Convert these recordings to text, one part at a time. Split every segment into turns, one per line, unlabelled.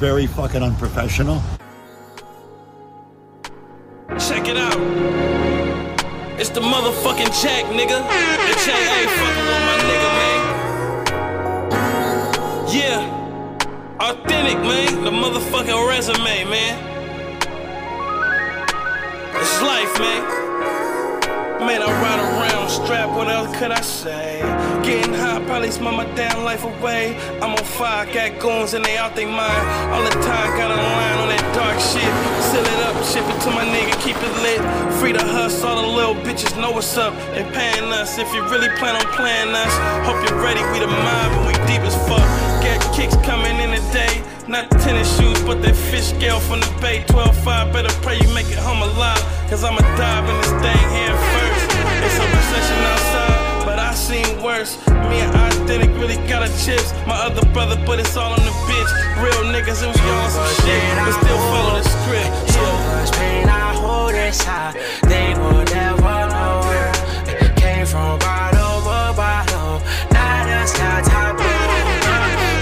Very fucking unprofessional.
Check it out. It's the motherfucking check, nigga. The check ain't fucking with my nigga, man. Yeah. Authentic, man. The motherfucking resume, man. It's life, man. Man, I ride around strapped, what else could I say? Getting high, probably smell my damn life away. I'm on fire, got goons and they out they mind. All the time, got a line on that dark shit. Seal it up, ship it to my nigga, keep it lit. Free to hustle, all the little bitches know what's up. They paying us if you really plan on playing us. Hope you're ready, we the mob and we deep as fuck. Got kicks coming in today. Not tennis shoes, but that fish scale from the bay. 12-5, better pray you make it home alive. Cause I'ma dive in this thing here first. It's a recession outside, but I seen worse. Me and Authentic really got a chips. My other brother, but it's all on the bitch. Real niggas and we on some shit, but still follow the script.
So
Yeah.
much pain I hold inside, they will never know. it. Came from bottom to bottom, not a sky top. below.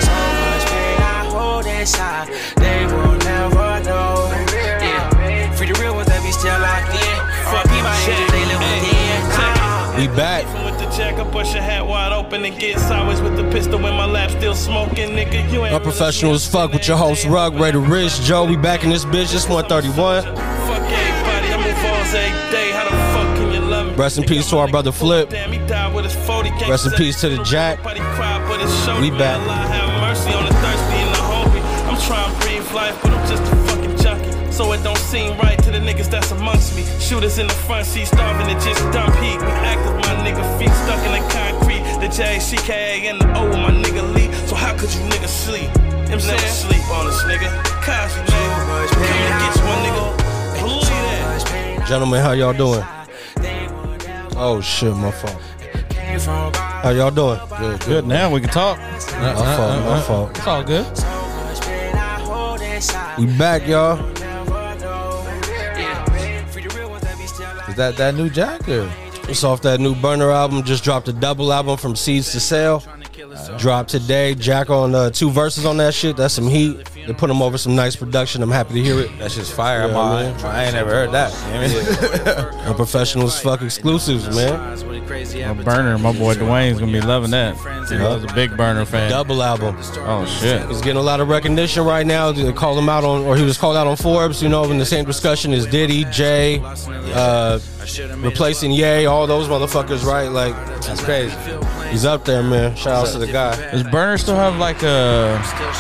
So much pain I hold inside, they will never know. it. Yeah, free the real ones that be still locked in. R.I.P. my angels, they live within.
We back.
From With the jack, I push your hat wide open and get sideways with the pistol in my lap, still smoking, nigga. You ain't
A professional as fuck with your host Rug, Ray the Rich, Joe. We back in this bitch. It's 131.
Fuck everybody, I move balls every day. How the fuck can you love me?
Rest in peace to our brother Flip.
Damn, he died with his 40
Rest in peace to the Jack.
Nobody cried, but it showed
We
me
back.
Allah have mercy on the thirsty and the hungry. I'm trying to breathe life, but I'm just a fucking junkie. So it don't seem right to the niggas that's amongst me. Shooters in the front seat, starving to just dump heat. We active, my nigga, feet stuck in the concrete. The J, CK, and the O, my nigga Lee. So how could you niggas sleep? Them never sleep on us, nigga. Cosby, man. Come and get you, my nigga. Believe that.
Gentlemen, how y'all doing?
They will never
Oh shit, my fault.
came from bottom.
How y'all doing? Good.
Good. Now we can talk. Uh-uh,
My fault. My fault.
It's all good.
So much pain I hold inside.
We back, y'all.
never know. Yeah, free the real ones that be still locked
Is that that new Jack or?
It's off that new Burner album. Just dropped a double album from Seeds to Sale. Dropped today. Jack on uh, two verses on that shit. That's some heat. They put him over some nice production. I'm happy to hear it.
That's just fire.
Yeah,
I'm all- i
man.
ain't never heard that. You know what I mean?
A professional as fuck exclusives, man.
A burner, my boy Dwayne's gonna be loving that. I was a big burner fan.
Double album.
Oh shit.
He's getting a lot of recognition right now. They called him out on, or he was called out on Forbes. You know, in the same discussion as Diddy, Jay, uh, replacing Ye, all those motherfuckers, right? Like
That's crazy.
he's up there, man. Shout out to the guy.
Does burner still have like a?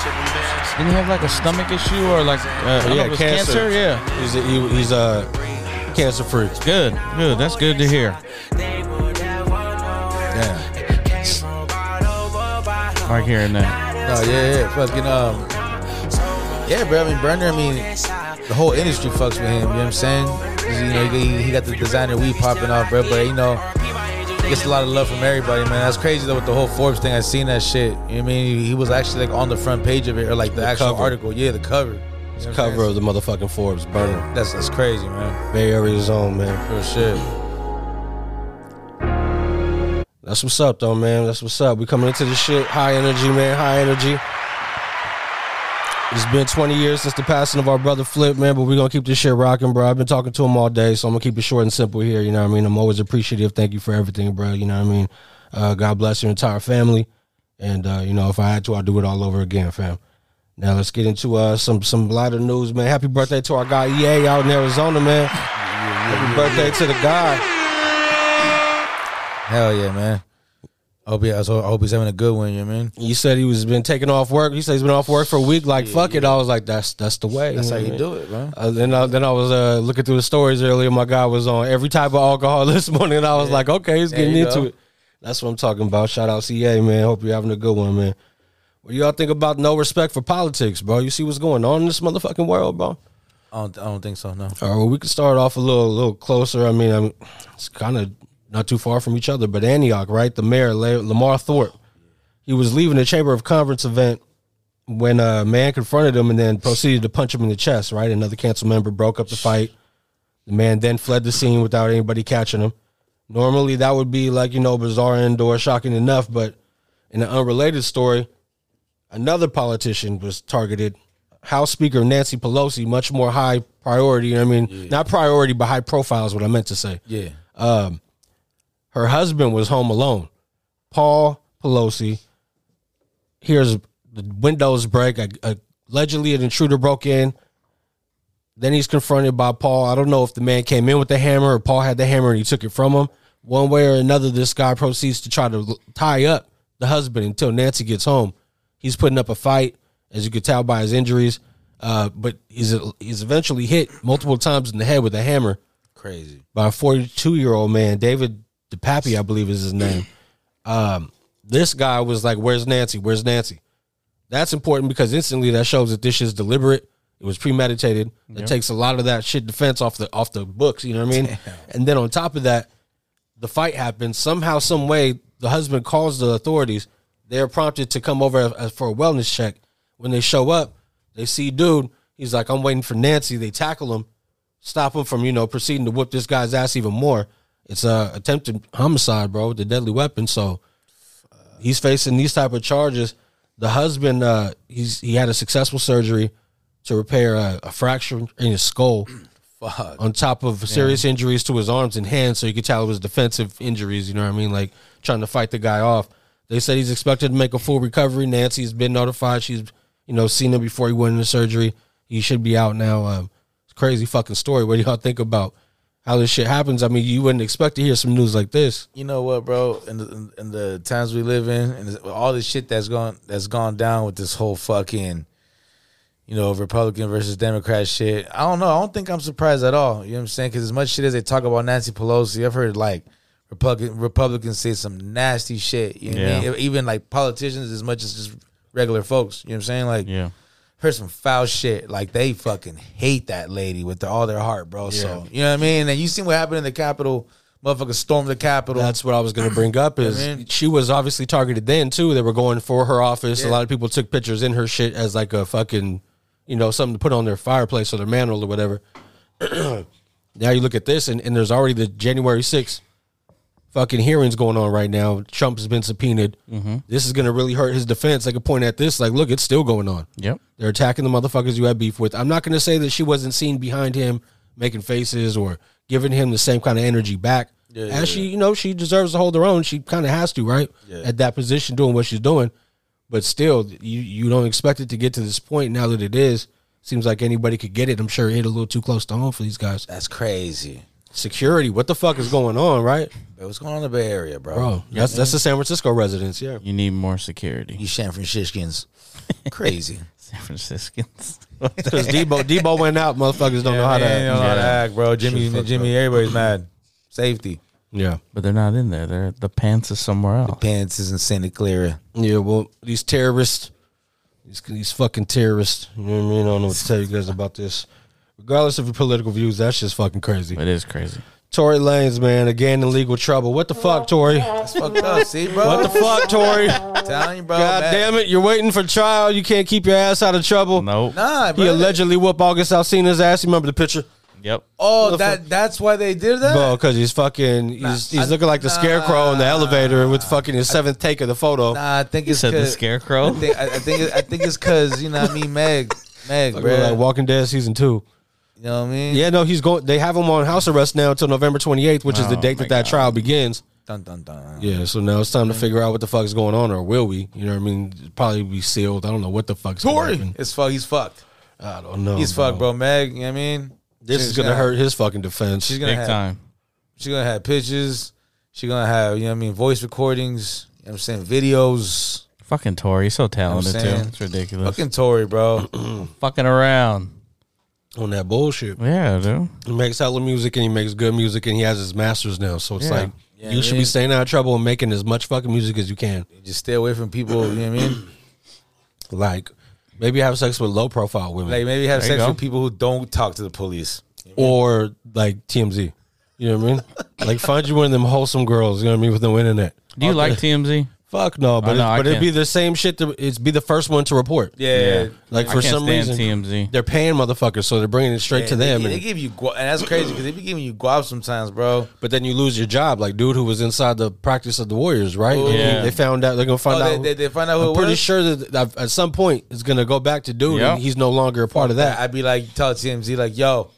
Didn't he have like a stomach issue or like? Uh, I don't know
Yeah,
if it was
cancer.
cancer. Yeah.
He's a, he, he's uh, cancer free.
Good. Good. That's good to hear.
They will never know.
Yeah.
Came from bottom to bottom.
Like hearing that.
No, yeah, yeah, fucking um, yeah, bro. I mean, Burner. I mean, the whole industry fucks with him. You know what I'm saying? 'Cause, You know, he, he got the designer weed popping off, bro. But you know, gets a lot of love from everybody, man. That's crazy though with the whole Forbes thing. I seen that shit. You know what I mean? He was actually like on the front page of it, or like the, actual
cover.
article. Yeah, the cover. You know what I'm
Cover
saying?
of the motherfucking Forbes, burner.
That's that's crazy, man.
Bay Area's own man.
Real shit.
That's what's up, though, man. That's what's up. We coming into this shit. High energy, man. High energy. It's been 20 years since the passing of our brother Flip, man, but we're going to keep this shit rocking, bro. I've been talking to him all day, so I'm going to keep it short and simple here. You know what I mean? I'm always appreciative. Thank you for everything, bro. You know what I mean? Uh, God bless your entire family. And, uh, you know, if I had to, I'd do it all over again, fam. Now let's get into uh, some some lighter news, man. Happy birthday to our guy EA out in Arizona, man. Happy birthday to the guy.
Hell yeah, man. I hope, he, I hope he's having a good one, you know what I mean?
You said he was been taking off work. He said he's been off work for a week. Like fuck it. I was like, that's that's the way.
That's
know what
how
I
you
mean?
do it, man.
Uh, then, I, then I was uh, looking through the stories earlier. My guy was on every type of alcohol this morning. And I was like, okay, he's
There
getting
you
into
go.
it. That's what I'm talking about. Shout out CA, man. Hope you're having a good one, man. What do y'all think about no respect for politics, bro? You see what's going on in this motherfucking world, bro?
I don't, I don't think so, no.
All right, Uh, well, we can start off a little, little closer. I mean, I'm, it's kind of not too far from each other, but Antioch, right? The mayor, La- Lamar Thorpe, he was leaving the Chamber of Conference event when a man confronted him and then proceeded to punch him in the chest, right? Another council member broke up the fight. The man then fled the scene without anybody catching him. Normally, that would be like, you know, bizarre indoor, shocking enough, but in an unrelated story, another politician was targeted House Speaker Nancy Pelosi much more high priority. you know what I mean, not priority, but high profile is what I meant to say.
Yeah.
Um, Her husband was home alone. Paul Pelosi hears the windows break. A- a- Allegedly, an intruder broke in. Then he's confronted by Paul. I don't know if the man came in with the hammer or Paul had the hammer and he took it from him. One way or another, this guy proceeds to try to l- tie up the husband until Nancy gets home. He's putting up a fight, as you could tell by his injuries. Uh, but he's he's eventually hit multiple times in the head with a hammer
Crazy.
by a 42 year old man, David DePappy, I believe is his name. Um, this guy was like, "Where's Nancy? Where's Nancy?" That's important because instantly that shows that this is deliberate. It was premeditated. It takes a lot of that shit defense off the off the books. You know what I mean? And then on top of that, the fight happens somehow, some way. The husband calls the authorities. They are prompted to come over as- as- for a wellness check. When they show up, they see dude. He's like, "I'm waiting for Nancy." They tackle him stop him from you know proceeding to whip this guy's ass even more. It's a attempted homicide, bro, with a deadly weapon. So he's facing these type of charges. The husband, uh, he's he had a successful surgery to repair a, a fracture in his skull. On top of serious injuries to his arms and hands, so you could tell it was defensive injuries. You know what I mean? Like trying to fight the guy off. They said he's expected to make a full recovery. Nancy's been notified. She's you know seen him before he went into surgery. He should be out now. Um, it's a crazy fucking story. What do y'all think about how this shit happens? I mean, you wouldn't expect to hear some news like this.
You know what, bro? In the, in, in the times we live in, and all this shit that's gone that's gone down with this whole fucking, you know, Republican versus Democrat shit. I don't know. I don't think I'm surprised at all. You know what I'm saying? Because as much shit as they talk about Nancy Pelosi, I've heard like Republican Republicans say some nasty shit. You know what I
Yeah.
mean? Even like politicians, as much as just regular folks. You know what I'm saying? Like,
Yeah.
heard some foul shit. Like they fucking hate that lady with their, all their heart, bro. So you know what I mean. And you seen what happened in the Capitol. Motherfucker stormed the Capitol.
That's what I was going to bring up. Is
I mean-
she was obviously targeted then too. They were going for her office. A
Yeah.
lot of people took pictures in her shit as like a fucking, you know, something to put on their fireplace or their mantle or whatever. now you look at this, and, and there's already the January sixth fucking hearings going on right now. Trump has been subpoenaed. This is going to really hurt his defense. I could point at this, like, look, it's still going on.
Yep.
They're attacking the motherfuckers you had beef with. I'm not going to say that she wasn't seen behind him making faces or giving him the same kind of energy back. as she, you know, she deserves to hold her own. She kind of has to, right? At that position, doing what she's doing. But still, you you don't expect it to get to this point. Now that it is, seems like anybody could get it. I'm sure it hit a little too close to home for these guys.
That's crazy.
Security, what the fuck is going on, right,
But what's going on in the Bay Area, bro?
bro? That's that's the San Francisco residents, yeah.
You need more security.
You San Franciscans, crazy.
San Franciscans.
Because Debo Debo went out, motherfuckers don't know how to.
Man, you know how to
Yeah.
act, bro. Jimmy,
Shit's fucked
Jimmy, everybody's mad. Safety
Yeah.
but they're not in there. They're the pants is somewhere else.
pants is in Santa Clara.
Yeah, well, these terrorists, these these fucking terrorists. You know what I mean? I don't know what to tell you guys about this. Regardless of your political views, that's just fucking crazy.
It is crazy.
Tory Lanez, man, again in legal trouble. What the fuck, Tory? What
It's fucked up, see, bro.
the fuck, Tory?
I'm telling you, bro.
God
man.
damn it! You're waiting for trial. You can't keep your ass out of trouble.
Nope.
Nah, bro.
He allegedly whooped August Alcina's ass. You remember the picture?
Yep.
oh, that that's why they did that.
Bro, because he's fucking, he's,
I-
he's looking like the scarecrow in the elevator with fucking his seventh take of the photo.
Nah, I think it's
Said the
'cause-
scarecrow.
I think I, I think it, I think it's because you know what I mean, Meg, Meg,
Like, we're
bro.
like Walking Dead season two.
you know what I mean?
Yeah, no, he's going. They have him on house arrest now until November 28th, which is the
Oh,
date
my
that that
God.
trial begins.
Dun dun dun.
Yeah, so now it's time to figure out what the fuck is going on, or will we? You know what I mean? It'll Probably be sealed. I don't know what the fuck's going
Tory,
on.
it's fuck. He's fucked.
I don't know.
He's fucked, bro. Meg, you know what I mean?
This
She's
is gonna hurt his fucking defense.
She's gonna
Big
have.
time.
She's gonna have pictures. She's gonna have you know what I mean. Voice recordings. You know what I'm saying videos.
Fucking Tory. He's so talented too.
saying?
It's ridiculous. Fucking,
Fucking Tory, bro.
around.
on that bullshit.
Yeah, dude.
He makes hella music and he makes good music and he has his masters now. So it's
Yeah.
like
Yeah,
you should
man.
be staying out of trouble and making as much fucking music as you can.
Just stay away from people. You know what I mean?
Like maybe have sex with low profile women
Like maybe have
There you
sex
go.
with people who don't talk to the police.
or like TMZ. You know what I mean? like find you one of them wholesome girls. You know what I mean with no internet.
Do you like TMZ?
Fuck no, but,
I know,
it,
I
but it'd
can't-
be the same shit. To, it's be the first one to report.
Yeah.
Like
I
for
can't
some
stand
reason,
TMZ.
they're paying motherfuckers, so they're bringing it straight to
They-
them.
They,
and-
give you guap, and that's crazy because they be giving you guap sometimes, bro.
but then you lose your job. Like dude who was inside the practice of the Warriors, right?
Ooh.
Yeah.
They found out. They're gonna
Oh,
find
they,
out.
they, they find out who
I'm
it
pretty
was?
sure that I've- at some point it's gonna go back to dude,
Yep.
and he's no longer a part of that.
I'd be like, tell TMZ, like, yo,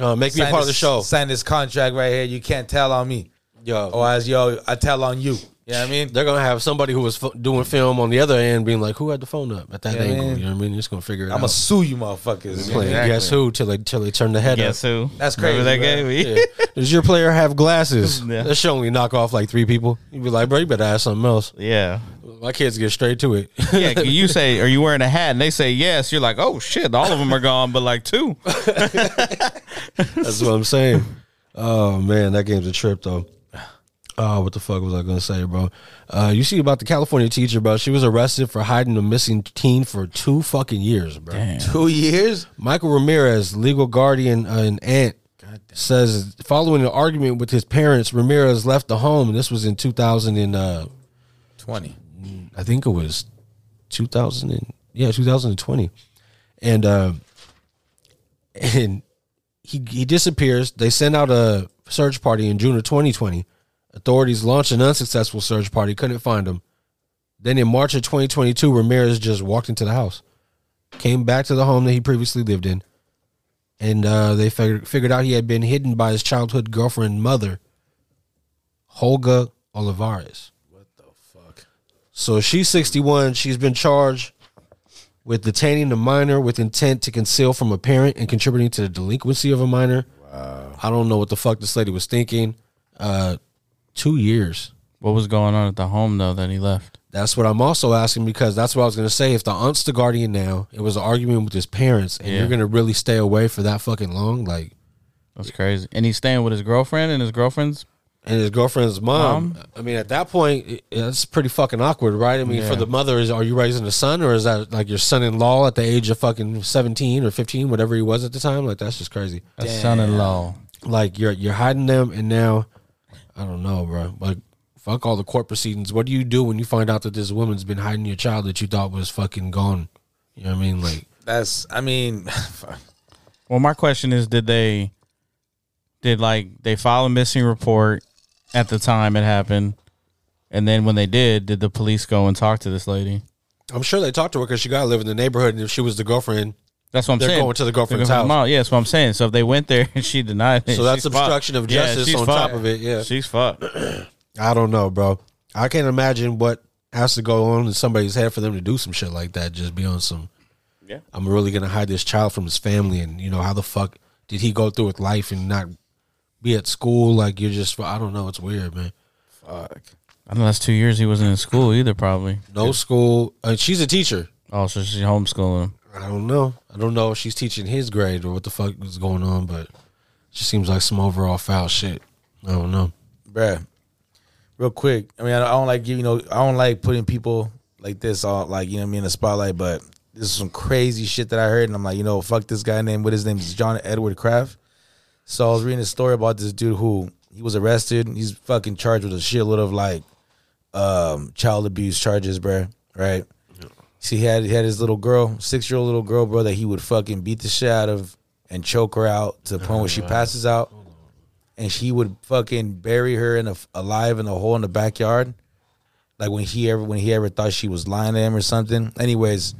Uh, make me a
sign
part of the
this-
show.
Sign this contract right here. You can't tell on me.
Yo,
Or as yo, I tell on you. You know what I mean?
they're gonna have somebody who was f- doing film on the other end being like, "Who had the phone up at that
Yeah,
angle?"
man.
You know what I mean? You're just gonna figure it
I'm
out.
gonna sue you motherfuckers.
Playing
Exactly.
guess who till they till they turn the head
Guess
up.
who?
That's
Remember
crazy,
that
bro.
game?
Yeah. Does your player have glasses?
Yeah.
That should only knock off like three people. You'd be like, bro, you better ask something else.
Yeah.
My kids get straight to it.
Yeah, 'cause you say, "Are you wearing a hat?" And they say, "Yes." You're like, "Oh shit!" All of them are gone, but like two.
That's what I'm saying. Oh man, that game's a trip though. Oh, what the fuck was I gonna say, bro? Uh, you see about the California teacher, bro? She was arrested for hiding a missing teen for two fucking years, bro.
Two years?
Michael Ramirez, legal guardian uh, and aunt, says following an argument with his parents, Ramirez left the home. And this was in 2000 and uh,
20.
I think it was 2000 and yeah 2020 and uh and he he disappears they send out a search party in June of 2020 authorities launched an unsuccessful search party couldn't find him then in March of 2022 Ramirez just walked into the house came back to the home that he previously lived in and uh, they figured, figured out he had been hidden by his childhood girlfriend and mother Holga Olivares so she's 61. She's been charged with detaining a minor with intent to conceal from a parent and contributing to the delinquency of a minor. Wow. I don't know what the fuck this lady was thinking. Uh, two years.
What was going on at the home though that he left?
That's what I'm also asking because that's what I was going to say. If the aunt's the guardian now, it was an argument with his parents, and
Yeah.
you're going to really stay away for that fucking long, like,
That's crazy. And he's staying with his girlfriend and his girlfriend's.
and his girlfriend's mom. I mean, at that point, it- it's pretty fucking awkward, right? I mean, for the mother, is are you raising a son or is that like your son-in-law at the age of fucking seventeen or fifteen, whatever he was at the time? Like that's just crazy.
a son-in-law.
Like you're you're hiding them, and now I don't know, bro. Like fuck all the court proceedings. What do you do when you find out that this woman's been hiding your child that you thought was fucking gone? You know what I mean? Like
That's, I mean,
Well, my question is, did they, did like they file a missing report at the time it happened, and then when they did, did the police go and talk to this lady?
I'm sure they talked to her because she got to live in the neighborhood, and if she was the girlfriend,
That's what I'm
They're
saying.
going to the girlfriend's
They're going to
house.
mom- Yeah, that's what I'm saying. So if they went there and she denied it,
So that's
she's fucked.
obstruction of
Yeah,
justice
she's
on
fucked.
top of it, yeah.
she's fucked.
I don't know, bro. I can't imagine what has to go on in somebody's head for them to do some shit like that. Just be on some. Yeah. I'm really gonna hide this child from his family, and you know how the fuck did he go through with life and not be at school? Like you're just, I don't know. It's weird, man.
I know that's two years he wasn't in school either, probably.
No school. Uh, she's a teacher.
Oh, so she's homeschooling him.
I don't know. I don't know if she's teaching his grade or what the fuck is going on, but it just seems like some overall foul shit. I don't know.
bruh. Real quick, I mean, I don't like you know, I don't like putting people like this all like you know what I mean in the spotlight, but this is some crazy shit that I heard, and I'm like, you know, fuck this guy named what his name is John Edward Kraft. So I was reading a story about this dude who he was arrested. and He's fucking charged with a shitload of like um child abuse charges, bruh. Right? So he had he had his little girl, six year old little girl, bro, that he would fucking beat the shit out of and choke her out to the point where she passes out and she would fucking bury her in a alive in a hole in the backyard. Like when he ever when he ever thought she was lying to him or something. Anyways,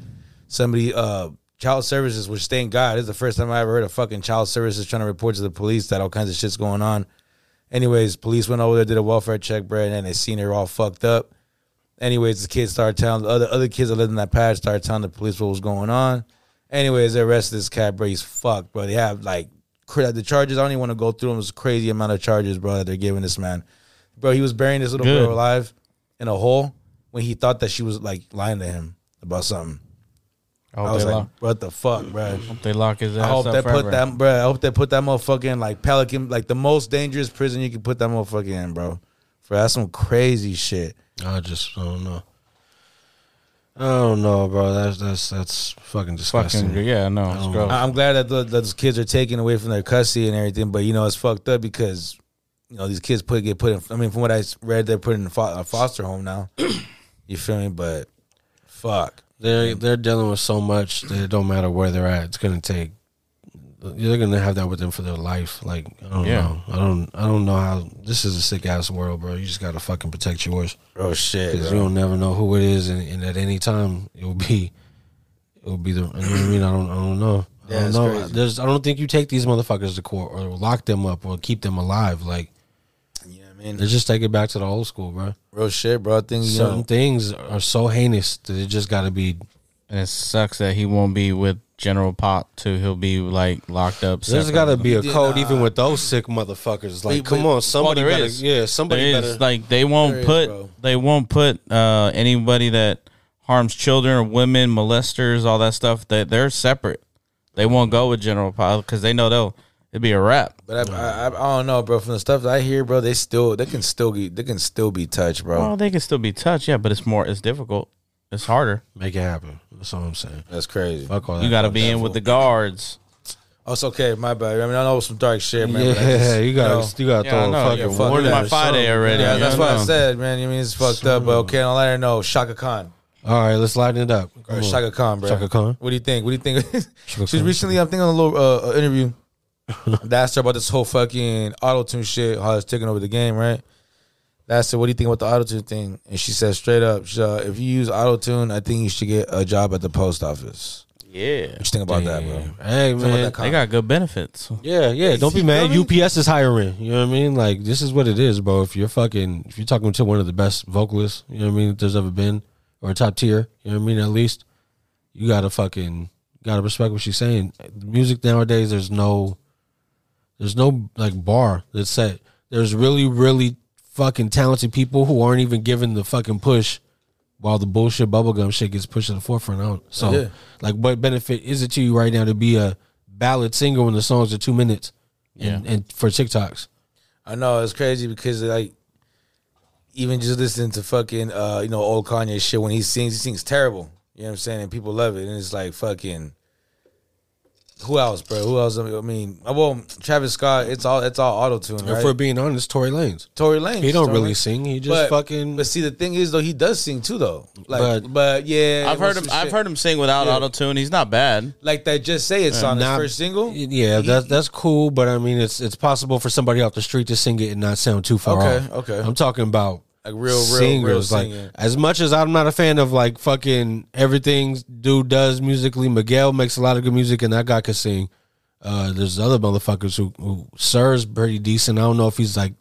somebody uh child services, which thank God, this is the first time I ever heard of fucking child services trying to report to the police that all kinds of shit's going on. Anyways, police went over there, did a welfare check, bro, and then they seen her all fucked up. Anyways, the kids started telling the other other kids that lived in that patch started telling the police what was going on. Anyways, they arrested this cat, bro. He's fucked, bro. They have like cra- the charges. I don't even want to go through them. It's a crazy amount of charges, bro, that they're giving this man. Bro, he was burying this little
Good.
girl alive in a hole when he thought that she was like lying to him about something.
I hope
I was
they,
like,
lock,
what the fuck, bro?
they lock his ass
I hope
up
they
forever.
put that, bro. I hope they put that motherfucker in like Pelican, like the most dangerous prison you can put that motherfucker in, bro. For that's some crazy shit.
I just I don't know. I don't know, bro. That's that's that's fucking disgusting.
Fucking, yeah, no, it's gross.
I- I'm glad that the, those kids are taken away from their custody and everything, but you know it's fucked up because you know these kids put get put in. I mean, from what I s- read, they're put in fo- a foster home now. You You feel me? But fuck.
They're they're dealing with so much that it don't matter where they're at. It's gonna take. They're gonna have that with them for their life. Like I don't
Yeah.
know. I don't. I don't know how. This is a sick ass world, bro. You just gotta fucking protect yours
Oh shit.
because
bro.
you don't never know who it is, and, and at any time Um, it will be. It will be the. You know what I mean, I don't. I don't know.
Yeah,
I don't
it's
know.
crazy.
There's. I don't think you take these motherfuckers to court or lock them up or keep them alive. Like
You know what I mean?
let's just take it back to the old school, bro.
Real shit, bro. I think you
Certain
know,
things are so heinous that it just got to be
And it sucks that he won't be with General Pot too. He'll be like locked up.
There's
separate.
got to be a
did uh,
code
not.
even with those sick motherfuckers. Like,
We-
come
we-
on, somebody
there
better.
is.
Yeah, somebody
There
better.
is. like they won't
There is,
put
bro.
they won't put uh, anybody that harms children or women, molesters, all that stuff. That they're separate. They won't go with General Pyle because they know they'll it'd be a wrap.
but I, I, I, I don't know, bro. From the stuff that I hear, bro, they still they can still be they can still be touched, bro.
Well, they can still be touched, yeah, but it's more it's difficult. It's harder.
Make it happen. That's all I'm saying.
That's crazy.
Fuck all that.
You got to
fuck
be
that
in with
fool.
the guards.
Oh, it's okay. My bad. I mean, I know some dark shit, man. but I
Yeah,
just,
you got to you got to
Yeah, I
throw
know.
a
Yeah,
fucking
fuck
warning.
it.
My
or
Friday
something.
already.
Yeah,
Yeah,
that's
I
what I
know.
said, man. You mean it's fucked up, but okay, I'll let her know. Shaka Khan.
All right, let's lighten it up.
Or
Come on.
Shaka Khan, bro.
Chaka Khan?
What do you think? What do you think?
Chaka
She's
Khan.
recently, I'm thinking, on a little uh, uh, interview. They asked her about this whole fucking auto tune shit, how it's taking over the game, right? They asked her, what do you think about the auto tune thing? And she said straight up, she, uh, if you use auto tune, I think you should get a job at the post office.
Yeah,
What you think about that, bro?
Damn. Hey
Think about
man.
that
they
comment.
got good benefits.
Yeah, yeah. Don't be
you
mad.
feel me?
UPS is hiring. You know what I mean? Like this is what it is, bro. If you're fucking, if you're talking to one of the best vocalists, you know what I mean, that there's ever been, or top tier, you know what I mean. At least you gotta fucking gotta respect what she's saying. Music nowadays, there's no, there's no like bar that's set. There's really, really fucking talented people who aren't even given the fucking push. While the bullshit bubblegum shit gets pushed to the forefront out. So
Yeah.
like what benefit is it to you right now to be a ballad singer when the songs are two minutes and, and for TikToks?
I know it's crazy because like even just listening to fucking uh you know old Kanye shit when he sings he sings terrible. You know what I'm saying? And people love it and it's like fucking who else, bro? Who else? I mean, well, Travis Scott. It's all it's all auto tune,
And
right?
for being honest, Tory Lanez.
Tory Lanez.
He don't
Tory
really
Lanez.
sing. He
But,
just fucking
But see, the thing is though, he does sing too though. Like, but,
But-
yeah,
I've
it was
heard him.
some
I've
shit.
heard him sing without
Yeah.
auto tune. He's not bad.
like that. Just say it song. His
not-
first single.
Yeah,
He-
that's that's cool, but I mean it's it's possible for somebody off the street to sing it and not sound too far
Okay,
off.
okay.
I'm talking about
Like real, real,
singers.
real singing.
like as much as I'm not a fan of like fucking everything dude does musically, Miguel makes a lot of good music and that guy can sing. Uh there's other motherfuckers who who serves pretty decent. I don't know if he's like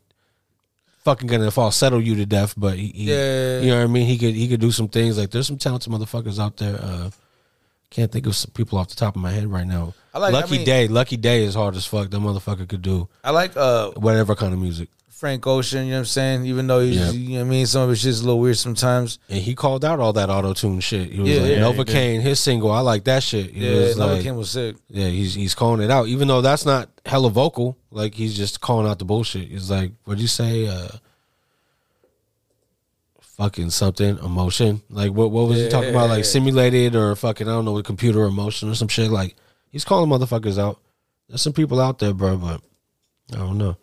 fucking gonna falsetto you to death, but he, he-
Yeah.
you know what I mean? He could he could do some things. Like there's some talented motherfuckers out there, uh can't think of some people off the top of my head right now.
I like- I
Lucky
mean-
Day. Lucky Day is hard as fuck. That motherfucker could do
I like uh
whatever kind of music.
Frank Ocean, you know what I'm saying? Even though he's,
Yeah.
you know what I mean, some of his shit's a little weird sometimes.
And he called out all that auto tune shit. He was
Yeah,
like,
yeah, he
Nova
did.
Kane, his single, I like that shit. He
Yeah,
was
Nova
like-
King was sick.
yeah, he's he's calling it out, even though that's not hella vocal. Like he's just calling out the bullshit. He's like, what'd you say? Uh, fucking something emotion. Like what what was he talking about? Like simulated or fucking I don't know, computer emotion or some shit. Like he's calling motherfuckers out. There's some people out there, bro, but I don't know.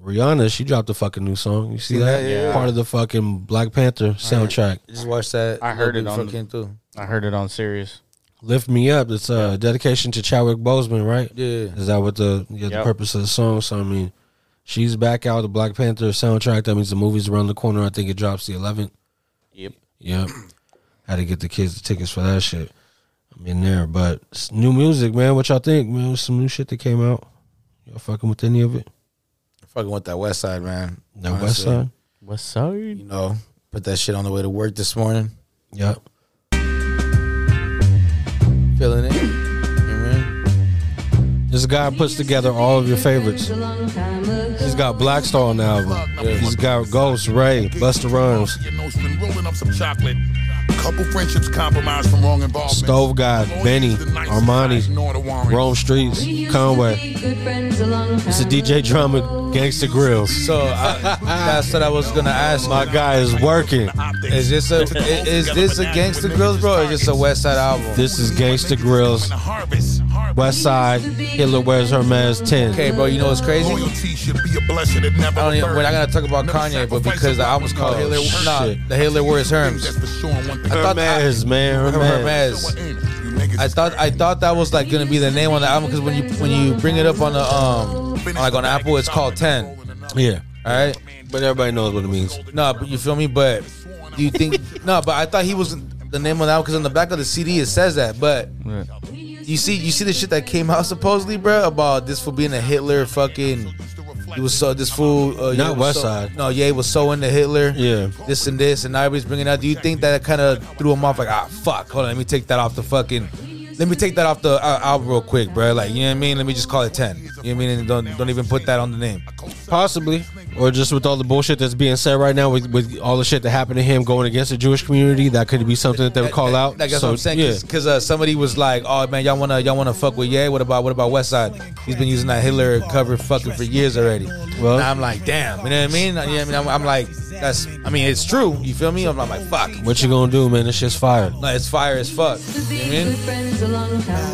Rihanna, she dropped a fucking new song. You see that?
yeah.
Part of the fucking Black Panther soundtrack.
Just watch that.
I heard it on
Little Big Fuck Came through.
I heard it on Sirius.
Lift Me Up. It's a dedication to Chadwick Boseman, right?
Yeah.
Is that what the yeah,
Yep.
the purpose of the song? So I mean, she's back out the Black Panther soundtrack. That means the movie's around the corner. I think it drops the 11th.
Yep.
Yep. Had to get the kids the tickets for that shit. I'm in there, but it's new music, man. What y'all think, man? What's some new shit that came out? Y'all fucking with any of it?
Fucking with that West Side, man.
The
Honestly,
West Side.
What's up?
You know, put that shit on the way to work this morning.
Yep.
Feeling it. You know what I mean?
This guy puts together all of your favorites. He's got Black Star on the album. He's got Ghost, Ray, Busta Rhymes,
You know, it's been rolling up some chocolate. Couple friendships compromised from wrong involvement.
Stove Guy, Benny, Armani, Rome Streets, Conway. It's
It's
a DJ Drama Gangsta Grills.
So I, that's what I was going to ask.
My guy is working.
optics.
Is this a i- is this a Gangsta Grills, bro, or just a West Side album?
This is Gangsta Grills, West Side, Hitler Wears Her Mask 10.
Okay, bro, you know what's crazy?
Loyalty should be a blessing and never
I don't
a
even,
burden.
we're not gonna talk about
Never
Kanye, but
sacrifice
because the
a
album's
weapon
called
called
Hitler,
shit.
nah, the Hitler wears
That's
Herms.
for sure and one thing.
I
Her
thought I,
Mask, man. Her
Her
Mask.
Mask.
You niggas
I
is
thought I thought that was like gonna be the name on the album because when you when you bring it up on the um on, like on Apple, it's called Ten. All
Yeah.
right,
But everybody knows what it means.
no, but you feel me? But do you think no? But I thought he was the name on the album because on the back of the CD it says that. But
Right.
you see you see the shit that came out supposedly, bro, about this for being a Hitler fucking. He was so this fool. Uh, yeah,
Not
was
West
so-
Side.
No, yeah, he was so into Hitler.
Yeah.
this and this, and now everybody's bringing it out. Do you think that kind of threw him off? Like, ah, fuck. Hold on, let me take that off the fucking. Let me take that off the uh, album real quick, bro. Like, you know what I mean? Let me just call it ten. You know what I mean? And don't don't even put that on the name.
Possibly. Or just with all the bullshit that's being said right now, with, with all the shit that happened to him going against the Jewish community, that could be something that they would call out.
Like, that's
So,
what I'm saying.
Yeah.
Because uh, somebody was like, "Oh man, y'all wanna y'all wanna fuck with Ye? What about what about Westside? He's been using that Hitler cover fucking for years already."
Well-
Well, I'm like, damn. You know what I mean? You know what I mean? I'm, I'm like, that's. I mean, it's true. You feel me? I'm, I'm like, fuck.
What you gonna do, man? This shit's fire.
Like, it's fire as fuck. You know what I mean?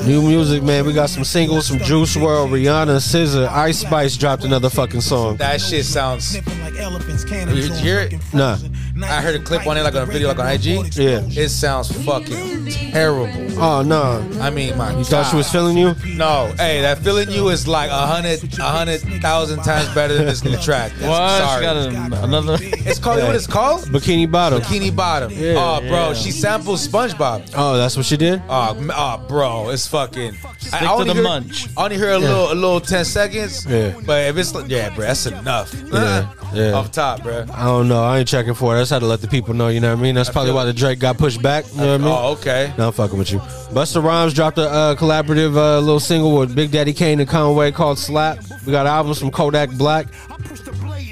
New music, man. We got some singles from Juice World, Rihanna, SZA, Ice Spice dropped another fucking song.
That shit sounds.
like elephants,
You hear it?
Nah.
I heard a clip on it, like on a video, like on IG.
Yeah.
It sounds fucking terrible.
Oh no.
I mean, my
You thought she was feeling you?
No, hey, that feeling you is like a hundred, a hundred thousand times better than this new track. That's-
What? She
Sorry.
got a- another.
it's called what it's called?
Bikini Bottom.
Bikini Bottom. oh, bro, she sampled SpongeBob.
Oh, that's what she did?
Oh, m- oh, bro, it's fucking. I- I
to
only
the
heard-
munch.
I only hear a little, a little ten seconds.
Yeah.
But if it's, like- yeah, bro, that's enough.
Yeah, yeah.
Off top, bro.
I don't know. I ain't checking for it. I just had to let the people know, you know what I mean? That's probably
feel-
why the Drake got pushed back. You know what I mean?
Oh, okay.
No, I'm fucking with you. Buster Rhymes dropped a uh, collaborative uh, little single with Big Daddy Kane and Conway called Slap. We got albums from Kodak Black,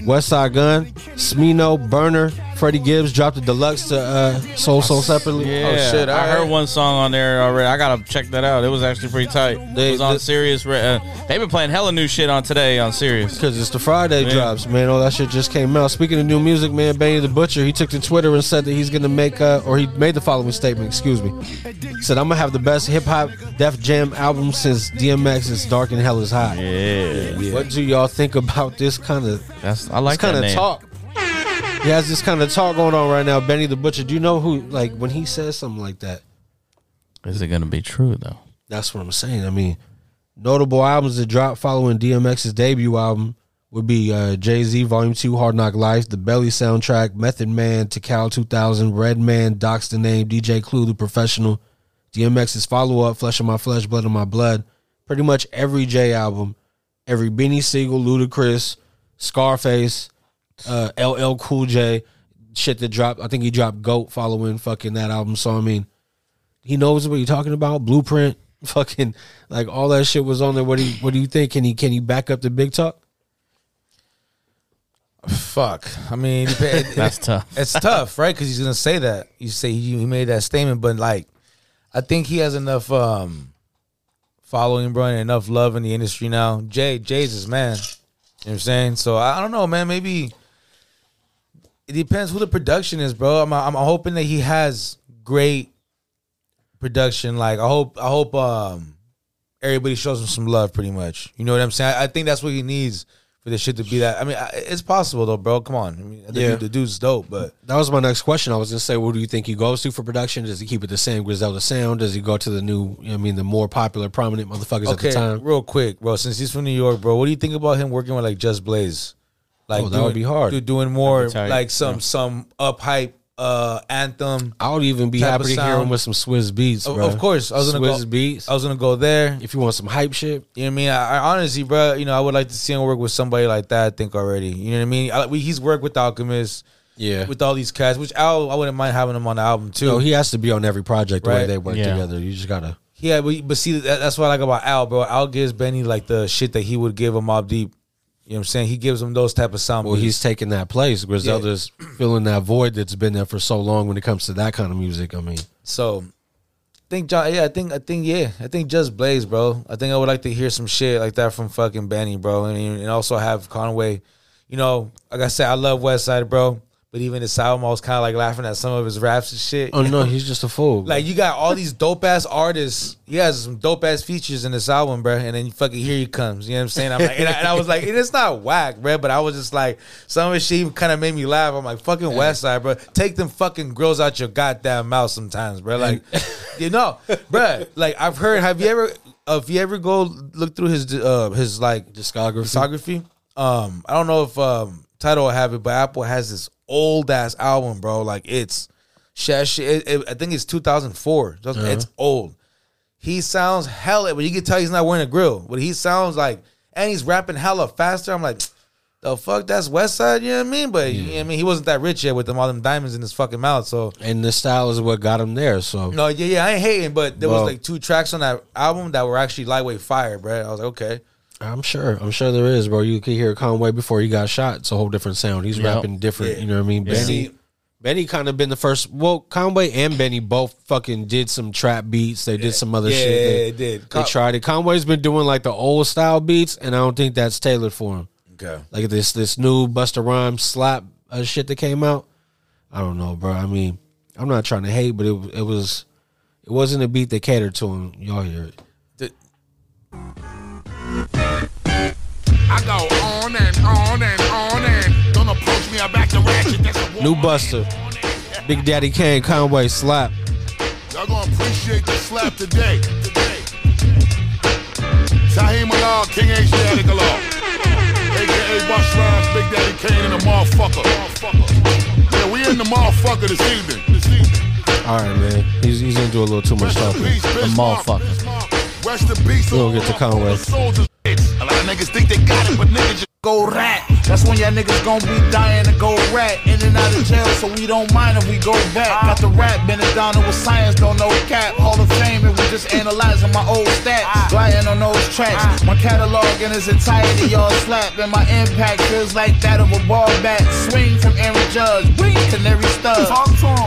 West Side Gun, Smino, Burner, Freddie Gibbs dropped a deluxe to uh, Soul Soul separately.
Yeah,
Oh, shit,
I heard
alright.
one song on there already. I gotta check that out. It was actually pretty tight.
They-
it was on
the-
Sirius. Re- uh, they've been playing hella new shit on today on Sirius.
Cause it's the Friday
Man.
drops, man. All that shit just came out. Speaking of new music, man, Benny the Butcher, he took to Twitter and said that he's gonna make, uh, or he made the following statement. Excuse me. Said I'm gonna have the best hip hop Def Jam album since DMX's Dark and Hell is Hot.
Yeah,
What do y'all think about this kind of
that's I like
this kind
that
of
name.
talk? He has this kind of talk going on right now. Benny the Butcher. Do you know who? Like when he says something like that,
Is it gonna be true though?
that's what I'm saying. I mean, notable albums that dropped following DMX's debut album would be uh, Jay Z Volume Two, Hard Knock Life, The Belly soundtrack, Method Man, Tikal 2000, Redman, Docs the Name, DJ Clue, The Professional, DMX's follow up, Flesh of My Flesh, Blood of My Blood. Pretty much every J album, every Benny Siegel, Ludacris, Scarface, uh, LL Cool J, shit that dropped. I think he dropped Goat following fucking that album. So I mean, he knows what you're talking about. Blueprint, fucking like all that shit was on there. What do you what do you think? Can he can he back up the big talk?
Fuck. I mean, it depend-
That's tough.
it's tough, right? Because he's gonna say that. You say he he made that statement, but like, I think he has enough um following, bro, and enough love in the industry now. Jay, Jay's his man. You know what I'm saying? So I I don't know, man. Maybe it depends who the production is, bro. I'm I'm hoping that he has great production. Like I hope I hope um everybody shows him some love, pretty much. You know what I'm saying? I, I think that's what he needs. For this shit to be that, I mean, I- it's possible though, bro. Come on, I mean, the,
Yeah.
dude- the dude's dope, but
That was my next question. I was gonna say, what do you think he goes to for production? Does he keep it the same Griselda sound? Does he go to the new? I mean, the more popular, prominent motherfuckers
Okay,
at the time.
real quick, bro. Since he's from New York, bro, what do you think about him working with like Just Blaze? Like
Oh, that would be hard.
Dude, doing more
That'd be tight,
like some some up hype uh anthem.
I would even be
Type
happy
of
to hear him
sound.
with some Swizz beats.
Of,
bruh.
of course, I was gonna
Swizz
go.
beats.
I was gonna go there.
If you want some hype shit,
You know what I mean? I, I honestly, bro, you know, I would like to see him work with somebody like that. I think already. You know what I mean? I, we, he's worked with Alchemist,
yeah.
with all these cats, which Al, I wouldn't mind having him on the album too.
No, he has to be on every project the way
Right.
they work
Yeah.
together. You just gotta.
Yeah, but, but see, that, that's what I like about Al, bro. Al gives Benny like the shit that he would give a Mob Deep. You know what I'm saying? He gives him those type of sound.
Well,
beats.
he's taking that place. Griselda's filling that void that's been there for so long when it comes to that kind of music. I mean,
So, I think John. Yeah, I think I think yeah, I think just Blaze, bro. I think I would like to hear some shit like that from fucking Benny, bro, and and also have Conway. You know, like I said, I love West Side, bro, But even his album, I was kind of like laughing at some of his raps and shit.
Oh no, he's just a fool.
Like you got all these dope ass artists. He has some dope ass features in this album, bruh. And then fucking here he comes. You know what I'm saying? I'm like, and I, and I was like, and it's not whack, bruh. But I was just like, some of his shit kind of made me laugh. I'm like, fucking Westside, bruh. Take them fucking grills out your goddamn mouth sometimes, bruh. Like, you know, bruh. Like I've heard. Have you ever? uh, If you ever go look through his uh his like
discography.
discography. Um, I don't know if um title will have it, but Apple has this old ass album, bro. Like it's shit. shit- it- it- I think it's 2004. Just- It's old. He sounds hella, but you can tell he's not wearing a grill. But he sounds like, and he's rapping hella faster. I'm like, the fuck, that's West Side. You know what I mean? But you know what I mean, he wasn't that rich yet with them all them diamonds in his fucking mouth. So
and the style is what got him there. So
no, yeah, yeah, I ain't hating. But there
Well-
was like two tracks on that album that were actually lightweight fire, bro. I was like, okay.
I'm sure. I'm sure there is, bro. You could hear Conway before he got shot. It's a whole different sound. He's
Yep.
rapping different.
Yeah.
You know what I mean? Benny.
See-
Benny kind of been the first. Well, Conway and Benny both fucking did some trap beats. They did some other
Yeah,
shit. They,
yeah, they did.
They
Con-
tried it. Conway's been doing like the old style beats, and I don't think that's tailored for him.
Okay.
Like this this new Busta Rhymes slap uh, shit that came out. I don't know, bro. I mean, I'm not trying to hate, but it it was it wasn't a beat that catered to him. Y'all hear it?
I go on and on and on and don't approach me. I back the ratchet. That's a
New
warning.
Buster, Big Daddy Kane, Conway slap.
Y'all gonna appreciate the slap today. Shaheem Malal, King H. Static Alal. AKA Bush Rhymes, Big Daddy Kane, and the motherfucker. Yeah, we in the motherfucker this evening. This evening.
All right, man. He's he's gonna do a little too much talking.
motherfucker.
Rest in peace.
We'll get to Conway.
Soldiers. A lot of niggas think they got it, but niggas just
go rat. That's when y'all niggas gon' be dying to go rat. In and out of jail, so we don't mind if we go back. Got the rap, been it down with science, don't know cap. Hall of Fame, and we just analyzing my old stats. Lying on those tracks. My catalog in its entirety, y'all slap. And my impact feels like that of a ball bat. Swing from Aaron Judge, wing to Larry Stubbs.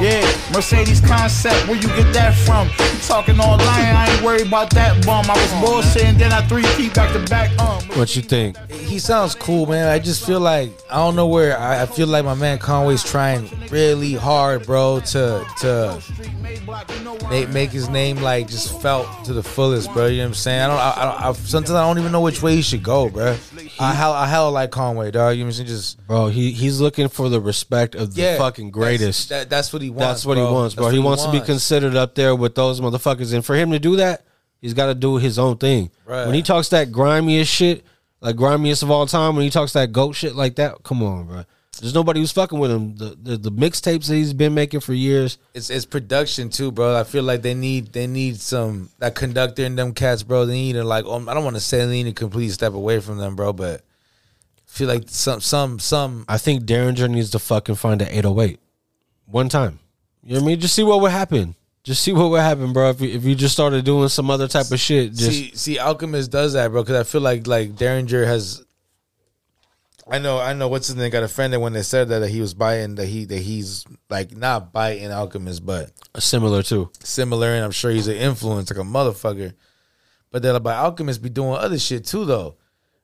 Yeah, Mercedes concept, where you get that from? You talking all lying, I ain't worried about that bum. I was bullshitting, then I three feet back to back. Um,
What you think?
he sounds cool, man. I just feel like I don't know where I, I feel like my man Conway's trying really hard, bro, to to make, make his name like just felt to the fullest, bro. You know what I'm saying? I don't. I, I, I sometimes I don't even know which way he should go, bro. I hell I hell like Conway, dog. You know what I'm saying? Just
Bro, he he's looking for the respect of the
yeah,
fucking greatest.
That's, that, that's what he wants.
That's what he wants, bro.
That's
He
what
wants, to be considered up there with those motherfuckers. And for him to do that, he's got to do his own thing.
Right.
When he talks that grimiest shit, like grimiest of all time, when he talks that goat shit like that, come on, bro. There's nobody who's fucking with him. The the, the mixtapes that he's been making for years.
It's it's production too, bro. I feel like they need they need some that conductor in them cats, bro. They need to like um, I don't want to say they need to completely step away from them, bro, but I feel like some some some
I think Derringer needs to fucking find an 808 one time. You know what I mean? Just see what would happen. Just see what would happen, bro. If you, if you just started doing some other type of shit, just
see see Alchemist does that, bro, because I feel like like Derringer has. I know, I know. What's his name? Got offended when they said that, that he was buying that he that he's like not biting Alchemist, but
similar to.
similar, and I'm sure he's an influence like a motherfucker. But then about Alchemist be doing other shit too though.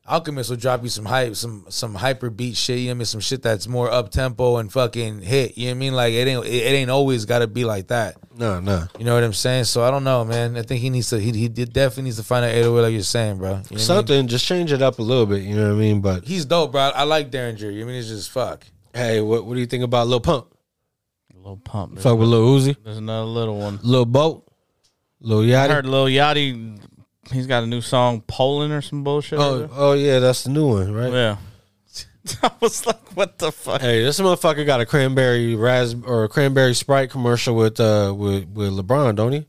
Alchemist will drop you some hype, some some hyper beat shit. You know what I mean? Some shit that's more up tempo and fucking hit. You know what I mean? Like it ain't it, it ain't always got to be like that.
No, no.
You know what I'm saying? So I don't know, man. I think he needs to. He, he did- definitely needs to find an 808 like you're saying, bro. You know what I mean?
Something, just change it up a little bit, you know what I mean? But
He's dope, bro. I like Derringer. You know what I mean it's just fuck.
hey, what, what do you think about Lil Pump?
Little pump. There's,
Fuck with Lil Uzi,
there's another little one.
Lil Boat, Lil
I
Yachty.
heard Lil Yachty. He's got a new song, Poland or some bullshit.
Oh,
Oh,
oh yeah, that's the new one, right?
yeah. I was like, what the fuck?
Hey, this motherfucker got a cranberry ras or a cranberry Sprite commercial with uh with with LeBron, don't he?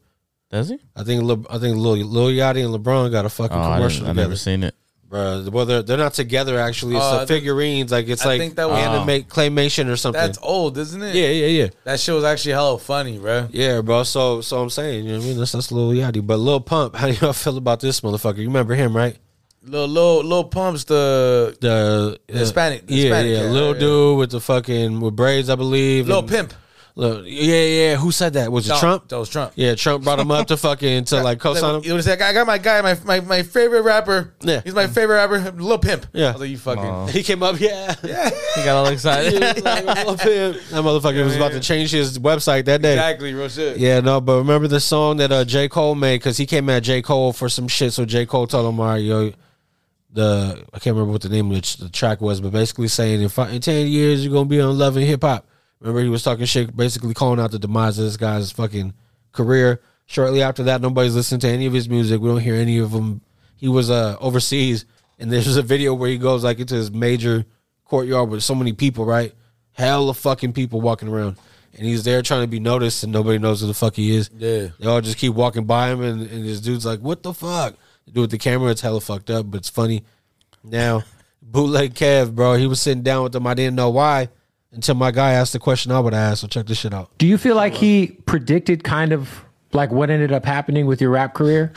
Does he?
I think Le, I think Lil, Lil Yachty and LeBron got a fucking
Oh, I,
commercial
didn't- I never
together,
seen it.
bro. Well, they're, they're not together actually. It's
Oh, I
uh,
think-
figurines, like it's
I
like
think that was- Oh.
animate claymation or something.
That's old, isn't it?
yeah, yeah, yeah.
That shit was actually hella funny, bro.
Yeah, bro. So, so I'm saying, you know what I mean? That's that's Lil Yachty, but Lil Pump. How do y'all feel about this motherfucker? You remember him, right?
Lil Lil Lil Pumps the
The,
Hispanic-
yeah,
Hispanic
yeah,
guy,
little
yeah.
dude with the fucking with braids, I believe.
Lil
and-
Pimp.
Look, yeah, yeah. Who said that? Was it
No,
Trump?
That was Trump.
Yeah, Trump brought him up to fucking to like
Like,
co-sign
you
him.
know what I'm saying? I got my guy, my, my, my favorite rapper.
Yeah.
He's my favorite rapper, Lil Pimp.
Yeah.
I was like, you fucking.
He came up, yeah.
He got all excited.
I love him. That motherfucker was about to change his website that day.
Exactly, real shit.
Yeah, no, but remember the song that uh, J. Cole made because he came at J. Cole for some shit. So J. Cole told him, all right, yo, the I can't remember what the name of the, the track was, but basically saying in, five, in 10 years, you're going to be on Love and Hip Hop. Remember, he was talking shit, basically calling out the demise of this guy's fucking career. Shortly after that, nobody's listening to any of his music. We don't hear any of him. He was uh, overseas, and there's a video where he goes like into his major courtyard with so many people, right? Hell of fucking people walking around. And he's there trying to be noticed, and nobody knows who the fuck he is.
Yeah.
They all just keep walking by him, and, and this dude's like, what the fuck? The dude with the camera, it's hella fucked up, but it's funny. Now, bootleg Kev, bro, he was sitting down with them. I didn't know why until my guy asked the question I would ask. So check this shit out.
Do you feel like he predicted kind of like what ended up happening with your rap career?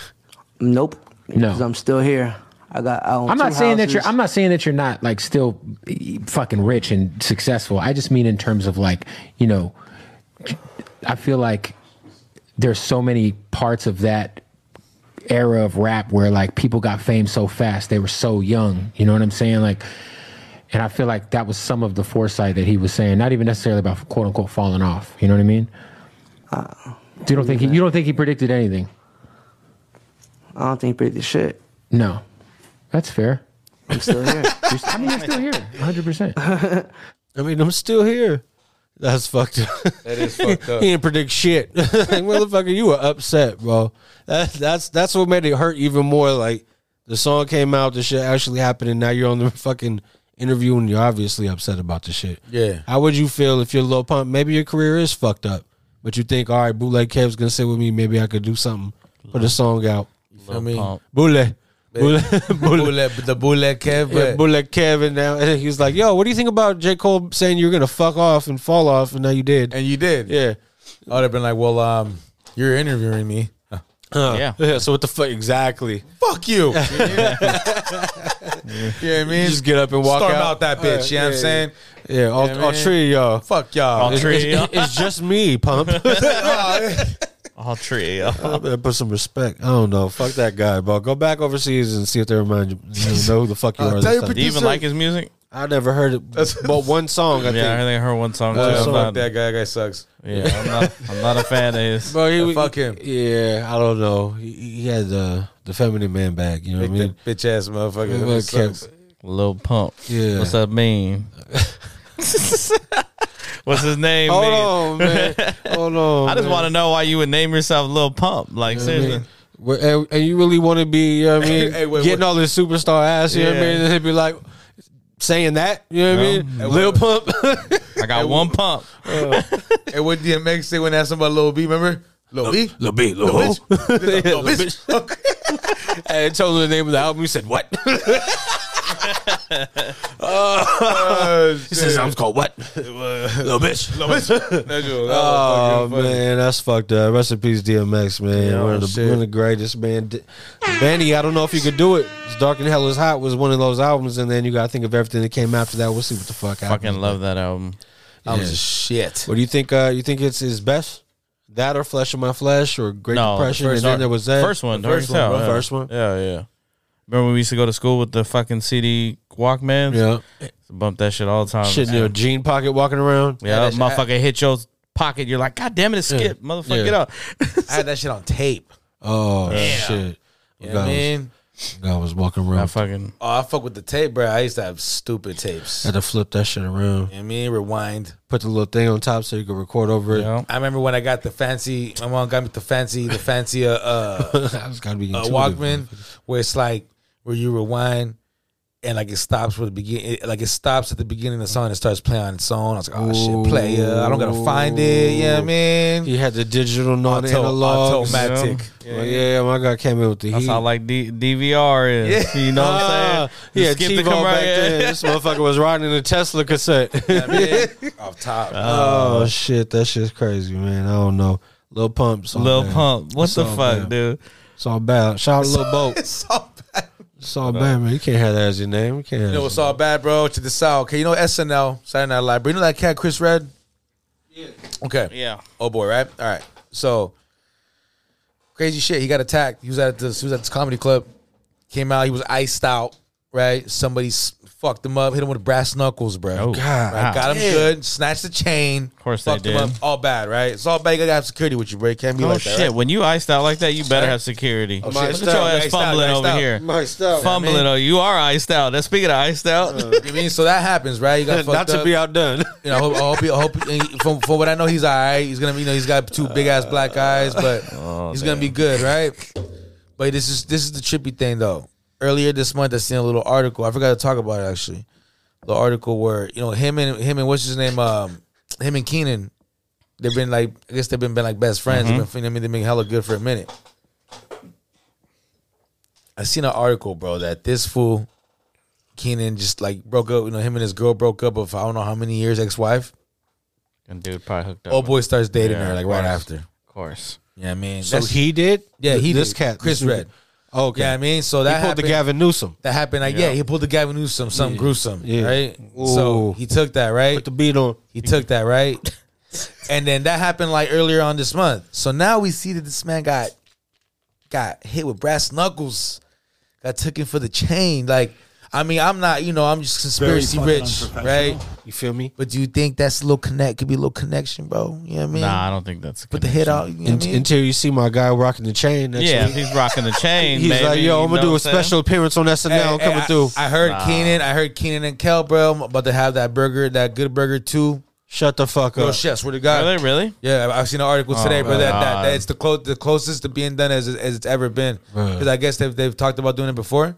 Nope.
No.
Because I'm still here. I got. I own
I'm not
two
saying that you're.
houses.
I'm not saying that you're not like still eh, fucking rich and successful. I just mean in terms of like you know, I feel like there's so many parts of that era of rap where like people got fame so fast they were so young. You know what I'm saying? Like, and I feel like that was some of the foresight that he was saying. Not even necessarily about quote unquote falling off. You know what I mean?
Uh,
you don't think he, you don't think he predicted anything?
I don't think pretty shit.
No, that's fair.
I'm still here.
I mean, you're still here, 100. percent
I mean, I'm still here. That's fucked up.
That is fucked up.
he didn't predict shit. like, motherfucker, you were upset, bro. That's that's that's what made it hurt even more. Like the song came out, the shit actually happened, and now you're on the fucking interview and you're obviously upset about the shit.
Yeah.
How would you feel if your little pump maybe your career is fucked up? But you think, all right, bootleg Kev's gonna sit with me, maybe I could do something, put a song out.
I mean,
Pump.
Bootleg. Bootleg, bootleg,
Bullet, the bullet Kev, but
yeah, bullet Kevin now. And he was like, yo, what do you think about J. Cole saying you were going to fuck off and fall off? And now you did.
and you did.
yeah.
I would have been like, well, um, you're interviewing me.
Huh.
Yeah.
yeah. So what the fuck? Exactly.
Fuck you. you know what I mean?
Just get up and walk
Storm
out.
out that bitch. you know what I'm saying?
Yeah. All,
Yeah,
all
man.
three of y'all.
Fuck y'all. Oh,
All three.
It's, it's just me, pump.
All three. yo.
I better put some respect. I don't know. Fuck that guy, bro. Go back overseas and see if they remind you, you know who the fuck you
I'll
are.
tell
this
you
time.
Do you even
Producer.
like his music?
I never heard it, but one song. I
Yeah, I
think.
think I heard one song.
Uh,
too. I'm
fuck
not-
that guy. That guy sucks.
Yeah, I'm not, I'm not a fan of his.
Bro, he,
Yeah, fuck him.
Yeah, I don't know. He, he had the the feminine man bag. You know what I
That
mean?
bitch ass motherfucker. That
Well,
sucks.
Kev-
Lil Pump.
Yeah.
What's that mean? What's his name?
Hold
mean?
on, man. Hold on.
I just want to know why you would name yourself Lil Pump. Like, seriously.
to. And, and you really want to be, you know what I mean?
Hey, wait,
Getting
wait.
all this superstar ass, you know what I
Yeah.
mean? And he'd be like, saying that, you know what I mean? Lil Pump.
I got one pump.
And what DMX say when asked him about Lil B? Remember? Lil B?
Lil B, Lil Ho.
Lil
Yeah,
bitch.
And told him the name of the album. He said, what?
Oh, shit.
He said, "Something's called what? Lil Bitch.
Lil bitch. Uh, That's your- that
Oh
was fucking funny.
man, that's fucked up. Rest in peace, DMX, man.
Yeah, oh,
one, of the,
shit.
one of the greatest, man. D- Benny, I don't know if you could do it. It's Dark and Hell is Hot was one of those albums, and then you got to think of everything that came after that. We'll see what the fuck happens.
Fucking love that album.
I'm just shit.
What do you think? Uh, you think it's his best? That or Flesh of My Flesh or Great
No,
Depression?
the first
and then
one.
there was that
First one,
The
Dark
first
Cell,
one, bro.
yeah.
first one.
Yeah, yeah. Remember when we used to go to school with the fucking CD Walkmans?
Yeah,
Bump that shit all the time.
shit in your jean pocket walking around.
Yeah,
that shit-
motherfucker hit your pocket. You're like, God damn it, it skipped. Motherfucker,
Yeah.
get up.
I had that shit on tape.
Oh shit!
You
God,
know what I
was-
mean?
God was walking
I
around.
fucking.
Oh, I fuck with the tape, bro. I used to have stupid tapes. You
Had
know
to flip that shit around.
what I mean? Rewind.
Put the little thing on top so you could record over it.
Yeah.
I remember when I got the fancy, my mom got me the fancy, the fancy uh, uh,
I was gotta be
uh
intuitive.
Walkman, where it's like where you rewind and like it stops with the beginning, like it stops at the beginning of the song and it starts playing on its own. I was like, oh shit, play, uh, I don't gotta find it. Yeah, you know what I mean,
He had the digital non
Auto-
analog.
automatic.
Yeah, yeah, my guy came in with the
That's
heat.
how like D- DVR is. You know what I'm
Uh,
Ah,
saying?
yeah,
You skip the
TiVo back
commercial.
then. This motherfucker was riding a Tesla cassette.
Off top,
Oh shit, that shit's crazy, man. I don't know. Lil Pump, it's all
Lil
bad.
Pump. What the
all
fuck,
bad.
dude?
It's all bad. Shout out to Lil Boat.
it's so bad.
It's all bad, man. You can't have that as your name. You can't. Have
You know
that
what's all bad, bro? Check this out. Okay, you know SNL Saturday Night Live, but you know that cat Chris Red. Okay.
Yeah.
Oh boy, right? All right. So crazy shit. He got attacked. He was at this. He was at this comedy club. Came out. He was iced out. Right. Somebody s- fucked him up. Hit him with brass knuckles, bro.
Oh,
Right?
wow.
Got him good. Snatched the chain. Of
course they
fucked
did.
him up. All bad. Right. It's all bad. You gotta have security with you, bro. You can't be
Oh
like that.
shit!
right?
When you iced out like that, you better have security.
Oh,
Look
shit.
at
Iced
your
out,
ass
iced out,
fumbling
iced
over
out.
here.
My stuff.
Fumbling.
man.
Oh, you are iced out. That's speaking of iced out.
Uh, You mean so that happens, right? You got fucked
Not to
up.
be outdone.
You know, I hope, I hope, he- I hope and from, from what I know, he's all right. He's gonna, be, you know, he's got two big ass black eyes, but
Oh,
he's gonna be good, right? But this is this is the trippy thing though. Earlier this month, I seen a little article. I forgot to talk about it actually. The article where you know him and him and what's his name, um, him and Keenan, they've been like, I guess they've been been like best friends.
Mm-hmm.
They've been, I mean, they've been hella good for a minute. I seen an article, bro, that this fool Keenan just like broke up. You know, him and his girl broke up of I don't know how many years ex wife.
And dude probably hooked up.
Oh boy starts dating
Yeah,
her like
of
right
course.
after.
Of course.
Yeah, I mean,
So
that's-
he did.
yeah, he
this
did.
cat,
Chris
this- Oh,
Red.
Okay,
Yeah, I mean, so
he
that
pulled
happened.
the Gavin Newsom.
that happened. Like, yeah.
Yeah.
he pulled the Gavin Newsom, something gruesome,
Yeah.
right? So
Ooh.
he took that, right?
Put the beat on.
He took that, right? and then that happened like earlier on this month. So now we see that this man got got hit with brass knuckles, got taken for the chain. Like, I mean, I'm not, you know, I'm just
Very
conspiracy
fucking
rich, right?
unprofessional.
You feel me?
But do you think that's a little connect? Could be a little connection, bro. You know what I mean?
Nah, I don't think that's. a
Put the head
connection.
out. You know what I
Un-
mean?
Until you see my guy rocking the chain. Next
Yeah,
yeah,
if he's rocking the chain.
he's
maybe,
like,
you
yo, I'm
know
gonna do
what
a
saying?
special appearance on SNL
Hey, hey,
coming
I,
through.
I heard Keenan. I heard Keenan and Kel, bro. I'm about to have that burger, that good burger too.
Shut the fuck
Bro,
up.
shit, I swear to
Are
God.
they really? Oh,
Yeah, I- I've seen an article today, bro. That, that,
God.
that it's the clo- the closest to being done as as it's ever been. Because I guess they've they've talked about doing it before,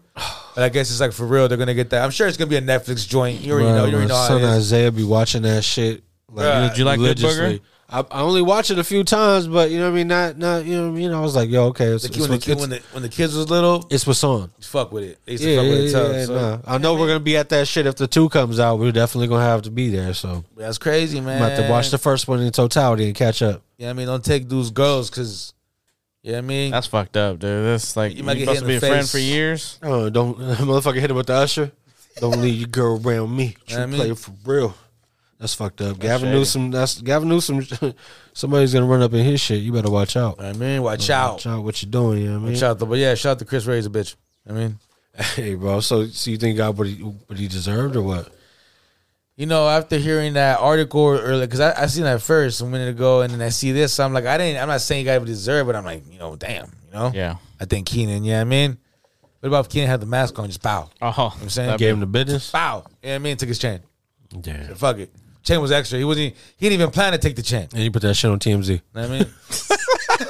but I guess it's like for real. They're gonna get that. I'm sure it's gonna be a Netflix joint. You already
Bro,
know. You
my
already know how
son
it is.
Isaiah be watching that shit.
Bruh.
Like,
Did you like Good
religiously. I, I only watch it a few times, but you know what I mean. Not, not you know what I mean. I was like, yo, okay, it's,
The
it's,
kid, when, the
what-
kid,
it's-
when, the, when the kids was little,
it's what's on.
fuck with it. They used to
Yeah,
fuck
yeah,
with it tough.
yeah,
so.
nah. I know we're gonna be at that shit if the two comes out. We're definitely gonna have to be there. So
That's crazy, man.
I'm about to watch the first one in totality and catch up.
Yeah, I mean, don't take dudes girls because, yeah, I mean,
That's fucked up, dude. That's like
You
you
might
are
get
supposed
hit
to be
in the
a friend
face.
for years.
Oh, don't motherfucker hit him with the usher. Don't leave your girl around me. True
I mean-
player for real. That's fucked up. Gavin
shady.
Newsom. That's Gavin Newsom. somebody's gonna run up in his shit. You better watch out.
I mean, watch out.
Watch out what you're doing. You know what I mean?
Shout out to, but yeah, shout out to Chris Ray's a bitch. I mean,
Hey, bro. Oh, So, so you think God what he, what he deserved or what?
you know, after hearing that article earlier, because I, I seen that first a minute ago, and then I see this, so I'm like, I didn't. I'm not saying you guys deserve, but I'm like, you know, damn, you know,
Yeah.
I think Keenan, yeah, I mean, what about if Keenan had the mask on, just pow,
Oh,
I'm saying?
that'd
Gave
be-
him the business.
pow, yeah, I mean, took his chain,
Damn.
fuck it, chain was extra. He wasn't, even- he didn't even plan to take the chain. You
And you put that shit on TMZ.
know what I mean,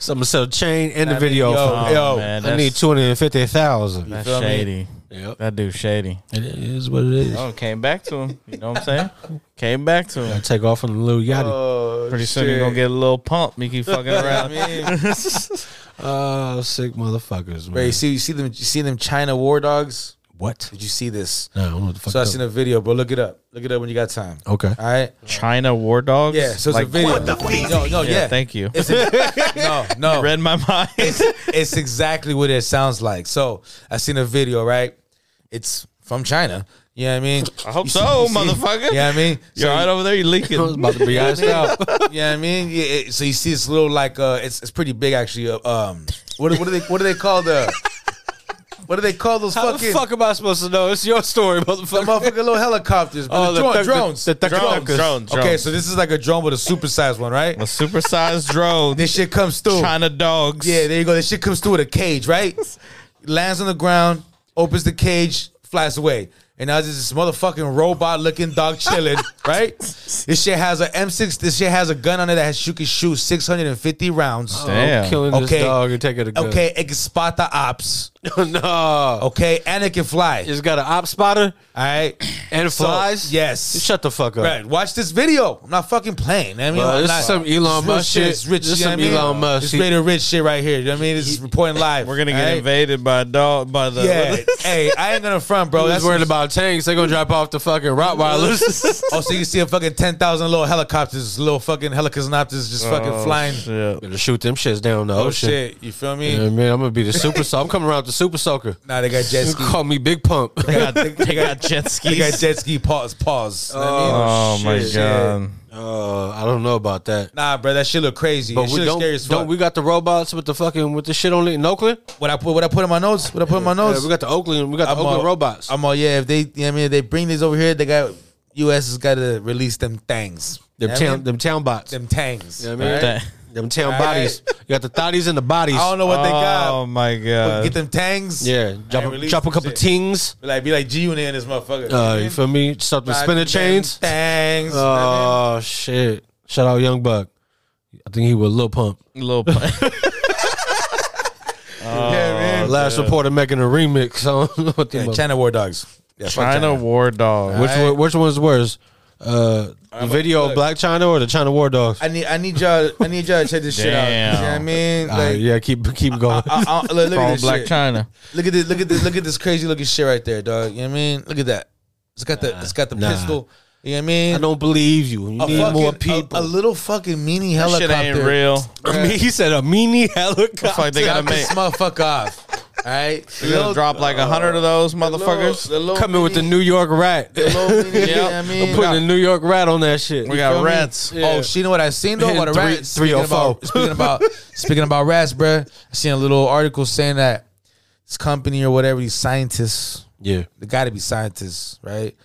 So I'm gonna sell the chain and the
I mean,
video.
yo,
for-
oh,
yo,
man,
I
that's,
need two hundred and fifty thousand.
That's
feel me?
shady.
Yep.
That dude shady.
It is what it is.
Oh, came back to him. You know what I'm saying? Came back to him.
Take off on the little yachty.
Oh,
Pretty soon you're gonna get a little pump. You keep fucking around.
Oh, sick motherfuckers,
Bro,
man.
you see, you see them, you see them China war dogs.
What?
Did you see this?
No, I don't know what the fuck.
So I
that-
seen a video, bro. Look it up. Look it up when you got time.
okay.
All right.
China war dogs.
Yeah, so it's
Like,
a video. No, no, yeah.
Yeah, Thank you.
It's a- no, no.
Read my mind.
It's, it's exactly what it sounds like. So I seen a video, right? It's from China. You know what I mean?
I hope so, motherfucker.
You know what I mean?
You're right over there. You leaking.
I was about to be asked out.
You know what I mean? Yeah, it- so you see this little like uh it's it's pretty big actually. Uh, um what what do they what do they call the what do they call those
How
fucking
the fuck am I supposed to know? It's your story, motherfucker.
motherfucking little helicopters? bro.
Oh,
the
the
drone-
thug- the-
drones.
the thug-
drones,
Drones.
drones, drones.
Okay, so this is like a drone with a supersized one, right?
a supersized drone.
This shit comes through.
China dogs.
Yeah, there you go. That shit comes through with a cage, right? Lands on the ground, opens the cage, flies away. And now there's this motherfucking robot looking dog chilling, right? This shit has a M6. This shit has a gun on it that has, you can shoot 650 rounds.
Damn.
I'm Oh, killing
Okay.
this dog and taking a gun.
Okay, it can spot the ops.
no.
e-, Okay, and it can fly.
It's got an op spotter
All right,
and
So,
flies.
yes.
Shut the fuck up.
right. Watch this video. I'm not fucking playing. I mean,
Bro,
I'm
this
not-
is some Elon
real
Musk shit.
It's rich.
This is
you know
some
what I mean?
Elon Musk.
It's radio rich shit right here. You know what I mean? It's reporting live.
We're gonna get
all right?
invaded by a dog by the
Yeah. hey, I ain't gonna front, bro.
Bro,
That's
that's worried about tanks. They're gonna drop off the fucking Rottweilers.
Oh, so you see a fucking ten thousand little helicopters, little fucking helicopters just fucking
Oh,
flying.
shit.
Gonna shoot them shits down the
Oh
ocean.
shit! You feel me?
You know what I mean? I'm gonna be the super. So- I'm coming around with the super soaker.
Nah, they got jet
You
ski.
call me Big Pump.
They got, they got jet
They got
skis.
jet ski. Pause. Pause. You know what I mean?
Oh my
Shit.
god.
Uh, I don't know about that.
Nah, bro, that shit look crazy.
But
That
we
shit look
don't,
scary as
don't
fuck.
we got the robots with the fucking with the shit on it in Oakland?
What I put? What I put in my notes? What I put in my notes?
Yeah, we got the Oakland. We got the
I'm
Oakland
all-
robots.
I'm all yeah. If they, you know what I mean, if they bring these over here, they got U.S. has got to release them things.
them
You know what I
town,
mean?
them town bots.
them tangs.
You know what I mean?
That-
Them town
All right.
bodies. You got the thotties and the bodies.
I don't know what they
Oh
got.
my
but
god.
Get them tangs.
Yeah, drop a,
release
drop a
some
couple
shit.
tings.
Be like be like G Unit in this motherfucker.
Uh, you feel me? Start with spinner chains.
Tangs.
Oh shit! Shout out Young Buck. I think he was Lil Pump.
Little play.
Last reporter making a remix on what the
yeah,
mo-
China War Dogs. Yeah, fuck
China War Dog.
which one, which one's worse? Uh, the
I'm a-
video of
look.
Black China or the China War Dogs?
I need I need y'all I need y'all to check this shit out. You know what I
Damn.
mean?
All right,
Like,
yeah, keep keep going.
I- I- look, look at
From
this
Black
shit.
China.
Look at this. Look at this. Look at this crazy looking shit right there, dog. You know what I mean? Look at that. It's got the. it's got the
Nah.
pistol. You know what I mean?
I don't believe you. You
a
need
fucking,
more
a-
people.
A, little fucking mini
That
helicopter.
shit ain't real.
I mean, he said a mini helicopter.
Fuck, they gotta
Knock
make.
this motherfucker off. All right.
They gonna drop like a
uh,
hundred of those motherfuckers.
Coming with the New York rat.
Yeah,
Yep.
I
I'm
mean,
putting a New York rat on that shit.
We got rats.
Oh, she know what I seen though. What a
Three-
rat.
three oh four.
Speaking about speaking about rats, bruh. I seen a little article saying that this company or whatever these scientists
yeah.
they got to be scientists, right?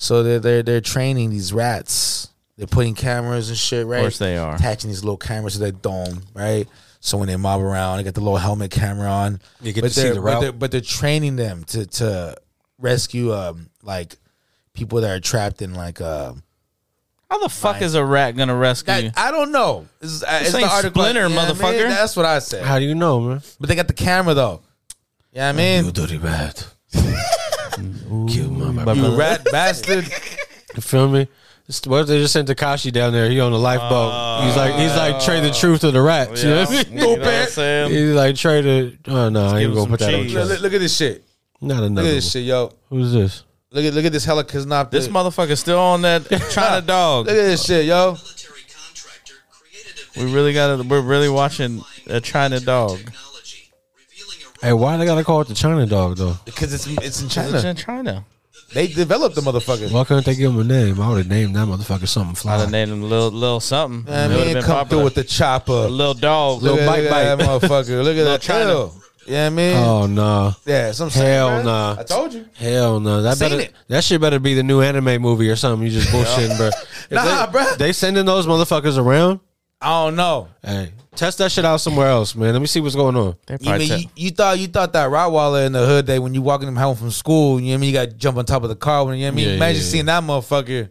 So they're they're they're training these rats. They're putting cameras and shit, right? Of
course they are.
attaching these little cameras to their dome, right? So when they mob around, they got the little helmet camera on.
You get
but
to see
they're-
the
But
route.
they're, but they're training them to to rescue um like people that are trapped in like uh
How the fuck is a rat gonna rescue? you?
I, I don't know. It's, uh, it's
ain't
the article.
Splinter,
you know what I mean?
motherfucker.
That's what I said.
How do you know, man?
But they got the camera though. Yeah, I mean,
dirty rat. Kill my brother.
you rat bastard.
You feel me? It's- What if they just sent Takashi down there? He on a lifeboat. he's like he's like trade the truth to the rats. You know what I mean?
You know what I'm saying?
He's like trade the. Oh no, I
give
ain't
him
gonna
some
put that
cheese.
look,
on.
look- look at this shit.
Not
Look
another.
at
One.
this shit, yo.
Who's this?
Look at look at this helicopter.
This motherfucker's still on that China dog.
Look at this shit, yo.
We really gotta. We're really watching a China dog.
Hey, why they gotta call it the China dog though?
Because it's it's in
It's
China.
in China.
They developed the motherfucker.
Why couldn't they give him a name? I would have named that motherfucker something
I'd have
fly.
named him little little something.
I
It would've
mean,
been
come
popular.
through with the chopper. Look
little dog.
Little
at,
bite
look
bite.
at that motherfucker. Look at that
China.
tail. Yeah, I mean,
Oh no.
yeah. Some
Hell nah.
I told you.
Hell no! That
Seen
better
it.
that shit better be the new anime movie or something. You just bullshitting, bro. If
Nah,
they,
bruh.
They sending those motherfuckers around.
I don't know.
Hey, test that shit out somewhere else, man. Let me see what's going on.
They
You
probably
mean
took-
you, you thought you thought that Rottweiler in the hood that when you walking them home from school, you know what I mean? You got to jump on top of the car when you know what I mean.
Yeah,
Imagine
yeah, yeah.
seeing that motherfucker.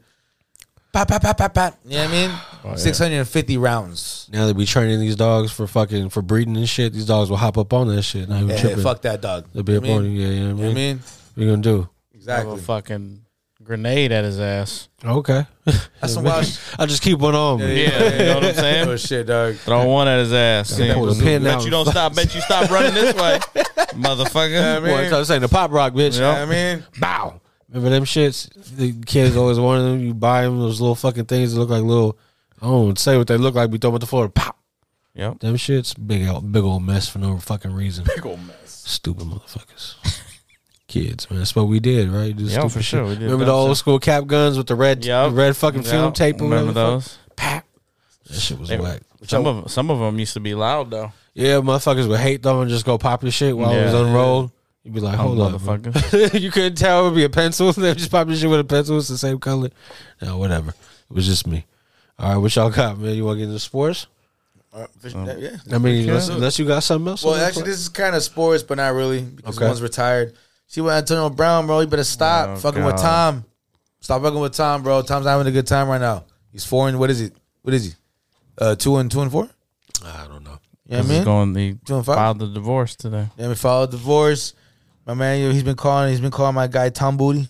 Pop, pop, pop, pop, pop. You know what I mean?
Oh,
Six hundred and fifty rounds.
Now that we training these dogs for fucking for breeding and shit, these dogs will hop up on that shit. Not even
Yeah,
tripping.
fuck that dog.
They'll be
You
up
know what I
on
mean?
you. Yeah, yeah.
You know what I mean?
What you gonna do?
have a
Exactly.
fucking grenade at his ass.
Okay.
That's some wild shit.
I just keep one on. me.
Yeah, you know what I'm saying?
Oh shit, dog.
Throw one at his ass. See,
pull the pin
bet
out.
you don't stop. Bet you stop running this way, motherfucker.
Boy, I'm saying the pop rock, bitch.
Yeah.
I mean,
Bow. Remember them shits? The kids always wanted them. You buy them those little fucking things that look like little. I don't say what they look like. We throw them at the floor. Pop.
Yep.
Them shits big old big old mess for no fucking reason. Big old mess. Stupid motherfuckers. Kids, man. That's what we did, right? Do
Yeah,
stupid
for
shit.
sure, we did
Remember the
dumb
old
shit.
school cap guns with the red
Yep.
the red fucking film
Yep.
tape or
Remember
whatever the fuck?
those?
That shit was
They-
whack.
Some of some of them used to be loud though.
Yeah, motherfuckers would hate though and just go pop your shit while it was
Yeah.
unrolled. You'd be like, hold up. man.
motherfucker.
you couldn't tell it would be a pencil. They just pop your shit with a pencil. It's the same color. No, whatever. It was just me. All right, what y'all got, man? You want to get into sports?
Uh,
Um,
yeah.
I mean, unless, unless you got something else.
Well,
on the
actually,
plate.
this is kind of sports, but not really because
Okay.
one's retired. See what Antonio Brown, bro? You better stop
Oh,
fucking with
God.
Tom. Stop fucking with Tom, bro. Tom's not having a good time right now. He's four and what is it? What is he? Uh, two and two and four.
I don't know.
You know what I
This is
mean?
going the
Two and five.
filed the divorce today.
Then we filed divorce. My man, you know, he's been calling. He's been calling my guy Tom Booty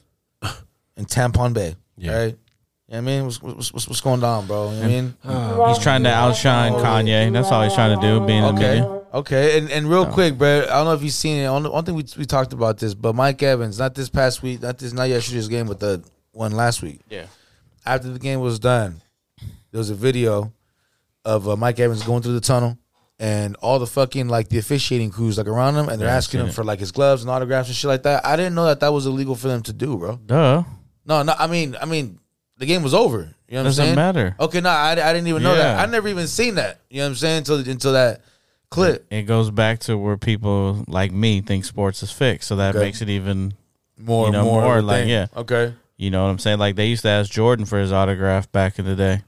and Tampon Bay.
Yeah.
Right. You know what I mean, what's, what's, what's, what's going down, bro? You know what I mean,
Oh.
He's trying to outshine Kanye. That's all he's trying to do. Being a
Okay.
nigga.
Okay. And and real quick, bro, I don't know if you've seen it. I don't, I don't think we, we talked about this, but Mike Evans, not this past week, not this, not yesterday's game, but the one last week.
Yeah.
After the game was done, there was a video of uh, Mike Evans going through the tunnel. And all the fucking like the officiating crews like around him, and they're asking him for like his gloves and autographs and shit like that. I didn't know that that was illegal for them to do, bro.
Duh.
No, no, I mean, I mean, the game was over. You know what
Doesn't
I'm saying?
matter.
Okay, no, I, I didn't even know that.
Yeah.
I never even seen that. You know what I'm saying? Until until that clip.
It goes back to where people like me think sports is fixed, so that
Okay.
makes it even
More,
you know,
more,
more,
of a
like
thing.
yeah.
Okay.
You know what I'm saying? Like they used to ask Jordan for his autograph back in the day,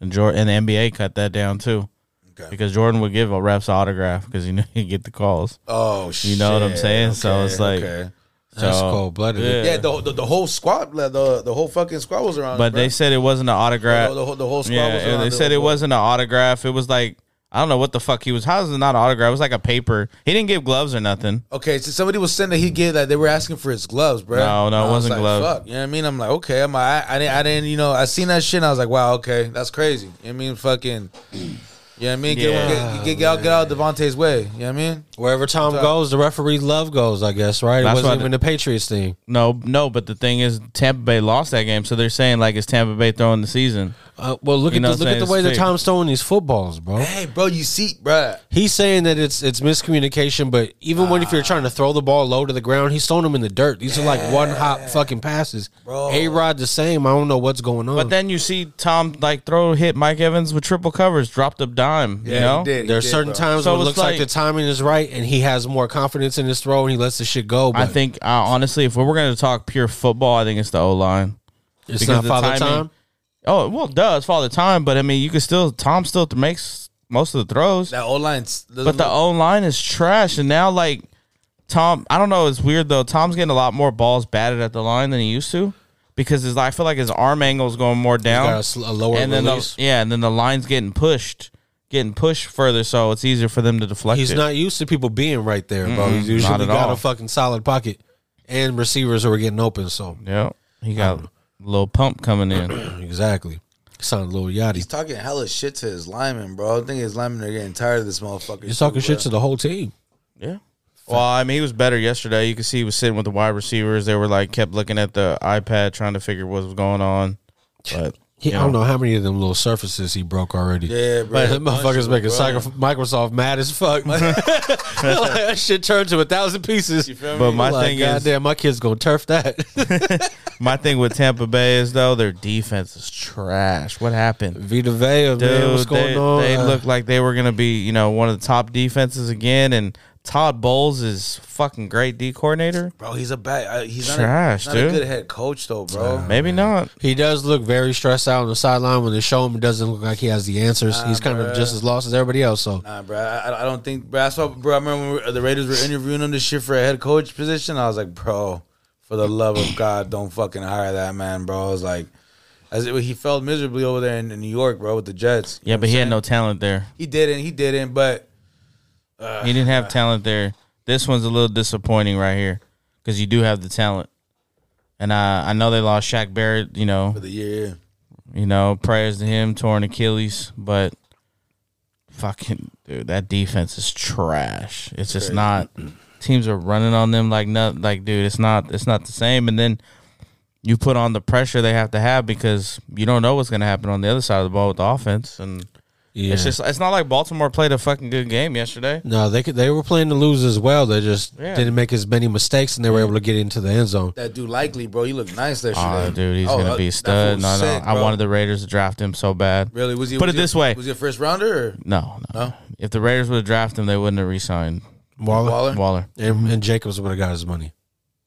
and Jordan and the NBA cut that down too,
Okay.
because Jordan would give a ref's autograph because he knew he'd get the calls.
Oh, shit.
You know what I'm saying? So it's like-
That's
So-
cold blooded.
Yeah.
Yeah, the, the the whole squad, like, the the whole fucking squad was around.
But
bro.
they said it wasn't an autograph.
The whole- the whole squad
yeah,
was
and
around
they
it.
said it wasn't an autograph. It was like I don't know what the fuck he was. How is it not an autograph? It was like a paper. He didn't give gloves or nothing.
Okay, so somebody was saying that he gave that they were asking for his gloves, bro.
No, no, it
I was
wasn't
like,
gloves.
Fuck, you know what I mean? I'm like, okay, I'm like, I, I didn't, I didn't, you know, I seen that shit, and I was like, wow, okay, that's crazy. You know what I mean? Fucking, you know what I mean? Get,
Yeah.
get, get, get out, get out of Devontae's way. You know what I mean?
Wherever Tom goes, the referee's love goes. I guess right. It
That's what I
wasn't even
did.
the Patriots thing.
No, no. But the thing is, Tampa Bay lost that game, so they're saying like it's Tampa Bay throwing the season.
Uh, well, look
You
at the,
know what I'm
look at the
saying?
way that
It's
Tom's throwing these footballs, bro.
Hey, bro, you see, bro.
He's saying that it's it's miscommunication, but even when if you're trying to throw the ball low to the ground, he's throwing them in the dirt. These are like one hop fucking passes. A Rod the same. I don't know what's going on.
But then you see Tom like throw hit Mike Evans with triple covers, dropped a dime. you know,
There's certain times
So
when it
it's
looks like,
like-
the timing is right, and he has more confidence in his throw, and he lets the shit go. But
I think uh, honestly, if we were going to talk pure football, I think it's the O line.
it's
because
not
the
father
timing-
time.
Oh well, duh, it's father time, but I mean, you can still Tom still makes most of the throws,
That old line's,
but the O line is trash, and now like Tom, I don't know, it's weird though. Tom's getting a lot more balls batted at the line than he used to because his I feel like his arm angle is going more down.
got a sl- a lower
and then
release.
The, yeah, and then the line's getting pushed, getting pushed further, so it's easier for them to deflect.
He's
it.
not used to people being right there, bro. He's usually
not at
got
all.
a fucking solid pocket and receivers who are getting open. So Um,
Yeah, he got a little pump coming in.
exactly, sound a little
he's
yachty.
talking hella shit to his lineman, bro. I think his linemen are getting tired of this motherfucker.
He's talking shit to the whole team.
yeah. Well, I mean, he was better yesterday. You could see he was sitting with the wide receivers. They were like kept looking at the iPad, trying to figure what was going on. But
He,
you
I don't know how many of them little surfaces he broke already.
Yeah, bro.
But that motherfucker's making
Bro.
psycho- Microsoft mad as fuck. man. that shit turned to a thousand pieces.
But my
Like,
thing is,
goddamn, my kid's gonna turf that.
my thing with Tampa Bay is though their defense is trash. What happened?
Vita Vea,
Dude,
man, what's going
they,
on?
they
Uh,
look like they were gonna be, you know, one of the top defenses again. And Todd Bowles is fucking great D coordinator.
bro. He's a bad. uh, He's not,
Trash,
a, not a
dude.
good head coach though, bro.
Maybe not.
He does look very stressed out on the sideline when they show him. It doesn't look like he has the answers. He's kind of just as lost as everybody else. So
Nah, bro. I, I- I don't think, bro. That's why, bro. I remember when we were- the Raiders were interviewing him this shit for a head coach position. I was like, bro, for the love of God, don't fucking hire that man, bro. I was like, as it, he failed miserably over there in, in New York, bro, with the Jets. You
Yeah,
know
but
what
he
I'm
had no
saying?
talent there.
He didn't. He didn't. But
He didn't
Uh,
have talent there. This one's a little disappointing right here because you do have the talent. And I, I know they lost Shaq Barrett. You know,
for the year,
you know, prayers to him, torn Achilles, but fucking dude, that defense is trash. It's just not teams are running on them like nothing like dude, it's not it's not the same. And then you put on the pressure they have to have because you don't know what's gonna happen on the other side of the ball with the offense. And
yeah,
it's just it's not like Baltimore played a fucking good game yesterday.
no, they could, they were playing to lose as well. They just
Yeah.
didn't make as many mistakes, and they were able to get into the end zone.
that dude likely, bro. He looked nice there.
Oh, dude, he's
uh,
gonna be a stud. Uh, No, no, I wanted the Raiders to draft him so bad.
Really? Was he?
Put
was
it
he-
this way.
Was he a first rounder? Or
No, no, If the Raiders would have drafted him, they wouldn't have re-signed
Waller,
Waller?
Waller.
And, and Jacobs would have got his money.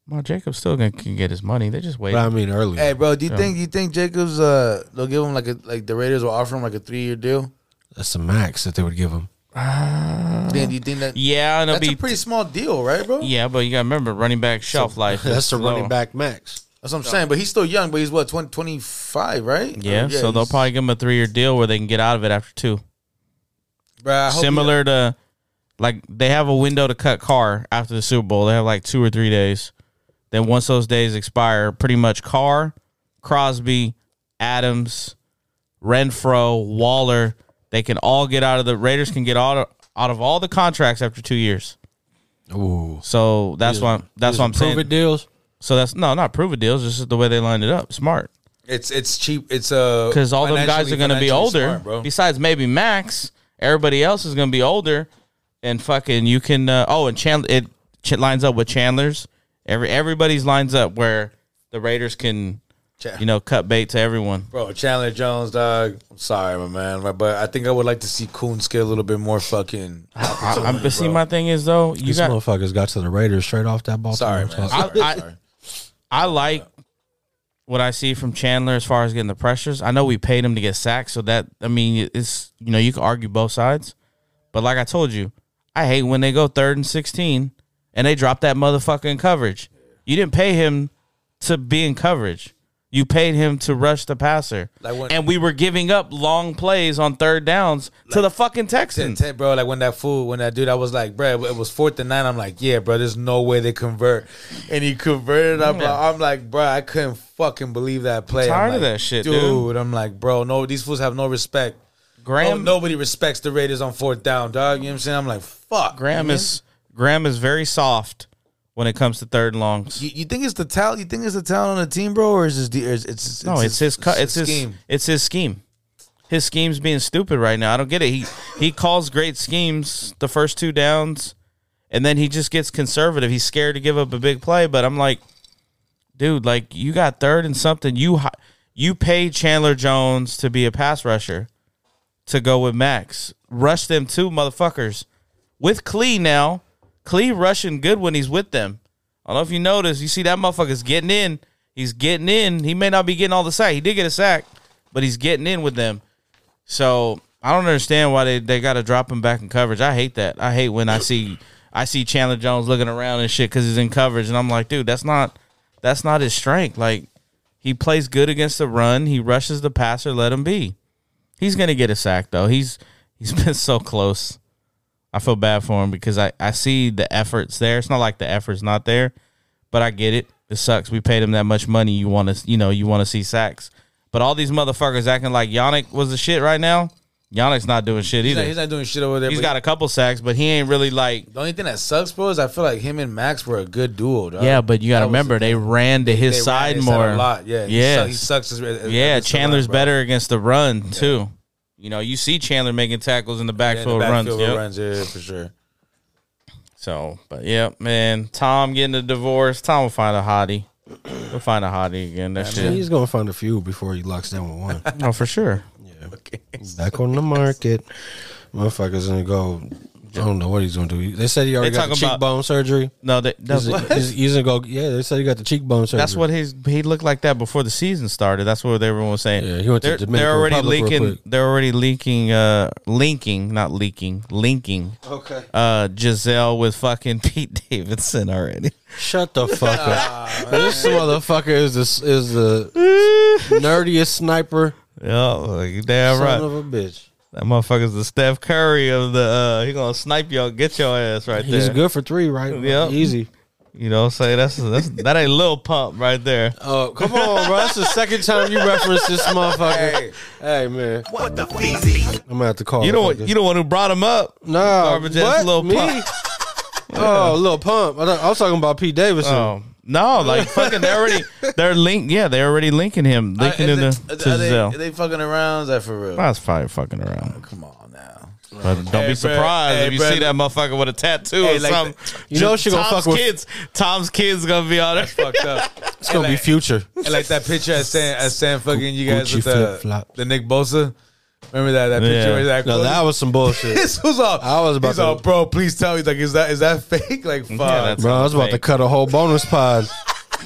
Well, Jacob's still gonna can get his money. They just wait.
But I mean, earlier.
Hey, bro. Do you
Yeah.
think? Do you think Jacobs? Uh, they'll give him like a like the Raiders will offer him like a three year deal.
That's the max that they would give him.
Uh, Then do you think that?
yeah, and it'll
That's
be
a pretty small deal, right, bro?
yeah, but you gotta remember running back shelf life.
That's
is
the
low.
running back max.
That's what I'm saying. But he's still young. But he's what 20, 25, right?
Yeah,
Uh,
so they'll
he's-
probably give him a three year deal where they can get out of it after two.
Bro, I hope
Similar to like they have a window to cut car after the Super Bowl. They have like two or three days. Then once those days expire, pretty much Carr, Crosby, Adams, Renfro, Waller, they can all get out of the Raiders can get out of, out of all the contracts after two years.
Ooh,
So that's why that's what I'm saying.
prove it deals.
So that's no, not prove a deals. This is the way they lined it up. Smart
he- it's it's cheap. It's uh
because all them guys are
financially-
going to be
financially
older.
smart, bro.
Besides maybe Max, everybody else is going to be older, and fucking you can. Uh, oh, and Chandler it ch- lines up with Chandler's. Every everybody's lines up where the Raiders can
Cha-
you know, cut bait to everyone.
Bro, Chandler Jones, dog. I'm sorry, my man, but- but I think I would like to see Coons get a little bit more fucking.
I, I'm, but see, my thing is though, you
These
got.
motherfuckers got to the Raiders straight off that ball.
Sorry, man.
Oh,
I,
Sorry,
I-
sorry.
I like what I see from Chandler as far as getting the pressures. I know we paid him to get sacked, so that I mean it's you know you can argue both sides, but like I told you, I hate when they go third and sixteen and they drop that motherfucking coverage. You didn't pay him to be in coverage. You paid him to rush the passer,
Like when-
and we were giving up long plays on third downs to the fucking
Ten,
Texans.
ten, bro, like when that fool, when that dude, I was like, bro, it was fourth and nine. I'm like, yeah, bro, there's no way they convert, and he converted. I'm, like, I'm like, bro, I couldn't fucking believe that play. I'm
tired of
like,
that shit, dude.
dude. I'm like, bro, no, these fools have no respect.
Graham,
no, nobody respects the Raiders on fourth down, dog. You know what I'm saying? I'm like, fuck.
Graham
man.
is Graham is very soft when it comes to third and longs.
You, you think it's the talent? You think it's the talent on the team, bro, or is this the? Or is, it's, it's
No, it's his. co- It's his.
scheme.
It's his scheme. His scheme's being stupid right now. I don't get it. He he calls great schemes the first two downs, and then he just gets conservative. He's scared to give up a big play. But I'm like, dude, like you got third and something. You hi- you paid Chandler Jones to be a pass rusher, to go with Max. Rush them two motherfuckers with Clee now. Clee rushing good when he's with them. I don't know if you noticed. You see that motherfucker's getting in. He's getting in. He may not be getting all the sack. He did get a sack, but he's getting in with them. So I don't understand why they, they got to drop him back in coverage. I hate that. I hate when I see I see Chandler Jones looking around and shit because he's in coverage, and I'm like, dude, that's not that's not his strength. Like he plays good against the run. He rushes the passer. Let him be. He's gonna get a sack though. He's he's been so close. I feel bad for him because I, I see the efforts there. It's not like the effort's not there, but I get it. It sucks. We paid him that much money. You want to you know you want to see sacks, but all these motherfuckers acting like Yannick was the shit right now. Yannick's not doing shit
He's
either.
not, he's not doing shit over there.
he's
but
got a couple sacks, but he ain't really like.
The only thing that sucks, bro, is I feel like him and Max were a good duo, dog.
Yeah, but you got
That
to
was
remember
the
they ran to his
They ran
side
his
more.
a lot. Yeah, he
Yes.
suck- he sucks. as- as-
Yeah,
as a
Chandler's
lot, bro.
better against the run too. You know, you see Chandler making tackles in the
Yeah, in
backfield,
the
runs.
backfield
yep.
runs, yeah, for sure.
So, but yeah, man, Tom getting a divorce. Tom will find a hottie. He'll find a hottie again. That shit.
He's gonna find a few before he locks down with one.
No, for sure.
back on the market. Motherfuckers gonna go. I don't know what he's gonna do. He- They said he already
They
got the
talking about-
cheekbone surgery.
No, that, that's
He's,
what.
he's, he's gonna go. Yeah, they said he got the cheekbone surgery.
That's what his he looked like that before the season started. That's what everyone was saying.
Yeah, he went to
they're,
Dominican
they're already
Republic real
leaking.
quick.
They're already leaking. Uh, linking, not leaking, linking. Okay. Uh, Giselle with fucking Pete Davidson already.
Shut the fuck up. this motherfucker is the is the nerdiest sniper.
Oh, like, damn
son
right.
of a bitch.
That motherfucker's the Steph Curry of the. Uh, he gonna snipe y'all, get your ass right
He's
there.
good for three, right?
Yep.
Easy.
You know, what I'm saying that's that's that ain't Lil Pump right there.
Oh, come on, bro. That's the second time you reference this motherfucker. Hey, man. What the I'm gonna have to call.
You
the
know what?
fucking-
You the one who brought him up.
No,
Garbage ass
what?
Lil
Me?
Pump.
Oh, little pump. I, thought- I was talking about Pete Davidson.
Oh no, like fucking they already they're linked. Yeah, they're already linking him, linking
Are-
him
is
to,
it-
to
are they,
Giselle.
are they fucking around? Is that for real?
That's probably fucking around.
Come on now.
But don't
Hey,
be
bro.
surprised
Hey,
if you
bro.
see that motherfucker with a tattoo
Hey,
or
like
something.
You know she gonna
Tom's
fuck with-
kids. Tom's kids gonna be on there.
Fucked up.
it's gonna be future.
And like that picture at San, at San fucking you guys
Gucci
with the,
flip-flop.
the Nick Bosa. Remember that that picture?
Yeah.
Where he's like,
No, that was some bullshit.
this was all.
I was about
he's
to-
all, bro. Please tell me, he's like, is that is that fake? Like, fuck.
that's-
Bro, I was about to cut a whole bonus pod.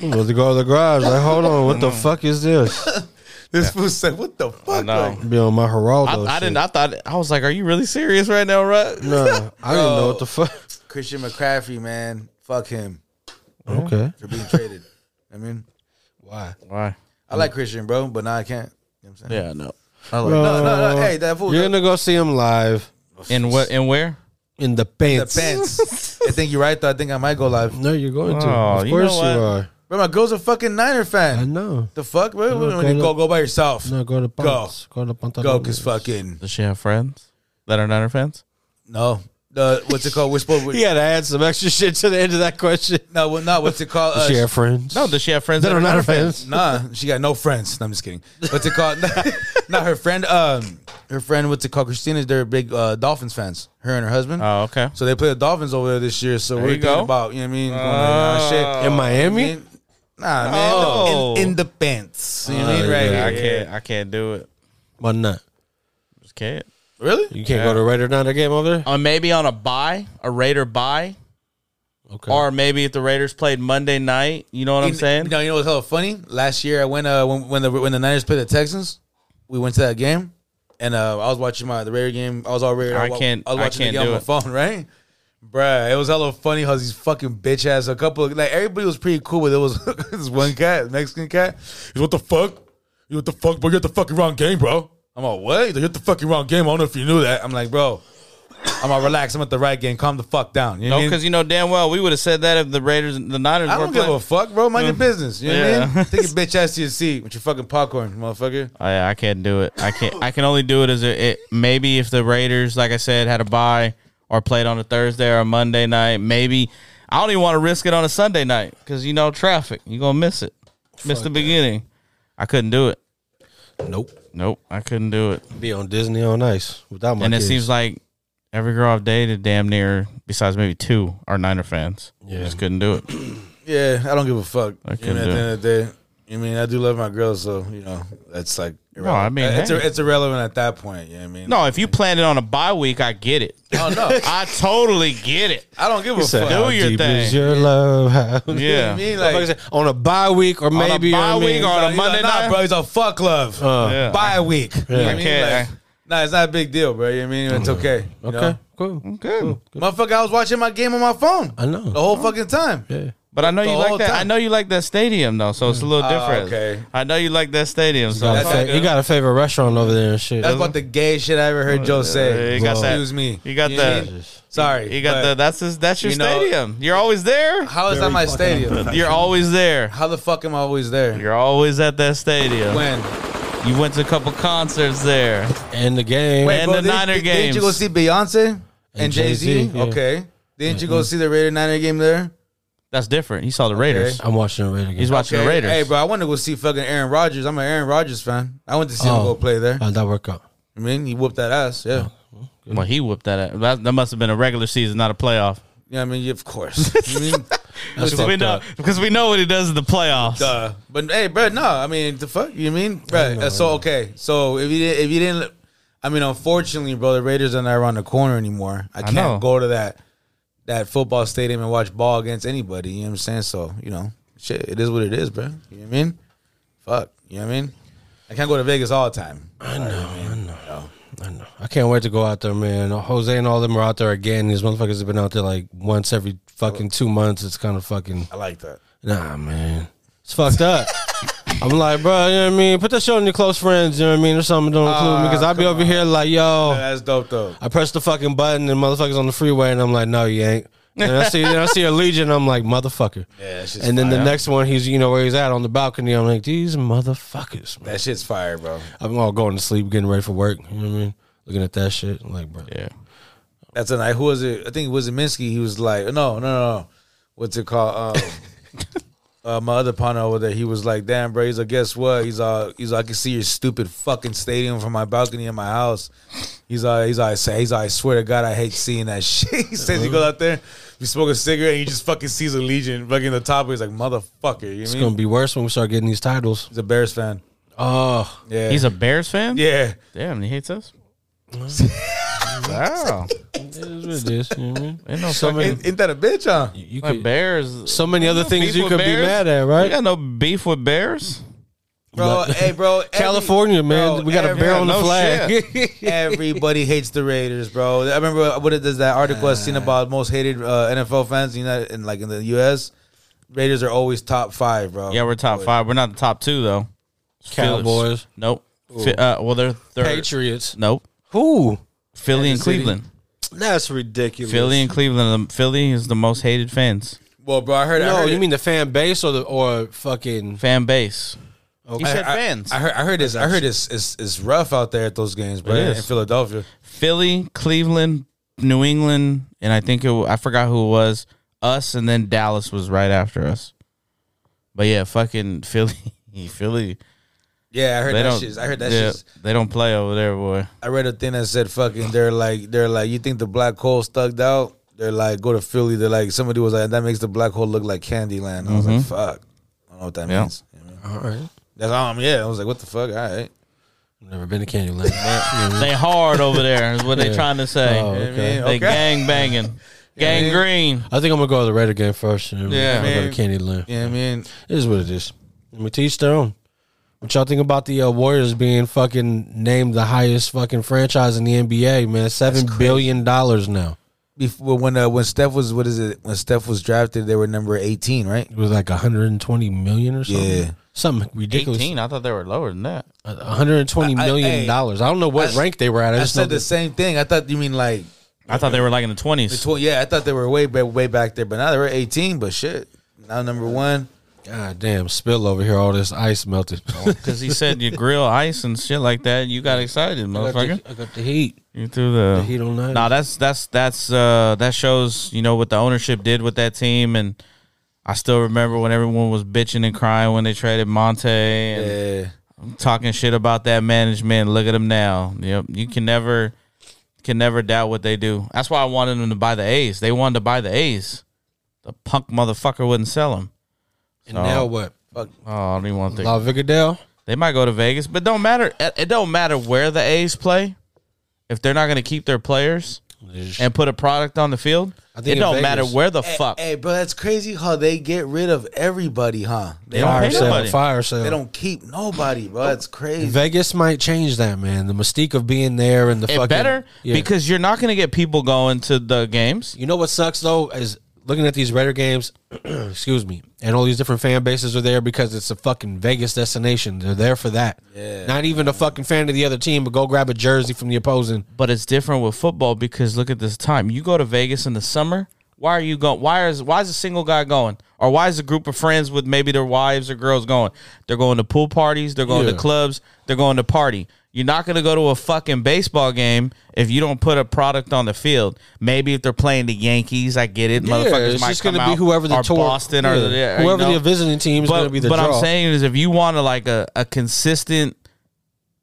I'm about to go to the garage. Like, hold on, what the
Mm.
fuck is this?
this fool said, what the fuck?
No.
Like,
Be on my Geraldo.
I, I
shit.
didn't. I thought I was like, "Are you really serious right now, Russ?"
Nah, I didn't know what the fuck.
Christian McCaffrey, man, fuck him
Okay.
for being traded. I mean,
Why?
Why?
I like Christian, bro, but now I can't. You know what I'm saying?
Yeah, no.
I like, no, no, no. Hey, that fool.
You're gonna go see him live
In what? In where?
in the
the
pants.
fence. I think you're right though. I think I might go live.
No, you're going to.
Oh,
of
you know
course you,
what?
are.
Bro, my girl's a fucking Niner
I
fan.
know.
The fuck, bro?
No,
when you
go
go
to-
go by yourself.
No, go to Ponce. Go. to Ponce.
Go, cause fucking
Does she have friends that are Niner fans?
no. The what's it called? We're supposed.
You
We,
gotta add some extra shit to the end of that question.
No, well, no. What's it called? Uh,
Share friends.
No, does she have friends
that are not fans.
Nah, she got no friends. No, I'm just kidding. What's it called? Not her friend. Um, her friend. What's it called? Christina's. They're big uh, Dolphins fans. Her and her husband.
Oh, okay.
So they play the Dolphins over there this year. So we're
you
thinking
go.
about you know what Oh. I mean. Going to, uh, Ah, shit.
In Miami?
I mean, Nah, man. No.
No.
In, in the pants. You know what I mean?
Oh,
Right
yeah,
I
here.
can't. I can't do it.
Why not?
Just can't.
Really?
You can't go to a Raider Niner game over there?
Or maybe on a buy, a Raider buy,
Okay.
or maybe if the Raiders played Monday night. You know what I'm
You-
saying?
You know, you know what's hella funny? Last year, I went uh, when when the when the Niners played the Texans, we went to that game, and uh, I was watching my the Raider game. I was all Raider.
I
wa-
can't-
I was
I
watching
can't
the game
do
on my
it.
phone, right? Bruh, it was hella funny how these fucking bitch ass. A couple of, like everybody was pretty cool, but there was this one cat, Mexican cat. He's what the fuck? You what the fuck, bro? You're at the fucking wrong game, bro. I'm like, what? He's like, You're at the fucking wrong game. I don't know if you knew that. I'm like, bro. I'm like, relax. I'm at the right game. Calm the fuck down. You
No,
know what I mean?
because you know damn well we would have said that if the Raiders, the Niners
I
were
don't give
playing.
a fuck, bro. Mind your business. You know what I
Yeah.
mean? Take your bitch ass to your seat with your fucking popcorn, motherfucker.
I, I can't do it. I can't. I can only do it as a, it maybe if the Raiders, like I said, had a bye or played on a Thursday or a Monday night. Maybe I don't even want to risk it on a Sunday night because you know traffic. You are gonna miss it. miss the beginning. I couldn't do it.
Nope.
Nope, I couldn't do it.
Be on Disney on Ice without my
and
kids.
it seems like every girl I've dated, damn near, besides maybe two, are Niner fans.
Yeah.
just couldn't do it.
Yeah, I don't give a fuck.
I
You know,
couldn't do
at the
it.
end of the day, you mean, I do love my girls, so, you know, that's like
No, I mean,
it's,
hey.
it's irrelevant at that point. You know what I mean?
no, if you planned it on a bye week, I get it.
Oh, no.
I totally get it.
I don't give a
Said,
fuck.
"How
"How
do your
deep
thing."
is your love? How-"
You know
Yeah.
what I mean?
Like, I
Like,
said, on a bye week or maybe you know
bye
what I mean?
week or- on a
he's like,
Monday
nah,
night?
bro. He's a fuck love.
Uh,
Yeah.
Bye week. You know what I mean?
Okay.
Like, Nah, it's not a big deal, bro. You know what I mean? It's okay. you
Okay,
know?
cool.
Good.
Motherfucker, I was watching my game on my phone
I know.
the whole fucking time.
Yeah.
But I know you
whole
like that.
time.
I know you like that stadium though, so it's a little
Ah,
different.
okay.
I know you like that stadium, so
Got a
That's all
fa-
good.
you got a favorite restaurant over there and shit.
That's about the gay shit I ever heard Joe
you
say.
Uh, got that.
Excuse me.
You got
know what I
that.
mean? Sorry.
you got
but
the that's his, that's your
you know-
stadium. You're always Oh, there.
How is that my stadium?
You're always there.
How the fuck am I always there?
You're always at that stadium.
When?
You went to a couple concerts there.
and the game.
Wait, And
Bro,
the
didn't-
Niner
didn't- Didn't you go
games.
see Beyonce and, Jay
Jay-Z,
Z?
yeah.
Okay. Didn't you
Mm-hmm.
go see the Raider Niner game there?
That's different. You saw the Raiders.
I'm watching the Raider game.
He's watching
Okay.
the Raiders.
Hey, bro, I want to go see fucking Aaron Rodgers. I'm an Aaron Rodgers fan. I went to see him
Oh.
go play there.
How'd that work out? Oh.
I mean, he whooped that ass. Yeah.
Well, he whooped that. Ass. That, that must have been a regular season, not a playoff.
Yeah, I mean, yeah, of course. I mean,
That's
Because we
fucked
know
up.
because we know what he does in the playoffs.
Duh. But hey, bro, no. I mean, the fuck you mean, bro? so okay. So if you didn't, if you didn't, I mean, unfortunately, bro, the Raiders are not around the corner anymore. I can't
know.
go to that that football stadium and watch ball against anybody. You know what I'm saying? So you know, shit, it is what it is, bro. You know what I mean? Fuck. You know what I mean? I can't go to Vegas all the time. I know. I know.
I know. I can't wait to go out there, man. Jose and all them are out there again. These motherfuckers have been out there like once every fucking two months. It's kind of fucking
I like that.
nah, man. It's fucked up. I'm like, bro, you know what I mean? Put that shit on your close friends, you know what I mean, or something.
Ah,
Don't include me because I'll be over here like, yo,
That's dope though.
I press the fucking button and motherfuckers on the freeway, and I'm like, no, you ain't. And I see, then I see a legion. I'm like, motherfucker.
Yeah, that's just
and then the
fire.
next one, he's you know where he's at on the balcony. I'm like, these motherfuckers. Man.
That shit's fire, bro.
I'm all going to sleep, getting ready for work. You know what I mean? Looking at that shit, I'm like, bro.
Yeah.
That's a night. Who was it? I think it was Minsky. He was like, no, no, no. no. What's it called? Um, uh, my other partner over there. He was like, damn, bro. He's like, guess what? He's uh, he's like, I can see your stupid fucking stadium from my balcony in my house. He's like, he's like, I say, he's like, I swear to God, I hate seeing that shit. He says he
Uh-huh.
goes out there, you smoke a cigarette, and he just fucking sees a legion fucking the top. He's like, motherfucker. You know
It's
what I
gonna
mean?
be worse when we start getting these titles.
he's a Bears fan.
Oh,
Yeah,
He's a Bears fan.
yeah.
Damn, he hates us. wow.
it is what it is. You know what I mean?
Ain't no
So
fucking
many,
Ain't, ain't that a bitch, huh?
you
like
could,
Bears.
so many other
no
things
beef
you
with
could be
Bears.
mad at,
We
right?
got no beef with Bears.
Bro, hey, bro. every-
California, man,
bro,
we got a
every-
bear on the
no
flag.
Everybody hates the Raiders, bro. I remember what it does that article I seen about most hated uh, NFL fans in, the United, in like in the U.S. Raiders are always top five,
Oh,
bro.
Yeah, we're top five. We're not the top two though.
Cowboys,
Nope. Fi- uh, well, they're third.
Patriots.
Nope.
Who?
Philly and Cleveland.
That's ridiculous.
Philly and Cleveland. The- Philly is the most hated fans
Well, bro, I heard. I
No,
heard
you
it-
mean the fan base or the or fucking
fan base. He said
I-
fans.
I, heard. I heard this. I heard it's it's it's rough out there at those games, bro.
It
In
is.
Philadelphia,
Philly, Cleveland, New England, and I think it, wa- I forgot who it was. Us, and then Dallas was right after us. But yeah, fucking Philly, Philly.
yeah, I heard
They
that
don't.
shit. I heard that
yeah,
shit.
They don't play over there, boy.
I read a thing that said, "Fucking," they're like, they're like, you think the black hole's thugged out? They're like, go to Philly. They're like, somebody was like, that makes the black hole look like Candyland. I was like, fuck. I know what that
Mm-hmm. Yeah.
means. You know what I mean?
All right.
That's all. I'm, yeah, I was like, what the fuck? All right.
Never been to Candyland. Yeah.
They hard over there is what they trying to say.
Oh, okay.
They gang banging, gang green.
I think I'm gonna go to the Raider game first. And then
Yeah,
I'll go
man.
to Candyland.
Yeah, man.
It is what it is. I mean, to each their own. What y'all think about the uh, Warriors being fucking named the highest fucking franchise in the NBA? Man, seven billion dollars now.
Before when uh, when Steph was what is it? When Steph was drafted, they were number eighteen, right?
It was like 120 million or something.
Yeah.
Something ridiculous.
Eighteen. I thought they were lower than that.
Uh, 120
I- I-
million
hey,
dollars. I don't know what
I s-
rank they were at. I,
I
just know
said the
this.
same thing. I thought you mean like
I thought they were like in the
the
twenties.
tw- yeah. I thought they were way ba- way back there, but now they were eighteen. But shit, now number one.
God damn, spill over here. All this ice melted.
Because he said you grill ice and shit like that. You got excited,
I, got
motherfucker.
the, I got the heat.
You threw the,
The heat on that.
Nah, that's that's that's uh that shows you know what the ownership did with that team, and I still remember when everyone was bitching and crying when they traded Monte and
Yeah,
talking shit about that management. Look at them now. Yep, you can never can never doubt what they do. That's why I wanted them to buy the A's. They wanted to buy the A's. The punk motherfucker wouldn't sell them.
And now what?
Oh, I don't even want to think.
La Vigadale?
They might go to Vegas, but don't matter. It it don't matter where the A's play if they're not going to keep their players and put a product on the field.
I think
It
in
don't
Vegas-
matter where the fuck.
Hey, bro, that's crazy how they get rid of everybody, huh? They
don't
Fire
pay
sale.
nobody.
Fire sale.
They don't keep nobody, bro. That's crazy.
Vegas might change that, man. The mystique of being there and the
It
fucking
better
Yeah.
because you're not going to get people going to the games.
You know what sucks though is looking at these Raider games. excuse me, and all these different fan bases are there because it's a fucking Vegas destination. They're there for that. Yeah. Not even a fucking fan of the other team, but go grab a jersey from the opposing.
But it's different with football because look at this time. You go to Vegas in the summer. Why are you going? Why is why is a single guy going? Or why is a group of friends with maybe their wives or girls going? They're going to pool parties. They're going
Yeah.
to clubs. They're going to party. You're not going to go to a fucking baseball game if you don't put a product on the field. Maybe if they're playing the Yankees, I get it. Motherfuckers
it's
might
just
come
gonna be
out,
whoever the
or
tour,
Boston or
yeah,
the, yeah, you
whoever
know.
the visiting team is
But,
going to be the
but
draw.
I'm saying is if you want to like a, a consistent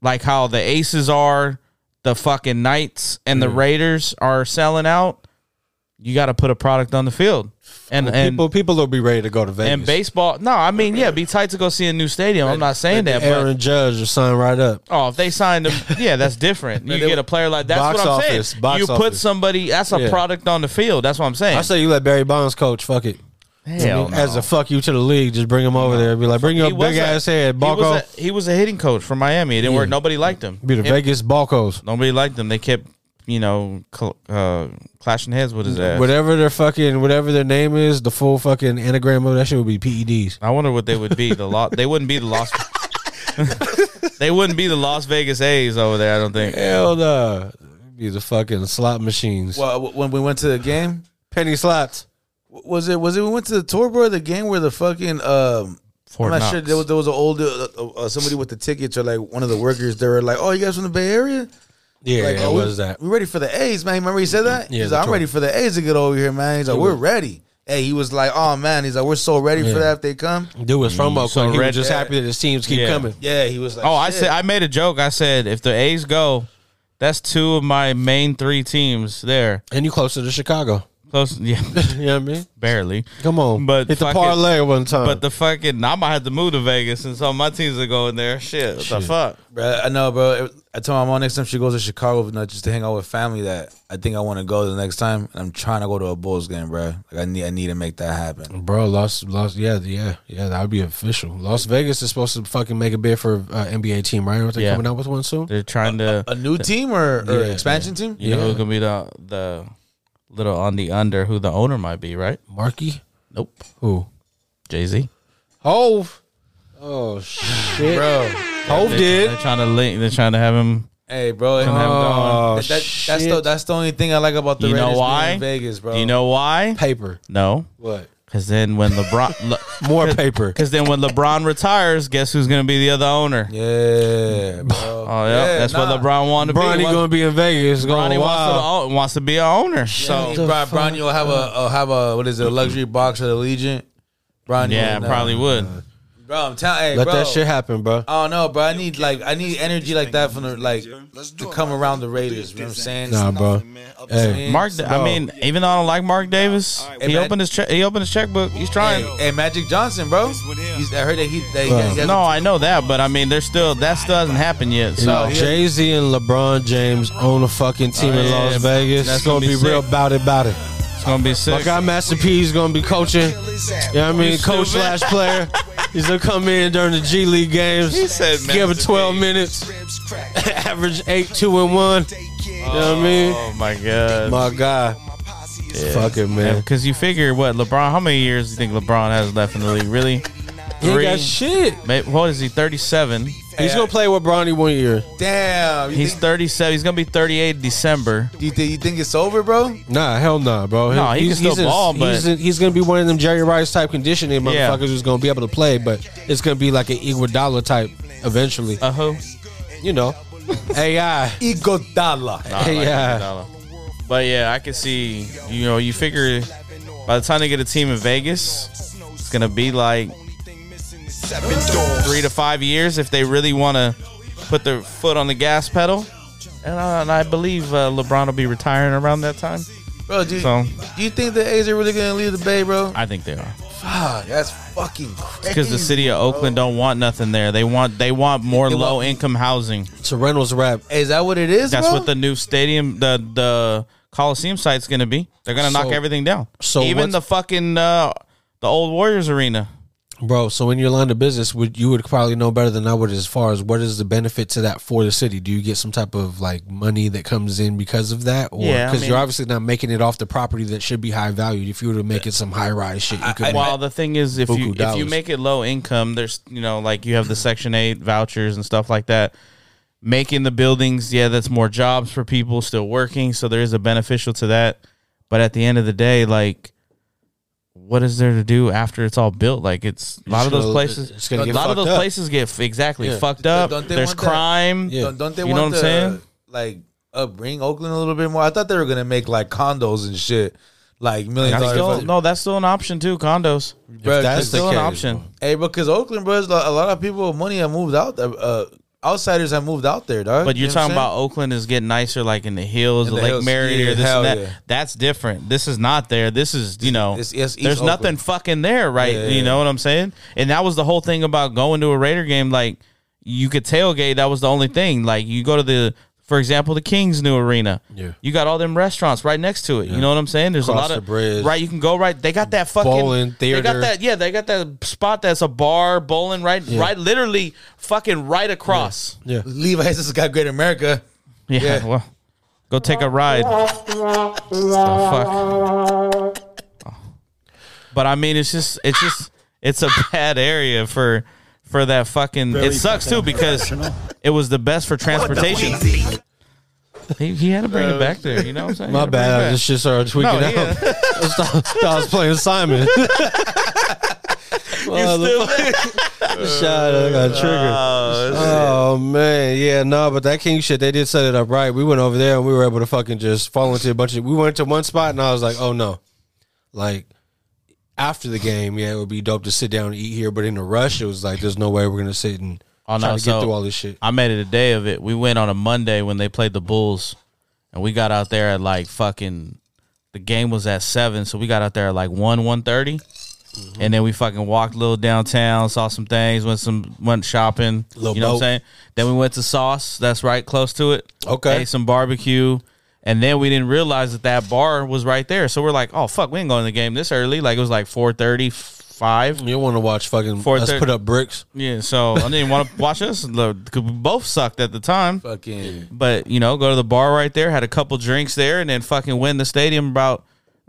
like how the aces are, the fucking knights and
Mm.
the raiders are selling out, you gotta put a product on the field. And and
people people will be ready to go to Vegas.
and baseball no, I mean, yeah, be tight to go see a new stadium. I'm not saying that, but
Aaron Judge will sign right up.
Oh, if they signed him, yeah, that's different. You get a player like that's
Box
what I'm
office,
saying.
box
you put
office.
somebody that's a
Yeah.
product on the field. That's what I'm saying.
I say you let Barry Bonds coach. Fuck it.
Hell
As
no.
a fuck you to the league, just bring him over there. Be like, bring your
was
big
a-
ass head,
he was,
Balco.
a, he was a hitting coach from Miami. It didn't work. Nobody liked him.
Be the
Him-
Vegas Balcos.
Nobody liked them. They kept, you know, cl- uh, clashing heads with his ass.
Whatever their fucking whatever their name is, the full fucking anagram of that shit would be E PEDs.
I wonder what they would be. The lot they wouldn't be the Las. they wouldn't be the Las Vegas A's over there. I don't think.
Hell no. Be the fucking slot machines.
Well, Uh, when we went to the game,
Penny slots.
was it was it we went to the tour bro the game where the fucking um
Fort
I'm not
Knox.
sure there was there was an old uh, uh, uh, somebody with the tickets or like one of the workers they were like oh you guys from the Bay Area
Yeah,
like
it
oh,
was that.
we ready for the A's man remember he said that
Yeah,
he's
the
like, I'm
tour.
ready for the A's to get over here man he's like we're ready hey he was like oh man he's like we're so ready
Yeah.
for that if they come
Dude was from Oakland.
so
he was
red-
just
yeah.
happy that his teams keep
Yeah.
coming.
yeah he was like
Oh, I
shit.
said I made a joke. I said if the A's go, that's two of my main three teams there.
And you closer to Chicago.
Close, yeah,
You know what I mean?
barely.
Come on.
But
hit the
fuck
parlay one time.
But the fucking I might have to move to Vegas since all my teams are going there. Shit, what the fuck?
Bruh, I know, bro. I told my mom next time she goes to Chicago, you know, just to hang out with family. That I think I want to go the next time. And I'm trying to go to a Bulls game, bro. Like I need, I need to make that happen.
Bro, Las, Las, yeah, yeah, yeah, that would be official. Las Vegas is supposed to fucking make a bid for uh, NBA team, right? Aren't they
Yeah.
coming out with one soon?
They're trying to
A new team or, or
Yeah,
expansion team?
You know who's gonna be the the little on the under who the owner might be, right?
Marky?
Nope.
Who?
Jay Z.
Hove. Oh, shit.
Bro,
Hove did.
They're trying to link. They're trying to have him.
hey, bro. um,
Gonna have him gone.
Oh,
that, that- that's the
shit.
that's the only thing I like about the
You know
Raiders
why?
being in Vegas, bro.
Do you know why?
paper.
No,
What?
because then when LeBron,
More paper.
because then when LeBron retires, guess who's gonna be the other owner?
Yeah, bro.
Oh yeah,
Yeah,
that's
nah.
what LeBron wanted to
Bronny
be.
gonna be in Vegas. Going
Bronny wants to,
wild.
own- wants to be an owner.
So
So
bro, Bronny will have a will have a what is it? A luxury box at Allegiant. Bronny,
yeah,
will-
probably would.
Bro, I'm telling. Hey,
Let
bro.
that shit happen, bro.
I don't know, bro. I need like I need energy like that from the like to come around the Raiders. You know what I'm saying?
Nah, bro. Hey,
Saying?
Mark, I
No.
mean, even though I don't like Mark Davis,
Hey,
he
man.
opened his che- he opened his checkbook. He's trying.
Hey, hey, Magic Johnson, bro. He's, I heard that he. That he
Bro.
has- he has-
No, I know that, but I mean, there's still that still hasn't happened yet. So
Jay Z and LeBron James own a fucking team in
Oh, yeah,
Las
that's
Vegas. It's
gonna
gonna
be
be real
sick.
about it, about it.
it's gonna be
My
sick.
guy Master P is gonna be coaching. You know what I mean?
You
Coach
stupid.
slash player. He's gonna come in during the G League games.
He said
give him
Master
12
P.
minutes. Average eight, two and one. You know what I mean?
Oh my god.
My guy. Fuck it, man.
Because you figure what LeBron? How many years do you think LeBron has left in the league? Really?
He ain't
Three.
got shit.
May- What is he? Thirty-seven.
He's gonna play with Bronny one year.
Damn. You
He's
think,
thirty-seven. He's gonna be thirty-eight in December.
you, think, you think it's over, bro?
Nah, hell nah, bro.
No, he can still
in-
ball, but-
he's, in- he's gonna be one of them Jerry Rice type conditioning
Yeah.
motherfuckers who's gonna be able to play, but it's gonna be like an Iguodala type eventually.
Uh who?
you know, AI,
Igodala.
Nah, I like
Yeah.
Iguodala. But yeah, I can see. You know, you figure by the time they get a team in Vegas, it's gonna be like three to five years if they really want to put their foot on the gas pedal. And, uh, and I believe uh, LeBron will be retiring around that time.
Bro, do you,
So-
do you think the A's are really gonna leave the Bay, bro?
I think they are.
Fuck, that's fucking crazy.
because the city of Oakland don't want nothing there. They want they want more
They want-
low income housing.
it's a Reynolds rap.
Hey, is that what it is?
That's
bro?
what the new stadium, the the Coliseum site's going to be. They're going to knock
So-
everything down.
so
even
what's-
the fucking uh, the old Warriors arena.
Bro, so in your line of business, would you would probably know better than I would as far as what is the benefit to that for the city? Do you get some type of like money that comes in because of that, or
Yeah, I
because you're
mean-
obviously not making it off the property that should be high valued? If you were to make it some high rise shit, you could. make-
Well, the thing is, if you
Buku
if you
dollars.
make it low income, there's you know like you have the Section Eight vouchers and stuff like that. Making the buildings, yeah, that's more jobs for people still working, so there is a beneficial to that. But at the end of the day, like, what is there to do after it's all built? Like, it's a lot of
gonna-
those places.
it's
a
gonna get
lot of
fucked
those
up.
places get f- exactly
Yeah.
fucked up.
Don't they
There's
want that?
crime.
Yeah.
Don't, don't they
You know
want
what I'm
to,
saying?
like upbring Oakland a little bit more? I thought they were gonna make like condos and shit, like million
That's still,
dollars.
no, that's still an option too. Condos.
that's
bro, that's
That's
the
still an
case,
option.
hey, bro, because Oakland, bro, is lo- a lot of people with money have moved out. there, Uh, outsiders have moved out there, dog.
But you're
You know what I'm
talking
saying?
about Oakland is getting nicer, like in the hills,
In
the
the
Lake
hills.
Mary,
Yeah,
or this
hell
and that.
yeah.
That's different. This is not there. This is you know,
It's- it's East
there's nothing
Oakland.
fucking there, right?
Yeah, yeah,
you know what I'm saying? And that was the whole thing about going to a Raider game. Like you could tailgate. That was the only thing. Like you go to the, for example, the Kings new arena.
Yeah.
You got all them restaurants right next to it. You know what I'm saying? There's
Across
a lot
the
of
bridge.
right. You can go right. They got that fucking
Bowling,
They got
theater.
that. Yeah, they got that spot that's a bar bowling right.
Yeah.
Right, literally fucking right across.
yeah,
Levi's has got Great America.
Yeah,
Yeah.
well, go take a ride. The fuck? But I mean, it's just, it's just, it's a bad area for, for that fucking. it sucks too because it was the best for transportation. He, he had to bring it back there. You know what I'm saying?
my bad. I just shit started tweaking
No,
out.
yeah.
I, thought, I was playing Simon. Shot, I got triggered. Oh, man, yeah, no, but that king shit, they did set it up right. We went over there and we were able to fucking just fall into a bunch of. We went to one spot and I was like, oh no, like after the game, yeah, it would be dope to sit down and eat here, but in the rush, it was like, there's no way we're gonna sit and
Oh, no,
try to
so-
get through all this shit.
I made it a day of it. We went on a Monday when they played the Bulls, and we got out there at like fucking. The game was at seven, so we got out there at like one one
Mm-hmm.
and then we fucking walked a little downtown, saw some things, went some went shopping.
Little
you know what I'm
boat.
saying? Then we went to Sauce. That's right, close to it.
Okay.
ate some barbecue, and then we didn't realize that that bar was right there. So we're like, oh fuck, we ain't going to the game this early. Like it was like four thirty five.
You want to watch fucking
Four
us
thirty-
put up bricks?
Yeah, so I didn't want to watch us. Look, 'cause We both sucked at the time.
Fucking
But you know, go to the bar right there, had a couple drinks there, and then fucking win the stadium about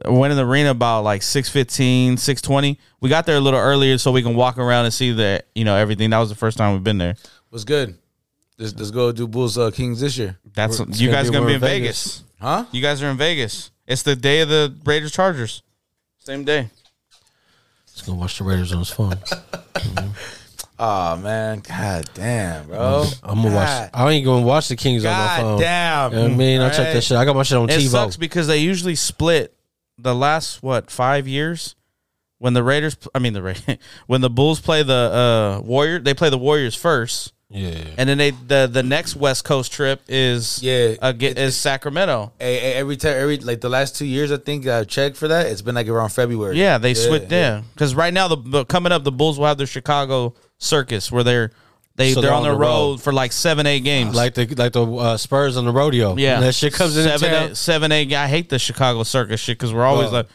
went in the arena about like 615 620 we got there a little earlier so we can walk around and see that you know everything that was the first time we've been there
was good. Let's, let's go do Bulls uh, Kings this year,
that's you guys
be-
gonna
we're
be
in
in vegas.
huh?
you guys are in vegas it's the day of the raiders chargers same day
Just gonna watch the Raiders on his phone.
Oh man, god damn, bro.
Oh,
I'm gonna watch.
God.
I ain't gonna watch the Kings on my
God
phone.
damn.
Oh. You know what I mean, I check
Alright.
that shit. I got my shit on
it
TiVo.
sucks because they usually split the last what five years when the Raiders, I mean the Ra- when the Bulls play the uh Warrior, they play the Warriors first.
Yeah.
And then they the the next West Coast trip is
Yeah.
aga- is Uh, Sacramento.
Hey, hey, every time, every like the last two years, I think I've checked for that. It's been like around February.
Yeah, they switched. Yeah, because right now the, the coming up, the Bulls will have their Chicago circus where they're they
So
they're on the road, for like seven eight games.
Like the like the uh, Spurs on the rodeo.
yeah,
And that shit comes in
seven
town.
eight, seven eight. I hate the Chicago circus shit because we're always
Bro.
like,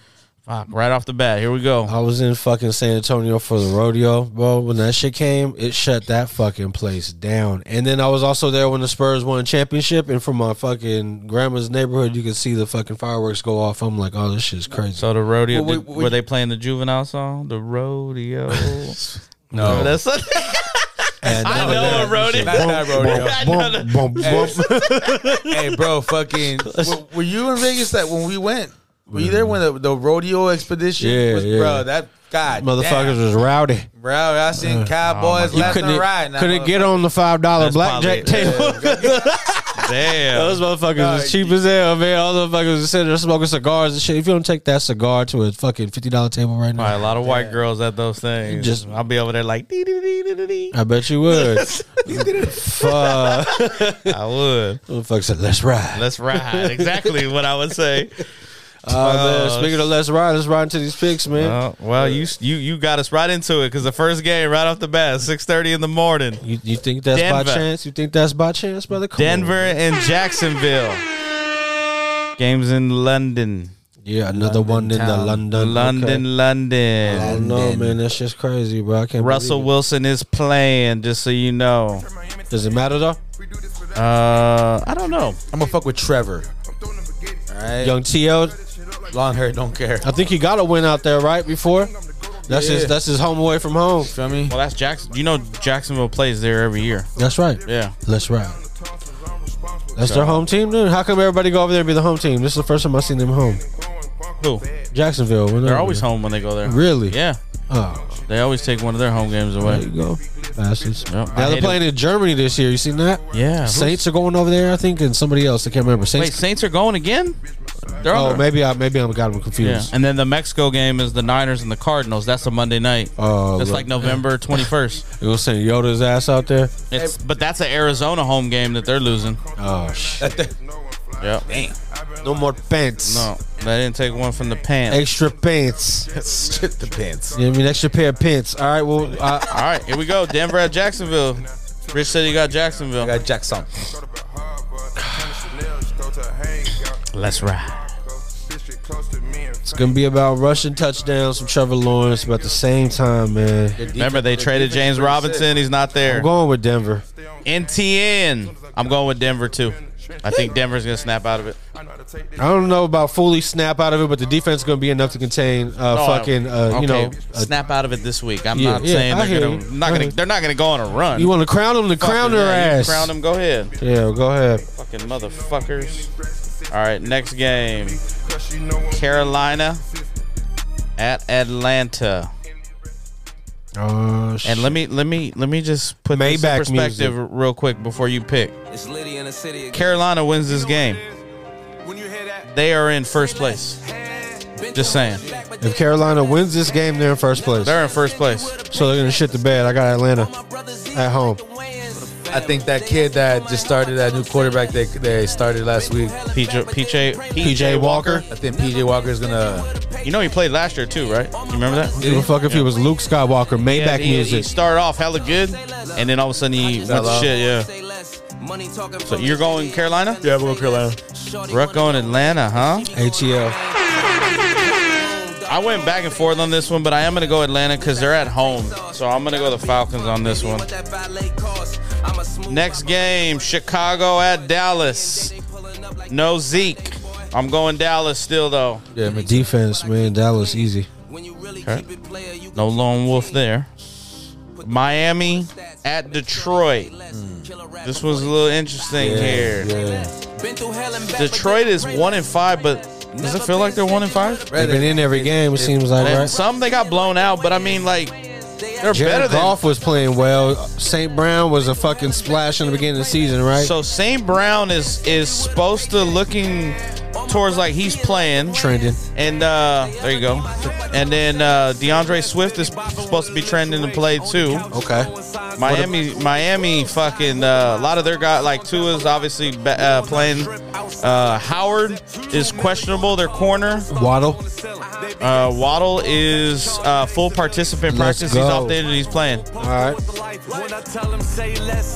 fuck, right off the bat, here we go.
I was in fucking San Antonio for the rodeo, bro. When that shit came, it shut that fucking place down. And then I was also there when the Spurs won a championship, and from my fucking grandma's neighborhood, you could see the fucking fireworks go off. I'm like, oh, this shit's crazy.
So the rodeo,
Well,
did-
we- we-
were they playing the juvenile song? The rodeo.
no,
That's
and
I
none of
know
that
a rodeo.
Not that rodeo.
shit. Boom, boom, boom.
hey, bro, fucking. Were, were you in Vegas that when we went? Were you there when the, the rodeo expedition?
Yeah,
was,
yeah.
Bro, that god,
Motherfuckers
damn,
was rowdy.
bro. I seen cowboys
Uh, You
left and
couldn't, e-
right.
couldn't get on the five dollar
Oh That's
blackjack
probably-
table.
Damn.
Those motherfuckers was cheap as hell, man. All the fuckers was sitting there smoking cigars and shit. If you don't take that cigar to a fucking fifty dollar table right now,
Probably a lot of white girls at those things.
Just-
Just I'll be over there like dee dee dee dee dee dee.
I bet you would. Fuck.
I would.
Motherfucker said, "Let's ride."
Let's ride. Exactly what I would say.
Oh, man. Speaking of let's ride, let's ride into these picks, man.
Oh, well, you you you got us right into it because the first game right off the bat, six thirty in the morning,
you you think that's by
Denver.
chance? You think that's by chance, brother? Come on.
Denver and Jacksonville. Games in London,
Yeah, another one in the
town.
London.
London,
Okay.
London.
I don't know, man. That's just crazy, bro. I can't.
Russell
believe
Wilson is playing, just so you know.
it. Does it matter though?
Uh, I don't know.
I'm gonna fuck with Trevor. All right,
Young TL,
long hair, don't care.
I think he got a win out there, right? Before. That's
Yeah.
his. That's his home away from home.
Feel me?
Well, that's Jackson. You know, Jacksonville plays there every year.
That's right.
Yeah.
Let's ride. That's their home team, dude. How come everybody go over there and be the home team? This is the first time I've seen them home.
Who?
Jacksonville.
They're always home when they go there.
Really?
Yeah.
Oh,
They always take one of their home games
there
away.
you go. Bastards.
Yep. I
Now they're
hate
playing in Germany this year. You seen that?
Yeah.
Saints are going over there, I think, and somebody else. I can't remember.
Wait,
Saints.
Saints are going again? They're
oh,
on-
maybe I maybe I got them
Yeah.
confused.
And then the Mexico game is the Niners and the Cardinals. That's a Monday night.
Oh,
That's
look.
like November 21st.
You gonna send Yoda's ass out there?
It's, but that's an Arizona home game that they're losing.
Oh shit!
Yeah.
No more pants.
No, they didn't take one from the pants.
Extra pants.
Shit the pants.
You know what I mean? Extra pair of pants. All right. Well, uh, I,
All right, here we go. Denver at Jacksonville. Rich said he got Jacksonville.
I got Jackson.
Let's ride.
it's gonna be about rushing touchdowns from Trevor Lawrence. About the same time, man.
Remember, they traded James Robinson. He's not there.
I'm going with Denver.
NTN. I'm going with Denver, too. I think Denver's going to snap out of it.
I don't know about fully snap out of it, but the defense is going to be enough to contain uh,
No, I-
fucking, uh, you know. uh,
snap out of it this week. I'm
Yeah,
not
yeah,
saying
I
they're
hear
gonna,
you.
not
Uh-huh.
gonna, they're not gonna go on a run.
you want to crown them? To crown
Fucking,
their
yeah, you
ass.
Crown them. Go ahead,
Yeah, go ahead.
fucking motherfuckers. All right, next game. Carolina at Atlanta.
Oh,
And
shit.
let me let me let me just put this in
Maybach
perspective real quick before you pick.
It's Liddy in the city. again.
Carolina wins this game. They are in first place. Just saying.
if Carolina wins this game, they're in first place.
They're in first place.
so they're going to shit the bed. I got Atlanta at home.
I think that kid that just started that new quarterback that they started last week.
PJ PJ
PJ Walker.
I think PJ Walker is gonna.
You know he played last year too, right? You remember that?
Give a fuck if he was Luke Skywalker. Maybach
he, He
music.
started off hella good, and then all of a sudden he went to
off.
shit. Yeah. So you're going Carolina? Yeah,
we'll go Carolina.
Ruck going Atlanta, huh?
ATL.
I went back and forth on this one, but I am gonna go Atlanta because they're at home. So I'm gonna go the Falcons on this one. Next game, Chicago at Dallas. No Zeke. I'm going Dallas still though.
Yeah, my defense, man. Dallas easy.
No lone wolf there. Miami at Detroit. This was a little interesting here. Detroit is one in five, but does it feel like they're one in five?
They've been in every game. It seems like
And
right.
Some they got blown out, but I mean like they're better
Jared
than
Goff was playing well. St. Brown was a fucking splash in the beginning of the season, right?
So St. Brown is is supposed to looking towards like he's playing
Trending.
and uh there you go and then uh DeAndre Swift is supposed to be trending to play too
Okay.
Miami Miami fucking uh, a lot of their guys like Tua's obviously ba- uh, playing uh Howard is questionable their corner
Waddle.
uh Waddle is uh full participant
Let's
practice he's
go.
off the and he's playing
All right.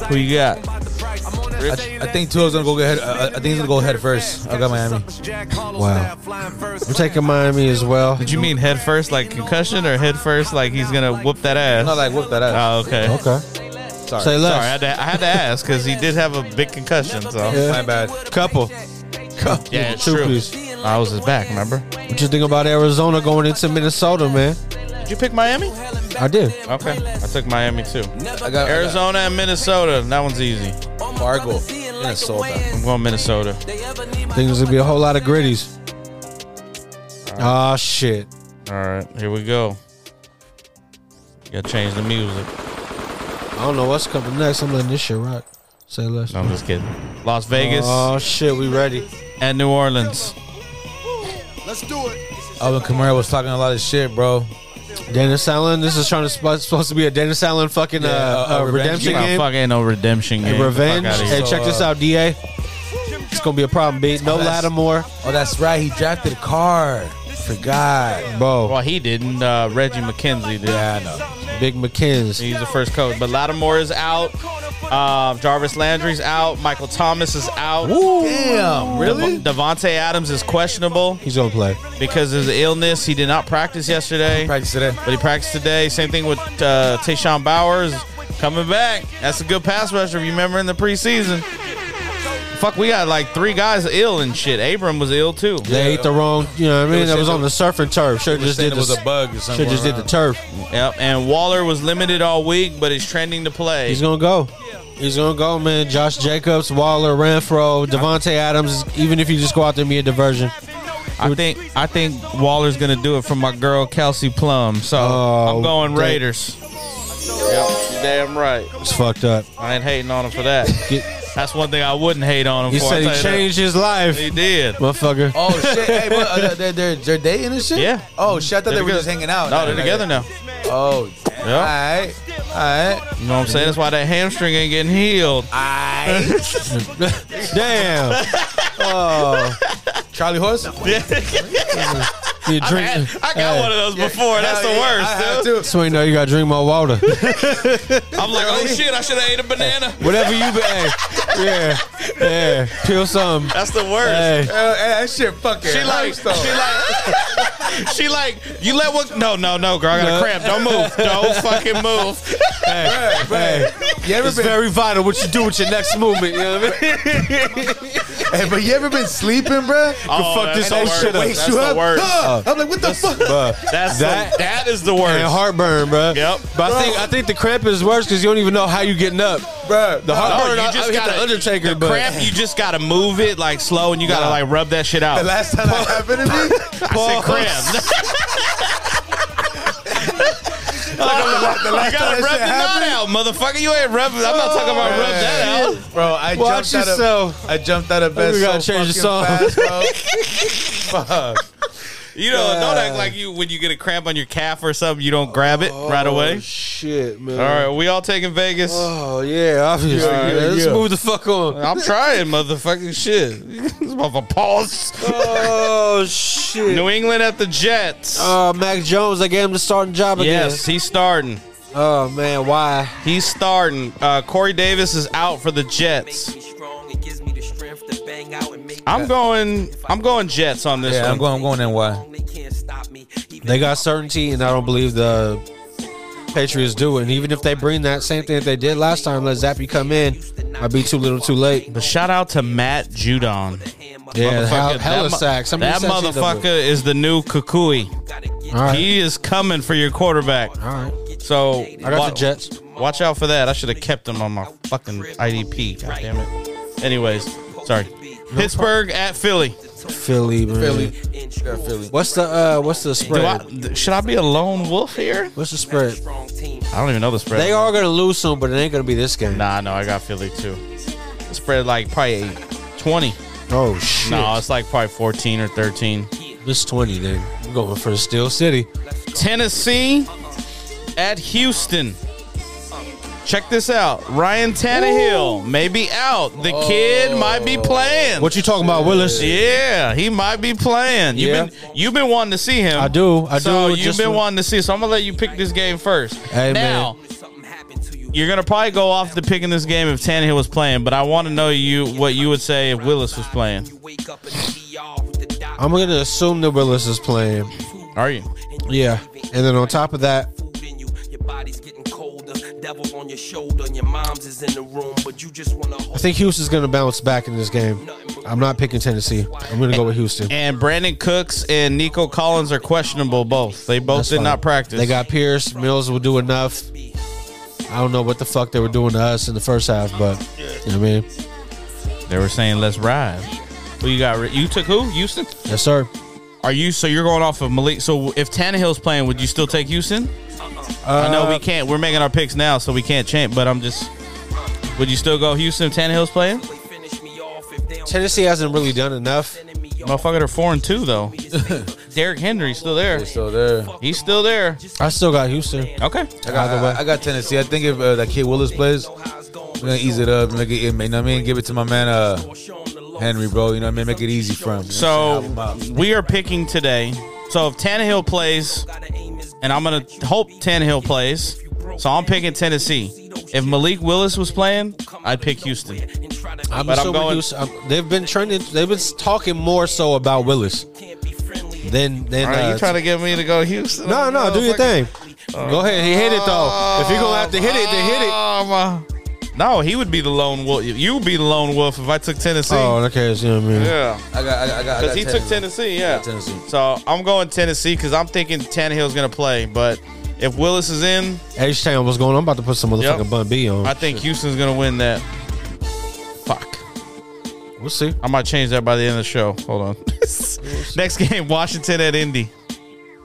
who you got
I think Tua's gonna go get head. I I think he's gonna go head first. I got Miami.
Wow. I'm taking Miami as well.
Did you mean head first, like concussion, or head first, like he's gonna whoop that ass?
Not like whoop that ass.
oh, okay.
Okay.
Sorry.
Say
Sorry, I had,
less.
to, I had to ask because he did have a big concussion. So yeah,
Yeah.
My bad.
Couple. Couple.
it's
Two
true.
piece.
I was his back. Remember?
What you think about Arizona going into Minnesota, man?
Did you pick Miami?
I did.
Okay, I took Miami too.
I got
Arizona and Minnesota. That one's easy.
I got Fargo, Minnesota.
I'm going Minnesota.
Think there's gonna be a whole lot of gritties. Ah shit.
All right, here we go. Gotta change the music.
I don't know what's coming next. I'm letting this shit rock. Say less.
No, I'm just kidding. Las Vegas
Oh shit, we ready.
and New Orleans.
Alvin Kamara was talking a lot of shit, bro.
Dennis Allen. This is trying to sp- supposed to be a Dennis Allen fucking
Yeah,
uh,
uh,
uh,
uh,
redemption
You know,
game.
fuck ain't no redemption game. Get
And
the
revenge.
fuck outta here.
Hey, check this out, DA. It's gonna be a problem, B. No
uh, that's-
Lattimore,
Oh, that's right. He drafted Carr. Forgot.
bro.
Well, he didn't. Uh, Reggie McKenzie did.
Yeah, I know.
Big McKins.
He's the first coach. But Lattimore is out. Uh, Jarvis Landry's out. Michael Thomas is out.
Damn, really?
Devonte Adams is questionable
He's gonna play.
because of his illness. He did not practice yesterday,
Practice today.
but he practiced today. Same thing with uh, Tayshawn Bowers coming back. That's a good pass rusher. If you remember in the preseason, fuck, we got like three guys ill and shit. Abram was ill too.
They ate the wrong. You know what I mean? That was on the surf and turf. Should just
Saying
did
it was a
the.
bug or something.
Should just did the
around.
turf.
Yep. And Waller was limited all week, but he's trending to play.
He's gonna go. He's gonna go, man. Josh Jacobs, Waller, Renfro, Devontae Adams. Even if you just go out there and be a diversion,
I think I think Waller's gonna do it for my girl Kelsey Plum. So
Oh,
I'm going
dang.
Raiders. Yep, you damn right.
it's fucked up.
I ain't hating on him for that.
Get-
That's one thing I wouldn't hate on him
you
for.
said
I
he
tell you
changed his life,
that. He did.
motherfucker.
Oh shit! Hey, what, uh, they're, they're they're dating and shit.
Yeah.
Oh shit! I thought they
They're
were
together.
just hanging out.
No, they're together now.
Oh. All
Yeah.
right. All right.
You know what I'm saying? That's why that hamstring ain't getting healed.
All right.
Damn. Oh,
Charlie Horse.
you drink.
I got one of those before. That's the
Hell yeah,
worst.
I have
dude.
to.
Swing though, you gotta drink more water.
I'm like, oh shit, I should have ate a banana.
Whatever you been, hey, yeah, yeah. Peel something.
That's the worst.
Hey,
Uh, hey, that shit fucking
She like,
hurts,
she
though.
like, she like, you let one. No, no, no, girl, I got
No.
a cramp. Don't move. Don't fucking move.
hey, hey.
you ever
It's
been,
very vital what you do with your next movement. You know what I mean?
hey, but you ever been sleeping, bro?
Oh,
fuck
that's
this
the
whole
worst.
shit up.
That's
you
the
up?
worst.
Huh. I'm like, what the fuck?
Bruh.
That's
That-
the, that is the worst.
And heartburn, bro.
Yep.
But I think I think the cramp is worse because you don't even know how you getting up.
Bruh,
The heartburn,
No,
I,
you
just
just
I got
gotta
the Undertaker,
the
but
cramp. You just gotta move it like slow, and you gotta
Nah.
like rub that shit out.
The last time that happened to me,
I said cramp. you gotta
time
rub
that
the
shit
knot
happened?
out, motherfucker. You ain't rubbing. I'm not talking about rub that out.
bro, I
watch
jumped out of
yourself.
I jumped out of bed.
Oh, We gotta
so
change the
fucking Fast, bro. Fuck.
You know, don't act like you when you get a cramp on your calf or something, you don't grab it right away.
Oh, Shit, man.
All right, we all taking Vegas.
Oh yeah, obviously.
Yeah,
man. Let's
yeah.
move the fuck on.
I'm trying, motherfucking shit. this motherfucker pause.
Oh shit.
New England at the Jets.
Uh, Mac Jones, I gave him the starting job again.
yes, he's starting.
Oh man, why?
He's starting. Uh, Corey Davis is out for the Jets. I'm going. I'm going Jets on this
Yeah,
one.
I'm going. I'm going NY.
They got certainty, and I don't believe the Patriots do it. And even if they bring that same thing that they did last time, let Zappy come in, I'd be too little, too late.
But shout out to Matt Judon.
Yeah, hell,
Motherfucker,
hella
that, mo-
sacks. Somebody
that
said she
motherfucker is the new Kukui.
All right.
He is coming for your quarterback.
All right.
So
I got the Jets.
Watch out for that. I should have kept him on my fucking IDP. God damn it. Anyways, sorry. Pittsburgh at Philly.
Philly, man.
Philly. Got Philly.
What's the uh what's the
Do
spread?
I, th- should I be a lone wolf here?
what's the spread?
I don't even know the spread.
They are gonna lose soon, but it ain't gonna be this game.
Nah, no, I got Philly too. The spread like probably 20.
Oh shit!
No, it's like probably 14 or 13.
This twenty then. We're going for the Steel City.
Tennessee at Houston. Check this out. Ryan Tannehill may be out. The kid might be playing.
What you talking about, Willis?
yeah, he might be playing. You've
Yeah.
been you've been wanting to see him.
I do, I
so
do,
you've
just-
been wanting to see. So I'm gonna let you pick this game first.
Hey, man.
now, you're gonna probably go off the pick in this game if Tannehill was playing, but I want to know you what you would say if Willis was playing.
I'm gonna assume that Willis is playing.
Are you?
Yeah, and then on top of that,
in you. Your body's getting colder. Devil on your shoulder. and Your mom's is in the room, but you just wanna
I
hold
think Houston's gonna bounce back in this game. I'm not picking Tennessee. I'm gonna go with Houston.
And Brandon Cooks and Nico Collins are questionable. Both they both
That's
did
fine.
not practice.
They got Pierce. Mills will do enough. I don't know what the fuck they were doing to us in the first half, but you know what I mean.
They were saying let's ride. Who you got? Rick? You took who? Houston?
Yes, sir.
Are you? So you're going off of Malik. So if Tannehill's playing, would you still take Houston?
Uh-uh.
I know
Uh,
we can't. We're making our picks now, so we can't change. But I'm just. Would you still go Houston if Tannehill's playing?
Tennessee hasn't really done enough.
Motherfucker, they're four and two though. Derrick Henry's still there.
So there.
He's still there.
I still got Houston.
Okay.
I got,
Either way.
I got Tennessee. I think if uh, that kid Willis plays, we're gonna ease it up, make it, you know what I mean, give it to my man uh, Henry, bro. You know what I mean, make it easy for him.
So we are picking today. So if Tannehill plays, and I'm gonna hope Tannehill plays, so I'm picking Tennessee. If Malik Willis was playing, I'd pick Houston.
I'm
But I'm
assuming
going-
Houston. I'm- they've been trending. They've been talking more so about Willis than than. uh,
to get me to go Houston?
no, no, do your thing. Go ahead. He hit it though. If you're gonna have to hit it, then hit it.
Um, uh, no, he would be the lone wolf. You would be the lone wolf if I took Tennessee.
Oh, okay. You know what I mean?
Yeah,
I got, I got, I got. I
because
got
he took Tennessee. Yeah,
Tennessee.
So I'm going Tennessee because I'm thinking Tannehill's going to play. But if Willis is in,
H Town, what's going on? I'm about to put some motherfucking
Yep.
Bun B on.
I think Houston's going to win that. Fuck.
we'll see.
I might change that by the end of the show. Hold on. Next game, Washington at Indy.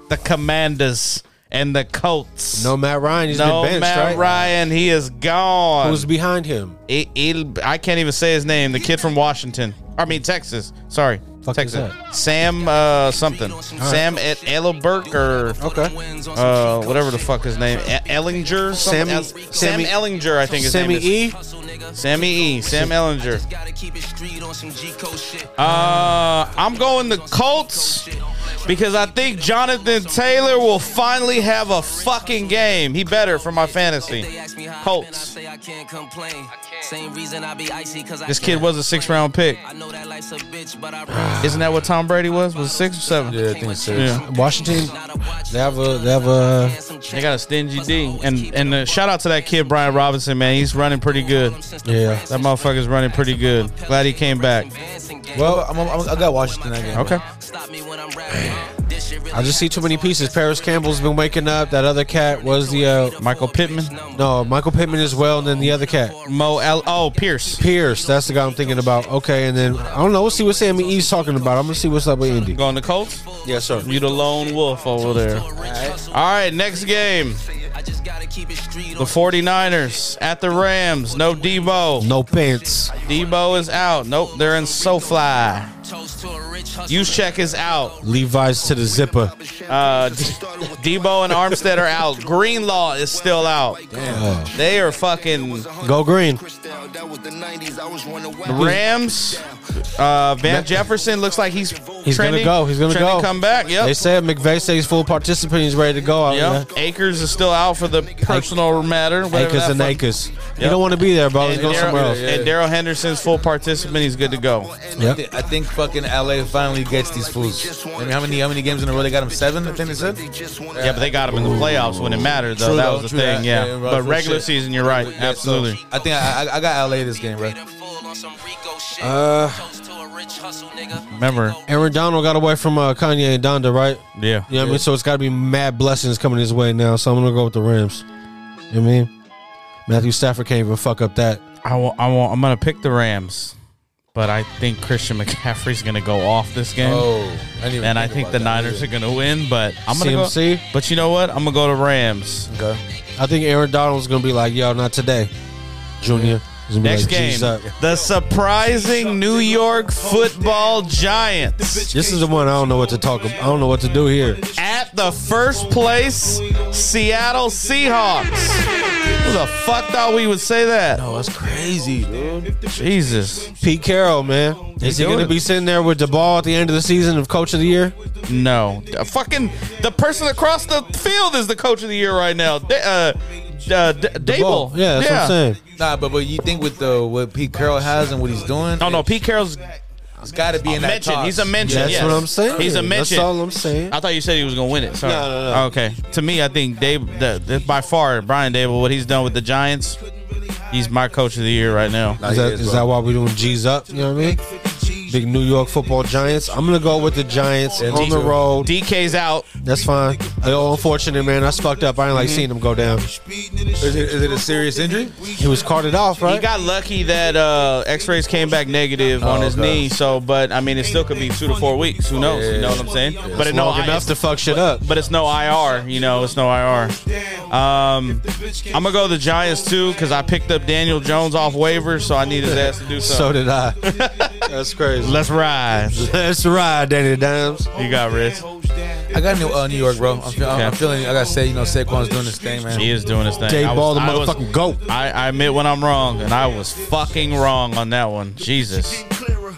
The Commanders and the Colts.
No Matt Ryan. He's
no
been benched,
Matt
right?
Ryan. He is gone.
Who's behind him?
It- it'll- I can't even say his name. The kid from Washington. I mean Texas. Sorry,
Fuck is
Texas. Sam uh, something. Sam at Ellerberg or
Okay.
uh, whatever the fuck his name. E- Ellinger. something
Sammy-
else. Sam
Sammy-
Ellinger. I think his
Sammy
name is.
E.
Sammy E. Sam Ellinger. Uh, I'm going the Colts because I think Jonathan Taylor will finally have a fucking game. He better for my fantasy. Colts. This kid was a six round pick. Isn't that what Tom Brady was? Was it six or seven?
Yeah, I think so.
Yeah.
Washington. They have a. They have a.
They got a stingy D. And and uh, shout out to that kid Brian Robinson, man. He's running pretty good.
Yeah.
That motherfucker's running pretty good. Glad he came back.
Well, I'm, I'm, I got Washington that game.
Okay.
I just see too many pieces. Paris Campbell's been waking up. That other cat was the uh,
Michael Pittman.
no Michael Pittman as well, and then the other cat
Mo Al- Oh, Pierce.
Pierce. That's the guy I'm thinking about. Okay, and then I don't know. We'll see what Sammy E's talking about. I'm gonna see what's up with Indy.
Going to Colts?
Yes, sir.
You the lone wolf over there. All right, next game. The 49ers at the Rams. No Debo.
No pants.
Debo is out. Nope, they're in SoFly. Juszczyk is out.
Levi's to the zipper.
Uh, D- Debo and Armstead are out. Greenlaw is still out. They are fucking
Go green.
Rams. Uh, Van Jefferson looks like he's
He's gonna
trending-
go. He's gonna
trending
go.
Come back. Yep.
They said McVay said he's full participant. He's ready to go.
Yep.
Yep.
Acres is still out for the personal matter. whatever
Acres
that
and
fuck-
acres. You
Yep.
don't want to be there, bro. Let's
And
go somewhere else.
Daryl and Daryl Henderson's full participant. He's good to go.
I, thi- I think fucking LA finally gets these fools. I mean, how many how many games in a row they got them? Seven, I think they said.
Yeah, but they got him in the playoffs when it mattered, though.
True
that
though,
was the
true
thing.
that.
Yeah.
Yeah, bro,
but
for
regular
sure.
season, you're right.
Yeah, so
Absolutely.
I think I, I, I got LA this game, bro.
Uh,
Remember.
Aaron Donald got away from uh, Kanye and Donda, right?
Yeah.
You know what I mean? So it's got to be mad blessings coming his way now. So I'm going to go with the Rams. You know what I mean? Matthew Stafford can't even fuck up that.
I will, I will, I'm going to pick the Rams, but I think Christian McCaffrey's going to go off this game.
Oh, I didn't even
And I think
about
the
that.
Niners are going to win, but I'm going to go.
CMC?
But you know what? I'm going to go to Rams.
Okay.
I think Aaron Donald's going to be like, yo, not today, Junior. It's gonna be
Next
like,
game,
"G's up."
the surprising New York Football Giants
This is the one I don't know what to talk about. I don't know what to do here.
at the first place Seattle Seahawks. Who the fuck thought we would say that? No,
that's crazy, dude.
Jesus,
Pete Carroll, man, is he
doing
going to
it.
be sitting there with the ball at the end of the season of Coach of the Year?
No, Uh, fucking the person across the field is the coach of the year right now. Da- uh, uh, D- Dable.
Nah, but but you think with the what Pete Carroll has and what he's doing? Oh
no, Pete Carroll's.
It's got to be in that
mention.
toss.
He's a mention.
That's
yes.
what I'm saying.
He's a
That's
mention.
all I'm saying.
I thought you said he was gonna win it. Sorry.
No, no, no.
Okay. To me, I think Dave, the, the- by far Brian Dable, what he's done with the Giants, he's my coach of the year right now.
Is that, is that why we're doing G's up? You know what I mean? Big New York football Giants. I'm going to go with the Giants on the road.
DK's out.
That's fine. Oh, unfortunate, man. That's fucked up. I ain't like seeing him go down.
Is it, is it a serious injury?
He was carted off, right?
He got lucky that uh, X-rays came back negative
Oh,
on his
okay.
knee. So, but I mean, it still could be two to four weeks. Who knows? You know what I'm saying? but
That's
it no
long enough to fuck shit up.
But it's no IR. You know, it's no IR. Um, I'm gonna go the Giants too because I picked up Daniel Jones off waivers, so I need his ass to do something.
So did I. That's crazy.
Let's ride.
Let's ride, Danny Dimes.
You got Riz.
I got New, uh, New York, bro. I'm, feel, I'm
Okay.
feeling. I gotta say, you know, Saquon's doing his thing, man.
He is doing his thing.
Jay
I
Ball, the
I
motherfucking goat.
I, I admit when I'm wrong, and I was fucking wrong on that one. Jesus.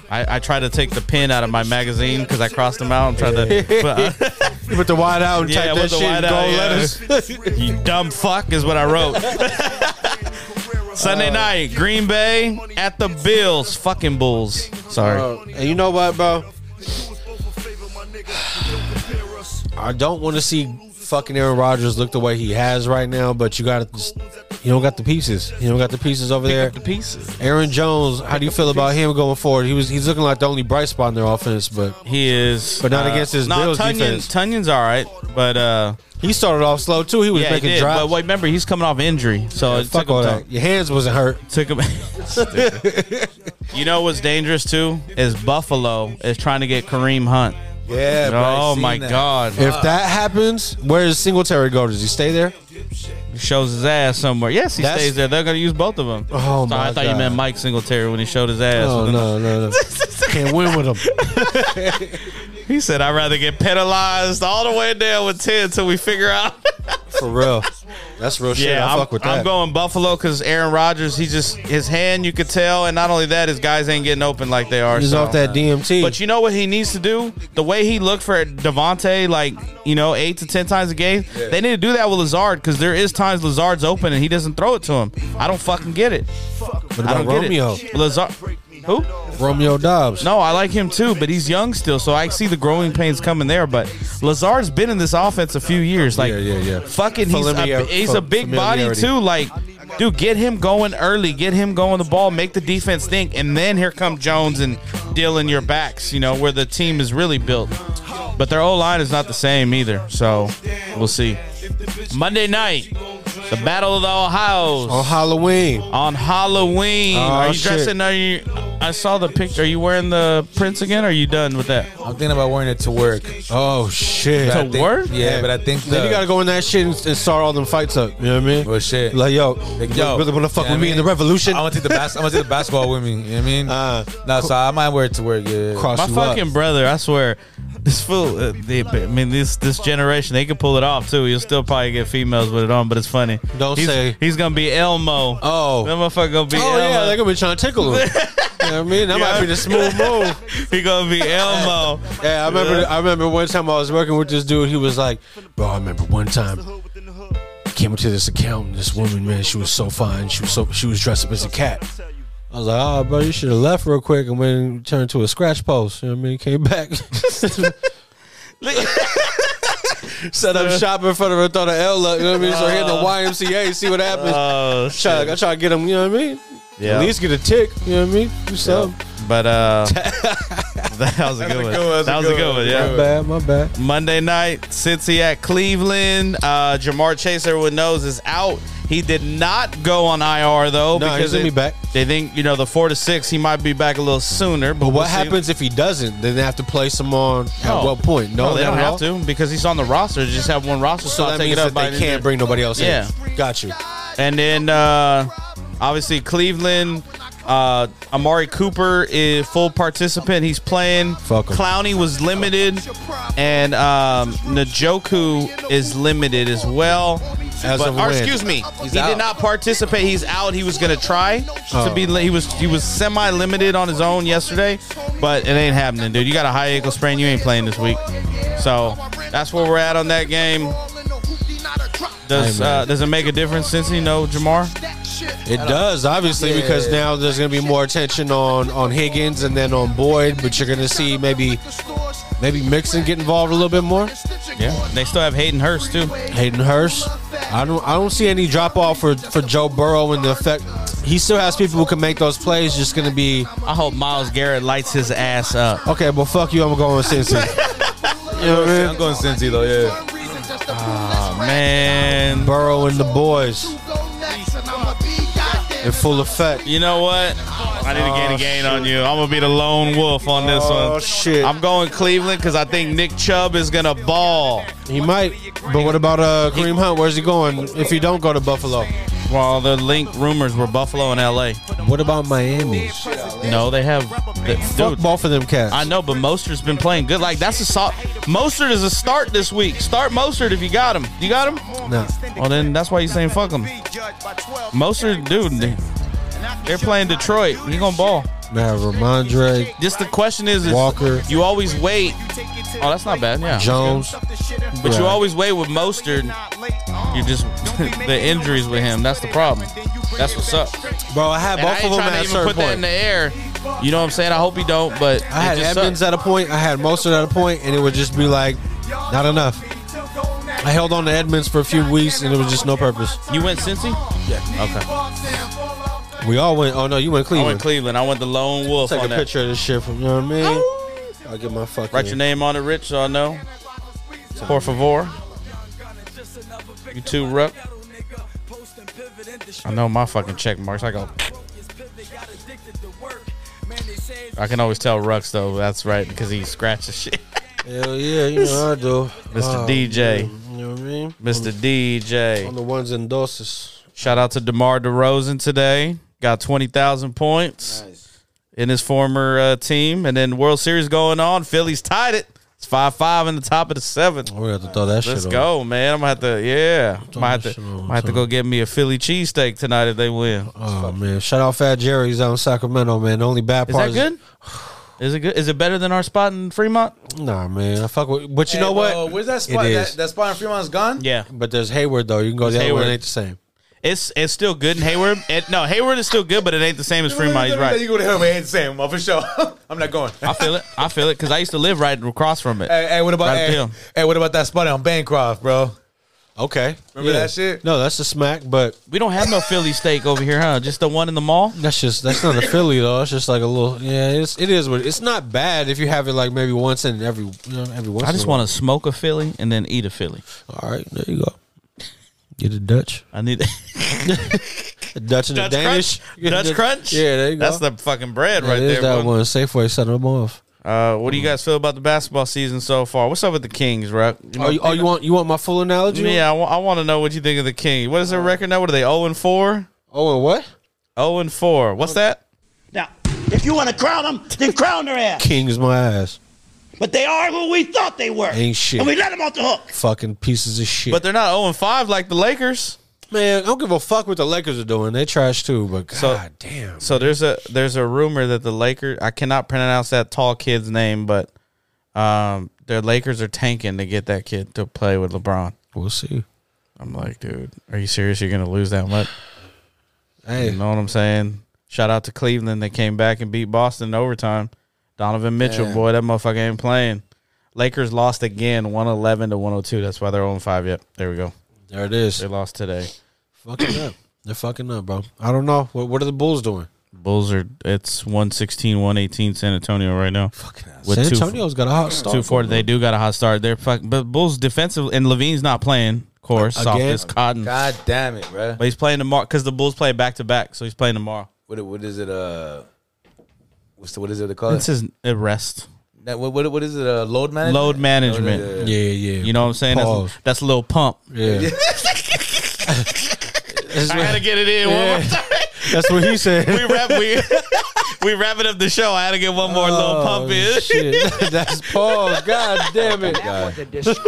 I, I tried to take the pin out of my magazine because I crossed them out and tried to. but, uh,
You put the wide out and
yeah,
type that
with the
shit in
white
gold
out,
letters.
yeah. you dumb fuck is what I wrote.
Uh,
Sunday night, Green Bay at the Bills. Fucking Bulls. Sorry.
Bro, and you know what, bro? I don't want to see fucking Aaron Rodgers look the way he has right now, but you got to, you don't got the pieces. You don't got the pieces over there.
the pieces.
Aaron Jones, how do you feel about him going forward? He was he's looking like the only bright spot in their offense, but
He is.
But not against his
Uh, no,
Bills
Tunyon-
defense.
Tunyon's all right, but uh,
he started off slow too. He was
yeah,
making
he did,
drives.
But wait, remember, he's coming off injury, so it
fuck
took him
all
time.
that. Your hands wasn't hurt.
Took him. You know what's dangerous too is Buffalo is trying to get Kareem Hunt.
Yeah.
bro, I
Oh
seen
my
that.
God.
If that happens, where does Singletary go? Does he stay there?
shows his ass somewhere, yes, he
That's-
stays there. They're gonna use both of them.
Oh,
Sorry, I
my
thought you
God.
meant Mike Singletary when he showed his ass.
No, no, no, no. Can't win with him.
He said, "I'd rather get penalized all the way down with ten until we figure out."
For real. That's real shit. I
I'm,
fuck with that.
I'm going Buffalo because Aaron Rodgers. He just his hand, you could tell, and not only that, his guys ain't getting open like they are.
He's
so-
off that DMT.
But you know what he needs to do? The way he looked for Devontae, like, you know, eight to 10 times a game,
Yeah.
they need to do that with Lazard because there is times Lazard's open and he doesn't throw it to him. I don't fucking get it.
What
I
about
don't get it.
Romeo?
Lazard. Who?
Romeo Dobbs.
No, I like him too, but he's young still, so I see the growing pains coming there. But Lazard's been in this offense a few years. Like,
yeah, yeah.
fucking, he's a,
Familiar-
he's a big body
familiarity.
too. Like, dude, get him going early, get him going the ball, make the defense think, and then here come Jones and Dylan your backs. You know where the team is really built. But their O line is not the same either, so we'll see. Monday night, the Battle of the Ohio's
On Halloween.
on Halloween.
Oh,
are you
shit.
dressing? Are you? I saw the picture. Are you wearing the prints again? Or are you done with that?
I'm thinking about wearing it to work.
Oh shit.
But I think-
work?
Yeah, but I think
Then you gotta go in that shit and, and start all them fights up. You know what I mean?
Well, shit.
Like yo, yo, really wanna
wanna
fuck with me in the revolution? Uh,
I'm gonna take the bas- I'm gonna take the basketball with me. You know what I mean? no, so I might wear it to work. Yeah,
Cross
My
you up.
fucking brother, I swear, this fool. Uh, they, I mean, this this generation, they can pull it off too. You'll still probably get females with it on, but it's funny.
Don't
he's,
say.
he's gonna be Elmo.
Oh.
that motherfucker gonna be.
Oh
Elmo.
yeah, they're gonna be trying to tickle him. you know what I mean? That might be the smooth move.
he gonna be Elmo.
Yeah, I remember. I remember one time I was working with this dude. He was like, "Bro, I remember one time." I Came into this account and this woman, man, she was so fine. She was so she was dressed up as a cat. I was like, "Oh, bro, you should have left real quick and went and turned to a scratch post." You know what I mean? Came back, set up shop in front of her, throw the L up. You know what I mean? So hit the YMCA, see what happens.
Uh. Oh
try, I try to get him. You know what I mean?
Yeah.
At least get a tick. You know what I mean? Do something.
But uh, that was a good one. That was a good one. Yeah.
My bad. My bad.
Monday night, Cincy at Cleveland. Uh, Jamar Chase, everyone knows, is out. He did not go on IR though.
No, he's gonna
they,
be back.
They think you know the four to six. He might be back a little sooner. But,
But
we'll
what
see.
happens if he doesn't? Then they have to place him on at what point? No,
they
not
don't
at
have
all?
to because he's on the roster. They Just have one roster
So
spot.
that
take
means
it up
that
by
they can't bring nobody else
Yeah.
in. Got you.
And then uh, Obviously, Cleveland. Uh, Amari Cooper is full participant. He's playing.
Fuck 'em.
Clowney was limited, and um, Najoku is limited as well.
As
but,
of
or
when?
excuse me,
He's
he
out.
did not participate. He's out. He was gonna try
Oh.
to be. He was he was semi limited on his own yesterday, but it ain't happening, dude. You got a high ankle sprain. You ain't playing this week. So that's where we're at on that game. Does
Hey, man.
uh, does it make a difference since he know Jamar?
It does obviously
Yeah.
because now there's going to be more attention on on Higgins and then on Boyd, but you're going to see maybe maybe Mixon get involved a little bit more.
Yeah, they still have Hayden Hurst too.
Hayden Hurst. I don't I don't see any drop off for for Joe Burrow and the effect. He still has people who can make those plays. Just going to be.
I hope Miles Garrett lights his ass up.
Okay, well fuck you. I'm going with Cincy. you know what I mean?
I'm going Cincy though. Yeah.
Oh man,
Burrow and the boys in full effect.
You know what? I need to gain
Oh,
a gain
shoot.
on you. I'm gonna be the lone wolf on this one.
Oh, shit.
I'm going Cleveland because I think Nick Chubb is gonna ball.
He might, but what about uh Kareem Hunt? Where's he going if he don't go to Buffalo?
While the link rumors were Buffalo and LA.
What about Miami?
No, they have. They,
Fuck both of them cats.
I know, but Mostert's been playing good. Like that's a sol Mostert is a start this week. Start Mostert if you got him. You got him?
No.
Well, then that's why you saying fuck him. Mostert, dude, they're playing Detroit. He gonna ball.
Man, Ramondre,
Just the question is, is
Walker.
You always wait. Oh, that's not bad. Yeah,
Jones.
But you
Right.
always wait with Mostert. You just the injuries with him. That's the problem. That's what's up.
Bro, I had
And I
both
ain't
of them
trying
at
to
a
even
certain
put that
point.
in the air. You know what I'm saying? I hope he don't. But
I had Edmonds at a point. I had Mostert at a point, and it would just be like, not enough. I held on to Edmonds for a few weeks, and it was just no purpose.
You went Cincy? Yeah.
We all went. Oh no, you went
Okay. I
Cleveland.
went Cleveland. I went the lone wolf.
Take
on
a
that.
picture of this shit from you know what I mean. I'll get my fucking.
Write your name on it, Rich, so I know. Por favor. You too, Ruck. I know my fucking check marks. I go. I can always tell Rux though. That's right because he scratches shit.
Hell yeah, you know I do.
Mr.
Oh,
DJ.
man, You know what I mean?
Mr.
On
DJ.
the ones and doses.
Shout out to DeMar DeRozan today. Got 20,000 points in his former uh, team. And then World Series going on. Phillies tied it. It's 5 5 in the top of the seventh.
We're gonna Oh, have to throw that
Let's
shit on.
go, man. I'm gonna have to, yeah. Might have to,
shit on,
might have to go get me a Philly cheesesteak tonight if they win.
Oh man, shout out Fat Jerry's out in Sacramento, man. The only bad
Is
part
that good? Is it good? Is it better than our spot in Fremont?
Nah, man. I fuck with, but you
Hey,
know what?
bro, where's that
It
spot? That,
is.
that spot in Fremont's gone.
Yeah,
But there's Hayward though. You can go
There's
the other way. It
Hayward.
ain't the same.
it's it's still good in Hayward. It, no, Hayward is still good, but it ain't the same as Fremont. He's
You
right.
go to hell, man. Same, for sure. I'm not going.
I feel it. I feel it because I used to live right across from it.
Hey, hey, what about
Right up
hey,
hill.
hey, what about that spot on Bancroft, bro?
Okay.
Remember that shit?
No, that's a smack, but
We don't have no Philly steak over here, huh? Just the one in the mall.
that's just that's not a Philly though. It's just like a little yeah. It's it is what it's not bad if you have it like maybe once in every you know, every once.
I just
in a while.
want to smoke a Philly and then eat a Philly.
All right, there you go. Get a Dutch,
I need
a Dutch and
Dutch
a Danish,
crunch.
Get a
Dutch crunch.
Yeah, there you go.
That's the fucking bread right
It is
there.
that
boy.
one. Safeway set them off.
Uh, what do you guys feel about the basketball season so far? What's up with the Kings, Ruck? You know-
Oh, you, oh, you want you want my full analogy?
yeah, I want to know what you think of the Kings. What is their record now? What are they? 0 and 4?
Oh, and what?
0 and 4. What's that?
Now, if you want to crown them, then crown their ass.
Kings my ass.
But they are who we thought they were.
Ain't shit.
And we let them off the hook.
Fucking pieces of shit.
But they're not 0 and 5 like the Lakers.
man, I don't give a fuck what the Lakers are doing. They trash too. But god
So-
damn,
So there's a there's a rumor that the Lakers I cannot pronounce that tall kid's name, but um their Lakers are tanking to get that kid to play with LeBron.
we'll see.
I'm like, dude, are you serious? You're gonna lose that much?
Hey,
You know what I'm saying? Shout out to Cleveland. They came back and beat Boston in overtime. Donovan Mitchell, boy, that motherfucker ain't playing. Lakers lost again, 111 to 102. That's why they're 0 5. Yep. There we go.
there it is.
They
They're
lost today.
fucking up. They're fucking up, bro. I don't know. What, what are the Bulls doing?
Bulls are, it's 116, 118 San Antonio right now. With
San
two-
Antonio's got a hot start.
240. They do got a hot start. They're fuck, but Bulls defensive, and Levine's not playing, of course. Soft
Again?
as cotton.
God damn it, bro.
But he's playing tomorrow because the Bulls play back to back. So he's playing tomorrow.
What what is it? Uh, what's the, what is it? They call
This
it?
is a rest.
That- What, what what is it? Uh, load management.
Load management.
Oh, yeah, yeah, yeah.
Yeah, yeah.
You know what I'm saying?
Pause.
That's, that's a little pump.
yeah.
I had to get it in one more time.
That's what he said.
we wrap we we wrapping up the show. I had to get one more little pump in.
Oh, Shit. That's Paul. God damn it.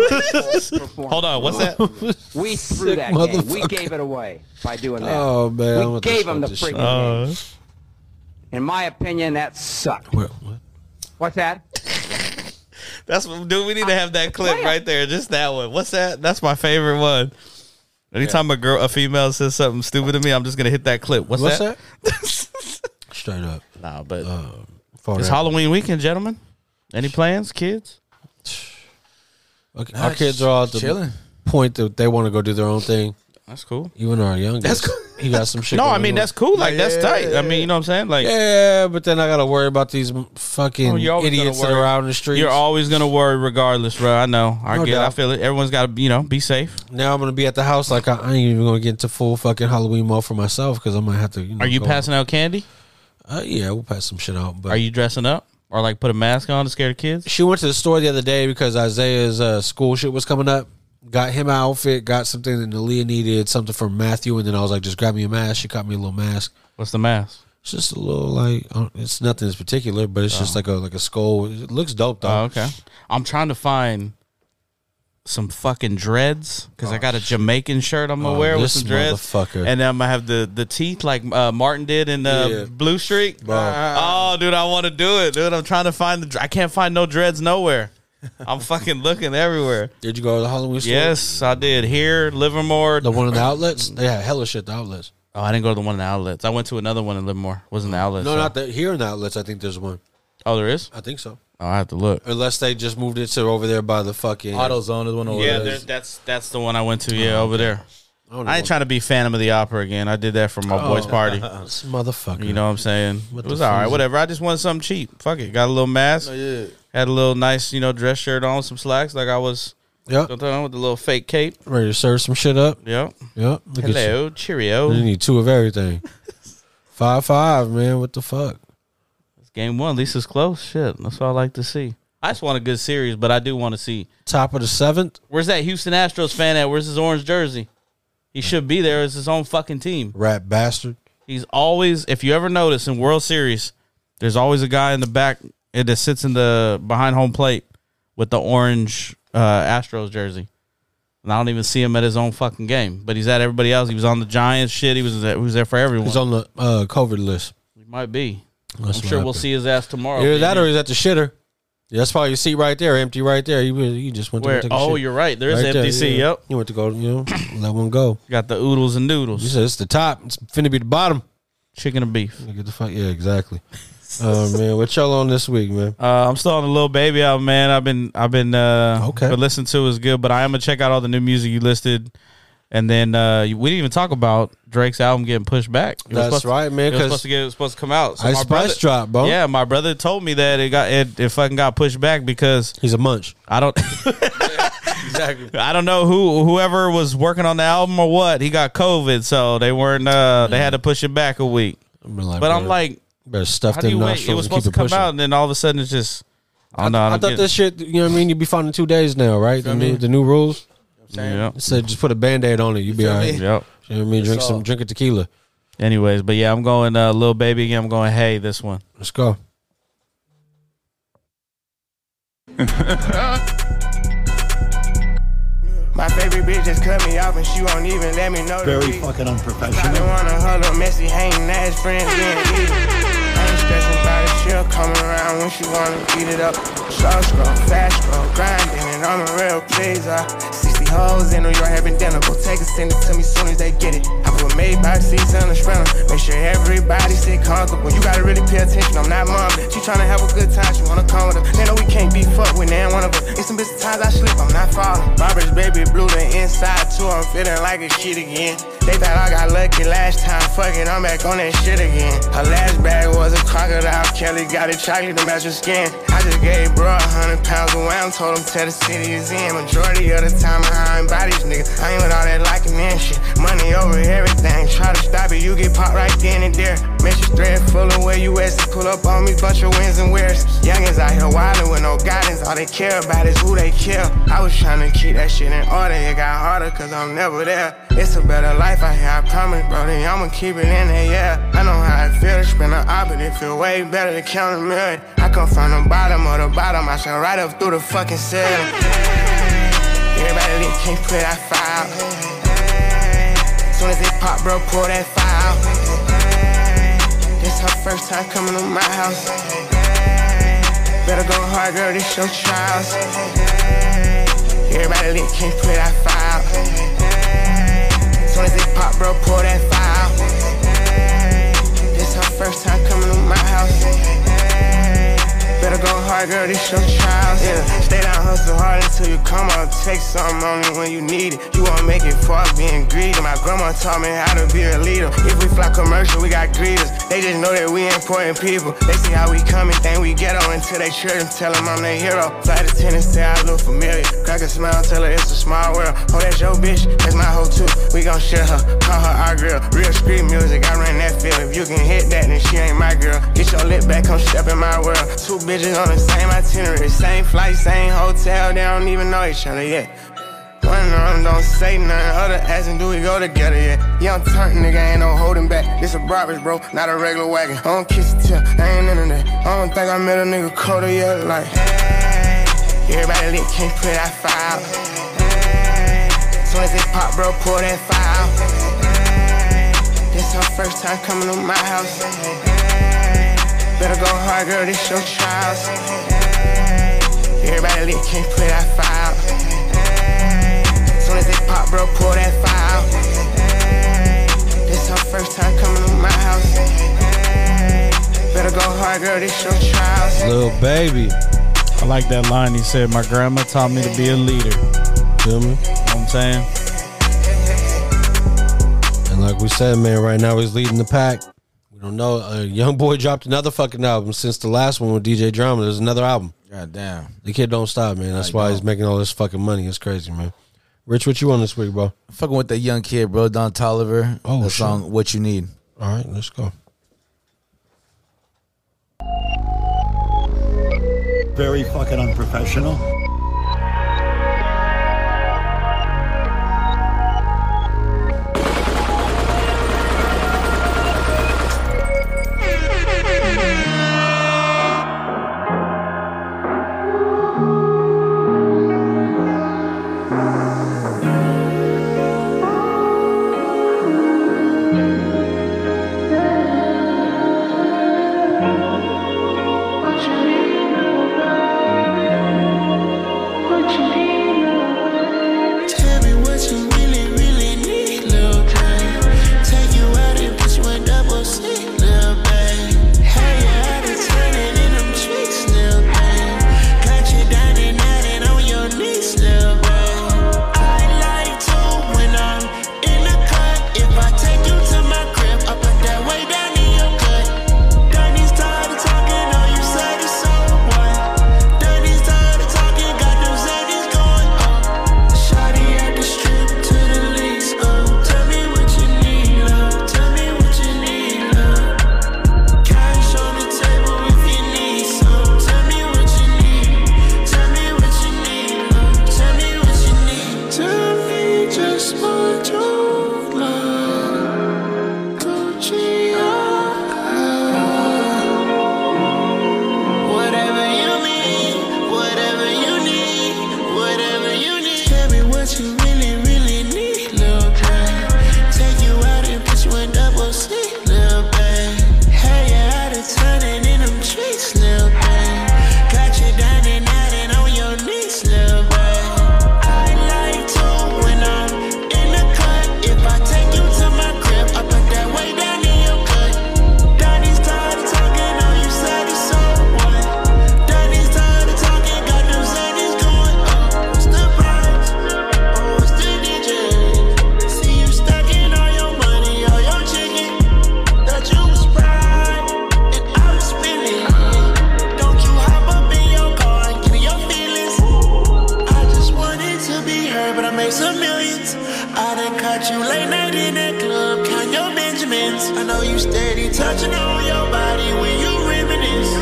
Hold on, what's that?
We threw
Sick
that game. We
motherfucker.
gave it away by doing that.
Oh, man, I'm
we
about to
gave them the
shut this
freaking
Oh,
shit.
game. In my opinion, that sucked. What's that?
That's what, dude. We need to have that clip right there, just that one. What's that? That's my favorite one. Anytime a girl, a female says something stupid to me, I'm just gonna hit that clip. What's,
What's
that?
Straight up. Uh,
Nah, but
far
it's
out.
Halloween weekend, gentlemen. Any plans, kids?
Okay,
Nah,
our kids
just
are all at the
chilling.
point that they want to go do their own thing.
That's cool.
Even our youngest,
That's cool.
he got some shit.
No, I
going
mean
on.
that's cool. Like that's tight. I mean, you know what I'm saying? Like
yeah, but then I gotta worry about these m- fucking
Oh, you're always gonna
idiots that are
worry.
out in the streets.
You're always gonna worry, regardless, bro. I know. I
No
get. it. I
doubt.
feel it. Everyone's got to, you know, be safe.
now I'm gonna be at the house like I, I ain't even gonna get into full fucking Halloween mode for myself because I might have to. You know,
Are you
go-
passing out candy?
Uh, yeah, we'll pass some shit out. But
Are you dressing up or like put a mask on to scare the kids?
She went to the store the other day because Isaiah's uh, school shit was coming up. Got him an outfit, got something that Nalia needed, something from Matthew, and then I was like, just grab me a mask. She got me a little mask.
What's the mask?
It's just a little like I don't- it's nothing in particular, but it's just like a like a skull. It looks dope though.
Oh, okay. I'm trying to find some fucking dreads because I got a Jamaican shirt I'm gonna
Oh,
wear with
this
some dreads,
motherfucker.
and I'm gonna have the the teeth like uh, Martin did in uh,
Yeah.
Blue Streak. Oh, dude, I want to do it, dude. I'm trying to find the. dr- I can't find no dreads nowhere. I'm fucking looking everywhere.
Did you go to the Halloween store?
Yes, I did. Here, Livermore.
The one in the outlets? They had hella shit the outlets.
Oh, I didn't go to the one in the outlets. I went to another one in Livermore. Wasn't the outlets?
no,
though.
not the here in the outlets. I think there's one.
Oh, there is.
I think so.
Oh, I have to look.
Unless they just moved it to over there by the fucking
AutoZone is one over
Yeah,
there.
there's, that's that's the one I went to. Yeah, over there.
I don't
I, ain't
know.
trying to be Phantom of the Opera again. I did that for my boys' party.
Oh, This motherfucker.
You know what I'm saying?
What
it
the
was all right.
fuck?
Whatever. I just wanted something cheap. Fuck it. Got a little mask.
Oh, yeah.
Had a little nice, you know, dress shirt on, some slacks, like I was.
Yep.
With the little fake cape.
Ready to serve some shit up?
Yep.
Yep. Look at
Hello,
you.
cheerio.
You need two of everything. five five, man. What the fuck?
It's game one. Lisa's close. Shit. That's all I like to see. I just want a good series, but I do want to see.
Top of the seventh,
Where's that Houston Astros fan at? Where's his orange jersey? He should be there. It's his own fucking team.
rat bastard.
He's always, if you ever notice in World Series, there's always a guy in the back eh, that sits in the behind home plate with the orange uh, Astros jersey. And I don't even see him at his own fucking game, but he's at everybody else. He was on the Giants shit. He was there, he was there for everyone.
He's on the uh, COVID list.
he might be.
That's
I'm
what
sure we'll
happened.
see his ass tomorrow.
Either that or he's at the shitter. Yeah, that's probably your seat right there, empty right there. You you just went
Where-
to go take a
oh,
shit.
you're right. There is an empty seat,
yeah.
yep.
You went to go, you know, let one go.
got the oodles and noodles.
You said it's the top. It's finna be the bottom.
Chicken and beef.
Get the fuck. Yeah, exactly. Oh man, what y'all on this week, man?
Uh, I'm still on the little baby album, man. I've been I've been uh
Okay.
But listen to is good, but I am gonna check out all the new music you listed. And then uh, we didn't even talk about Drake's album getting pushed back. It was
That's
supposed to-
right, man,
It was
'cause
supposed to get it was supposed to come out.
Ice Spice dropped, bro.
Yeah, my brother told me that it got it, it fucking got pushed back because
He's a munch.
I don't
exactly.
I don't know who whoever was working on the album or what. He got COVID, so they weren't. Uh, they had to push it back a week.
like,
but I'm
bro,
like,
better stuff
how do you
them
wait? It
nostrils
was
and keep
supposed to
it
come
pushing.
out, and then all of a sudden it's just. Oh, no, I,
I,
don't
thought
get
this shit, you know what I mean? You'd be finding two days now, right? The new, the new rules.
Yeah.
It said just put a band aid on it. You'd be all right.
Yep.
You know what I mean? Drink
That's all.
some, drink a tequila.
Anyways, but yeah, I'm going uh, little baby again. I'm going hey this one.
Let's go.
My favorite bitch just cut me off and she won't even let me know the
Very
reason.
fucking
I
unprofessional.
don't wanna hug her messy, hanging ass friends being easy. I ain't stressing about it, she'll come around when she wanna eat it up. Slow scroll, fast scroll, grinding, and I'm a real pleaser. 60 hoes in New York having dinner, go take a send it to me soon as they get it. I put made by seats on the sprinter, make sure everybody sit comfortable. You gotta really pay attention, I'm not mom. She tryna have a good time, she wanna come with her. They know we can't be fucked with now one of us. It's some bitch times I slip, I'm not falling. Robert's baby blue the inside too, I'm feeling like a kid again. They thought I got lucky last time, fuck it, I'm back on that shit again. Her last bag was a crocodile, Kelly got a chocolate to match her skin. I just gave bro a hundred pounds of wham, told him tell the city is in. Majority of the time I'm hiring bodies, nigga. I ain't with all that liking and shit. Money over everything, try to stop it, you get popped right then and there. Make sure Thread full of where you at, so pull up on me, bunch of wins and wears. Youngins out here wildin' with no guidance, all they care about is who they kill. I was tryna keep that shit in order, it got harder cause I'm never there. It's a better life out here, I promise, brody, I'ma keep it in there, yeah. I know how it feel to spend an hour, but it feel way better to count a million. I come from the bottom of the bottom, I shall right up through the fucking ceiling. Everybody that can't play that file. Soon as they pop, bro, pull that file. This her first time coming to my house. Better go hard, girl, this your trials. Everybody lit, can't play that file. Soon as they pop, bro, pull that file. This her first time coming to my house. Better go hard, girl, this your trials. Yeah, stay down, hustle hard until you come up. Take something only when you need it. You won't make it far being greedy. My grandma taught me how to be a leader. If we fly commercial, we got greeters. They just know that we important people. They see how we coming, think we ghetto until they cheer them, tell them I'm their hero. Flight attendants say I look familiar. Crack a smile, tell her it's a small world. Oh, that's your bitch, that's my hoe too. We gon' share her, call her our girl. Real street music, I ran that field. If you can hit that, then she ain't my girl. Get your lip back, come step in my world. Two bitches on the same itinerary, same flight, same hotel. They don't even know each other yet. One of them don't say nothing, other asking, do we go together yet? Young turn nigga ain't no holding back. This a Broadway, bro, not a regular wagon. I don't kiss the tell, I ain't into that. I don't think I met a nigga colder yet. Like, everybody lit, can't play that file. Soon as they pop, bro, pull that file. This her first time coming to my house. Better go hard, girl, this your trials. Everybody lit, can't play that file. Soon as they pop, bro, pull that file. This her first time coming to my house. Better go hard, girl, this your trials.
Little baby. I like that line he said, My grandma taught me to be a leader.
Feel me?
You know what I'm saying?
And like we said, man, right now he's leading the pack. We don't know. Uh, young boy dropped another fucking album since the last one with DJ Drama. There's another album.
God damn.
The kid don't stop, man. That's
I
why
don't.
he's making all this fucking money. It's crazy, man. Rich, what you on this week, bro?
I'm fucking with that young kid, bro, Don Tolliver.
Oh,
Oh, the
shit.
song "What You Need."
All right, let's go.
Very fucking unprofessional.
What you need? oh. friends. I know you steady touching on your body when you reminisce.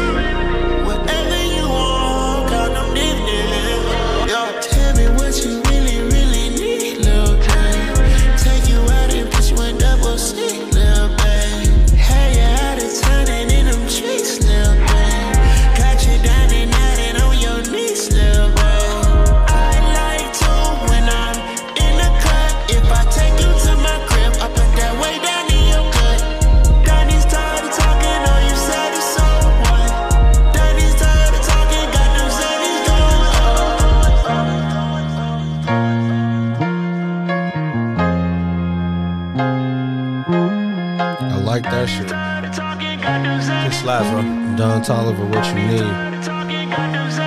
Whatever you want, got them nicknames. Yo, tell me what you really, really need, little babe. Take you out and put you in double C, little babe. Had you out of town and in them streets, little babe. Got you down and out and on your knees, little babe. I like to when I'm in the cut. If I take you to my crib, I put that way down in your gut. Donnie's tired of talking, all you said is so what? Donnie's tired of talking, got them Zannies going on.
I like that shit. Just live, bro. Don Tolliver, what you need?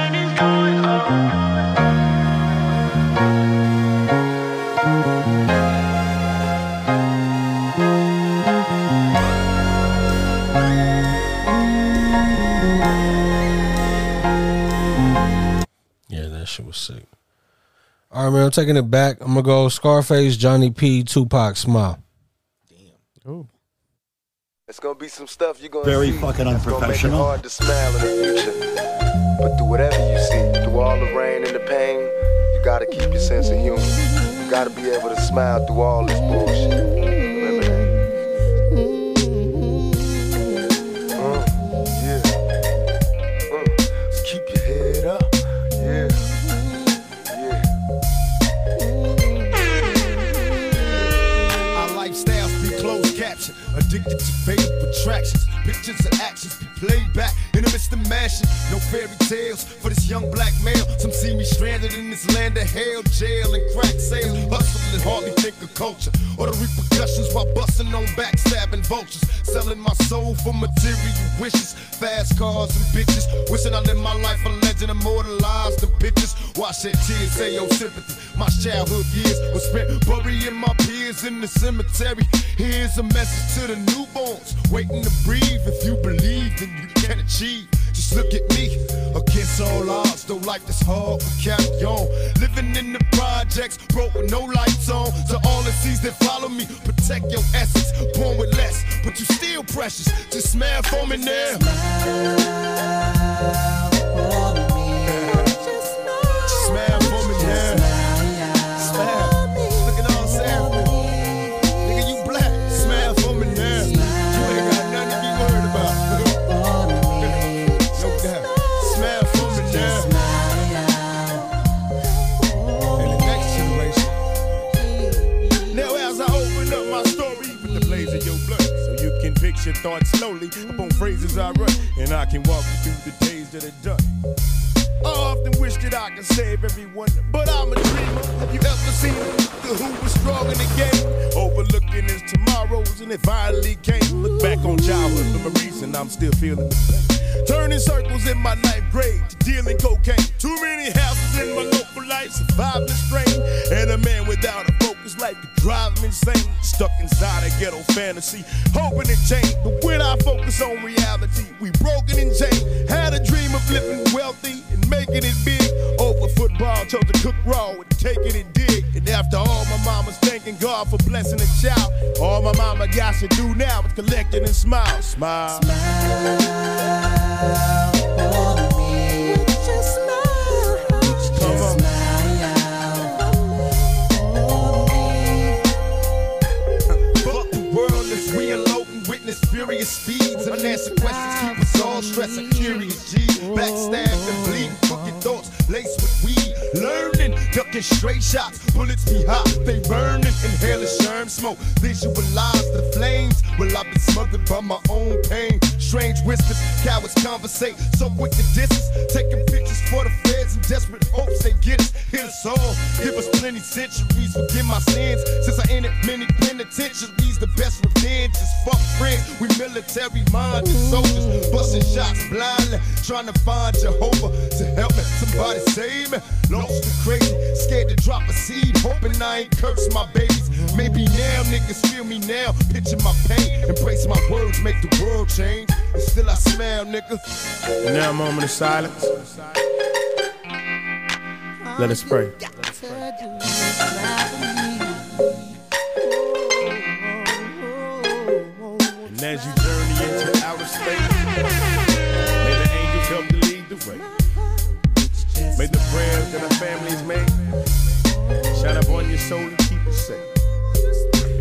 Yeah, that shit was sick. All right, man. I'm taking it back. I'm gonna go Scarface, Johnny P, Tupac, Smile.
It's gonna be some stuff you're gonna
Very
see.
fucking
that's gonna make it
unprofessional.
hard to smile in the future. But through whatever you see, through all the rain and the pain, you gotta keep your sense of humor. You gotta be able to smile through all this bullshit. Remember that. Uh, yeah. Uh, so keep your head up. Yeah.
Our lifestyles be closed caption, addicted to fake attractions. Pictures and actions be played back in the midst of mashing. No fairy tales for this young black male. Some see me stranded in this land of hell, jail and crack sales. Hustling, hardly think of culture or the repercussions while busting on backstabbing vultures. Selling my soul for material wishes, fast cars and bitches. Wishing I lived my life a legend, immortalized the bitches. Why shed tears, say your sympathy. My childhood years was spent burying my peers in the cemetery. Here's a message to the newborns waiting to breathe. If you believe, then you can achieve. Just look at me against all odds. Though life is hard, we carry on. Living in the projects, broke with no lights on. To all the seas that follow me, protect your essence. Born with less, but you still precious. Just smile for me now. Just smile for me now. Smile. Look at all the sound. Nigga, you black. Smile for me now. You ain't got nothing to be worried about. No doubt. Smile for me now. And the next generation. Now as I open up my story with the blaze of your blood, so you can picture thoughts slowly upon phrases I run, and I can walk you through the days that are done. I often wish that I could save everyone, but I'm a dreamer. Have you ever seen the who was strong in the game? Overlooking his tomorrows, and it finally came. Look back on childhood for the reason I'm still feeling the pain. Turning circles in my ninth grade to dealing cocaine. Too many houses in my local life, surviving the strain. And a man without a focus life could drive him insane. Stuck inside a ghetto fantasy, hoping to change. But when I focus on reality, we broken and chained. Had a dream of living wealthy and making it big. Over football, chose to cook raw and take it and dig. And after all, my mama's thanking God for blessing a child. All my mama got to do now is collect it and smile. Smile. Fuck the world as we elope and witness furious speeds. Unanswered questions keep us all stressing. Curious G, backstabbed and bleeding. Crooked thoughts laced with weed. Learning, ducking straight shots. Bullets be hot, they burning. Inhale a sherm smoke. Visualize the flames. Well, I've been smothered by my own pain. Strange whispers, cowards conversate. So quick to distance. Taking pictures for the feds in desperate hopes they get us. Hit us all. Give us plenty centuries. Forgive my sins. Since I ended many penitentiaries, the best revenge is fuck friends. We military minded soldiers. Busting shots blindly. Trying to find Jehovah to help me. Somebody save me. Lost and crazy. Scared to drop a seed. Hoping I ain't curse my babies. Maybe now niggas feel me now. Picture my pain. Embrace my words. Make the world change. And still I smile, nigga.
And now a moment of silence. Let us pray.
And as you journey into outer space, may the angels help to lead the way. May the prayers that our families make shine up on your soul and keep you safe.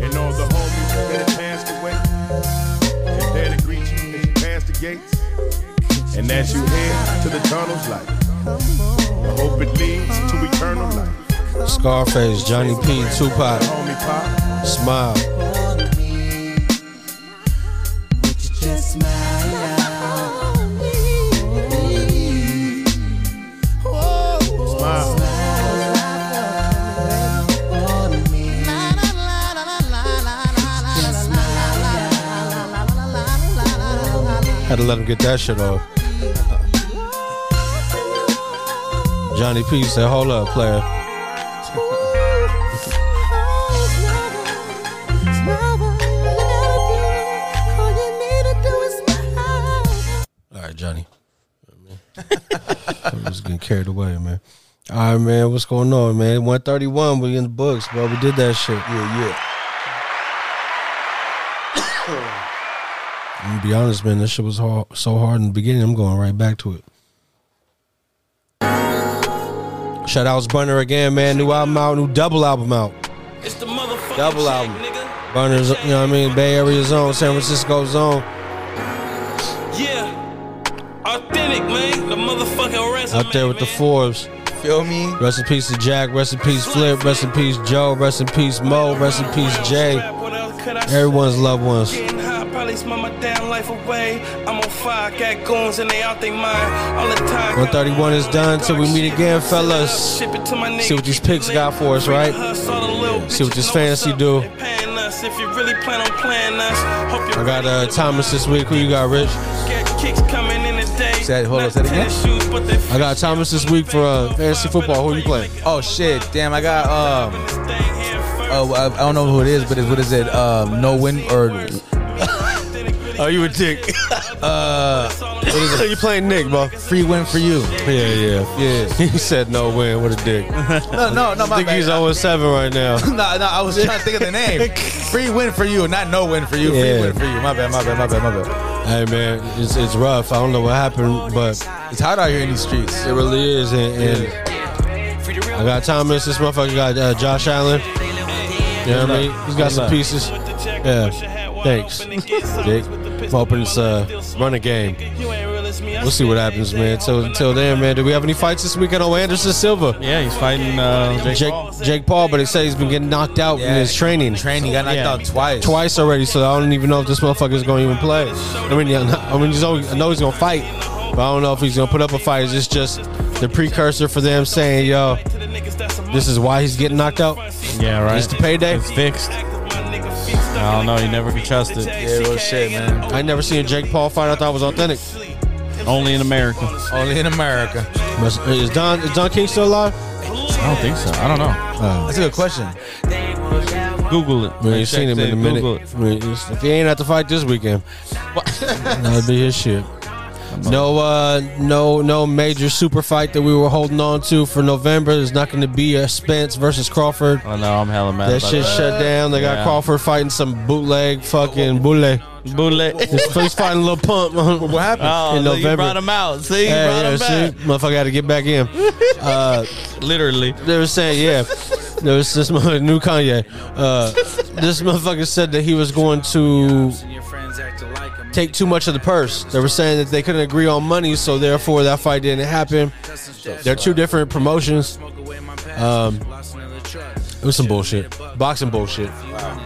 And all the homies that have passed away, they're there to greet you as you pass the gates. And as you head to the tunnel's light, I hope it leads to eternal life.
Scarface, Johnny P, Tupac, Smile. Had to let him get that shit off. Johnny P said, "Hold up, player." All right, Johnny. I was getting carried away, man. All right, man. What's going on, man? One thirty one. We in the books, bro. We did that shit. Yeah, yeah. I'm gonna be honest, man. This shit was hard, so hard in the beginning. I'm going right back to it. Shout outs, Burner again, man. New album out, new double album out.
It's the motherfucking
Double album. Burner's, you know what I mean? Bay Area zone, San Francisco zone.
Yeah. Authentic, man. The motherfucking resume.
Out there with the Forbes.
Feel me?
Rest in peace to Jack. Rest in peace Flip. Rest in peace Joe. Rest in peace Mo. Rest in peace Jay. Everyone's loved ones.
Getting high, probably smell my damn life away. I'm on fire, got goons and they out they mind. All the time.
131 is done. Till we meet again, fellas.
Ship it to my
See what these picks got for us, right? See what this fancy do.
paying us if you really plan on playing us. Hope
I got uh, Thomas this week. Who you got, Rich?
you got kicks coming in today.
Say, hold on, say that again? I got Thomas this week for uh, fantasy football. Who you playing?
Oh shit! Damn, I got um. Oh, I, I don't know who it is, but it's what is it? Um, no win or.
oh, you a dick.
uh, what is it?
you playing Nick, bro?
Free win for you.
Yeah, yeah, yeah. He said no win. What a dick.
No, no, no, my
I think
bad.
he's 0 7 right now.
no, no, I was trying to think of the name. Free win for you, not no win for you. Free
Yeah.
win for you. My bad, my bad, my bad, my bad.
Hey man, it's it's rough. I don't know what happened, but
it's hot out here in these streets.
It really is. And, and I got Thomas. This motherfucker got uh, Josh Allen. You know what I mean? He's got some pieces. Yeah. Thanks, Dick. I'm hoping it's uh, run a game. We'll see what happens, man. Till until then, man. Do we have any fights this weekend? Oh, Anderson Silva.
Yeah, he's fighting uh, Jake,
Jake Paul. Jake Paul, but they say he's been getting knocked out in his training.
Training got knocked
Yeah.
out twice.
Twice already, so I don't even know if this motherfucker is going to even play. I mean, yeah, I mean, he's always, I know he's going to fight, but I don't know if he's going to put up a fight. Is this just the precursor for them saying, yo, this is why he's getting knocked out?
Yeah, right.
It's the payday.
It's fixed. I don't know. You never can trust it. Yeah,
real shit, man.
I never seen a Jake Paul fight. I thought it was authentic.
Only in America.
Only in America.
Must- Is Don is Don King still alive? Oh.
I don't think so. I don't know.
That's a good question.
Google it.
We ain't seen him in a minute.
Google
I mean, it's- if he ain't at the fight this weekend, that'd be his shit. No, uh, no, no major super fight that we were holding on to for November. There's not going to be a Spence versus Crawford.
I know. I'm hella mad.
That
about
shit shut down. They got
Yeah.
Crawford fighting some bootleg fucking bootleg.
Bootleg.
He's he's fighting Lil Pump. what happened
Oh,
in
look,
November?
you brought him out. See, you
Yeah,
brought him
yeah,
back.
see? motherfucker got to get back in. Uh,
Literally.
they were saying, yeah. There was this mo- new Kanye. Uh, this motherfucker said that he was going to take too much of the purse. They were saying that they couldn't agree on money, so therefore that fight didn't happen. They're two different promotions. Um, it was some bullshit. Boxing bullshit.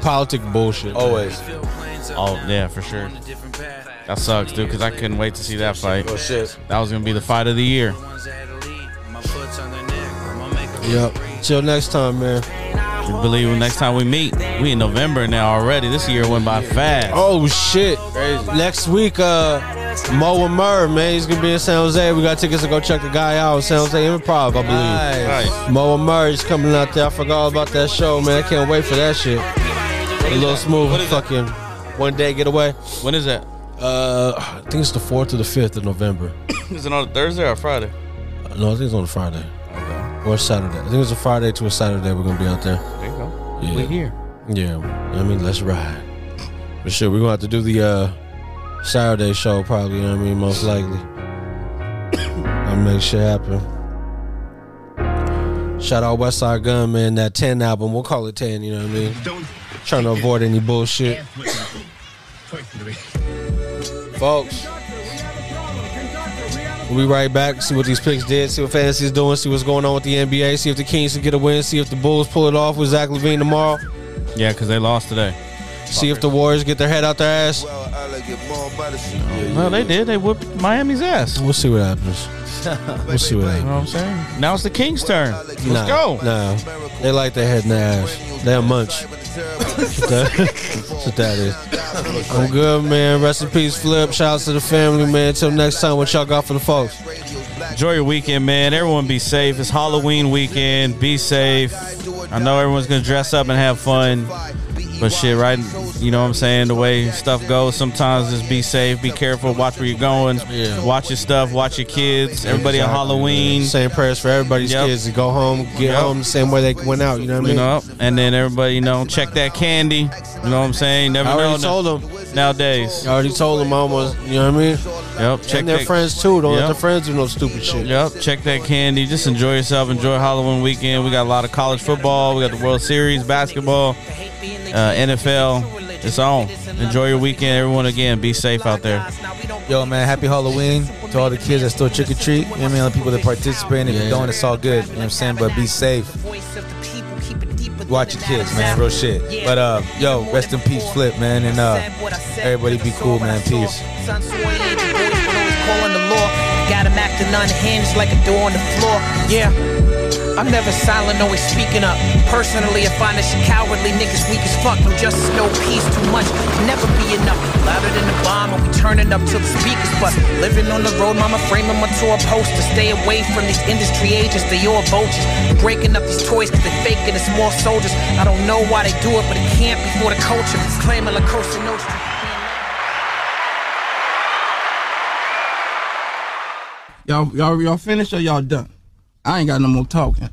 Politic bullshit.
Always.
Oh yeah, for sure. That sucks, dude. Because I couldn't wait to see that fight.
Oh, shit.
That was gonna be the fight of the year.
Yep. Till next time, man.
You believe it, next time we meet, we in November now already. This year went by fast.
Oh shit! Next week, uh, Mo and Murr, man, he's gonna be in San Jose. We got tickets to go check the guy out. San Jose Improv, I believe.
Nice.
Mo and Murr is coming out there. I forgot all about that show, man. I can't wait for that shit. A little smooth, fucking one day getaway.
When is that?
Uh, I think it's the fourth or the fifth of November.
Is it on a Thursday or a Friday?
Uh, No, I think it's on a Friday or a Saturday. I think it's a Friday to a Saturday. We're gonna be out there.
There you go.
Yeah.
We here.
Yeah, I mean, let's ride. But shit, we're gonna have to do the uh Saturday show probably, you know what I mean, most likely. I'll make shit happen. Shout out Westside Gun, man, that 10 album. We'll call it 10, you know what I mean? Trying to avoid any bullshit. Folks. We'll be right back. See what these picks did. See what fantasy's doing. See what's going on with the NBA. See if the Kings can get a win. See if the Bulls pull it off with Zach Levine tomorrow.
Yeah, because they lost today.
See if the Warriors get their head out their ass.
Well, they did. They whooped Miami's ass.
We'll see what happens. We'll see what
You know what I'm
happens.
saying? Now it's the Kings' turn. Let's
Nah,
go.
Nah, they like their head in their ass. They'll munch. That's what that- that's what that is. I'm good, man. Rest in peace, Flip. Shout out to the family, man. Till next time, what y'all got for the folks?
Enjoy your weekend, man. Everyone be safe. It's Halloween weekend. Be safe. I know everyone's going to dress up and have fun. But shit, right? You know what I'm saying? The way stuff goes, sometimes just be safe, be careful, watch where you're going, watch your stuff, watch your kids. Everybody on
Exactly,
Halloween.
man. Same prayers for everybody's
Yep.
kids to go home, get
Yep.
home the same way they went out. You know what I mean?
You know, and then everybody, you know, check that candy. You know what I'm saying? Never
I already
know.
told
them nowadays.
I already told them almost. You know what I mean?
Yep. Check
and their
that-
friends too. Don't
Yep.
let their friends do no stupid shit.
Yep, check that candy. Just enjoy yourself. Enjoy Halloween weekend. We got a lot of college football. We got the World Series, basketball, uh, NFL. It's on. Enjoy your weekend, everyone. Again, be safe out there.
Yo, man, happy Halloween to all the kids that still trick or treat. You know what I mean? All the people that participate. If
Yeah.
you don't, it's all good. You know what I'm saying? But be safe. Watch your kids, man. Real shit. But, uh, yo, rest in peace, Flip, man. And, uh, everybody be cool, man. Peace.
Sons who ain't even boys, but always calling the law. Got him acting unhinged like a door on the floor. Yeah. I'm never silent, always speaking up. Personally, I find this shit cowardly. Niggas weak as fuck. No justice, no peace. Too much, never be enough. Louder than the bomb, and we turning up till the speakers bust. Living on the road, mama framing my tour poster. Stay away from these industry agents, they all vultures. Breaking up these toys cause they faking it's more soldiers. I don't know why they do it, but it can't be for the culture. Claiming La Cosa Nostra.
Y'all, y'all, y'all finished or y'all done? I ain't got no more talking.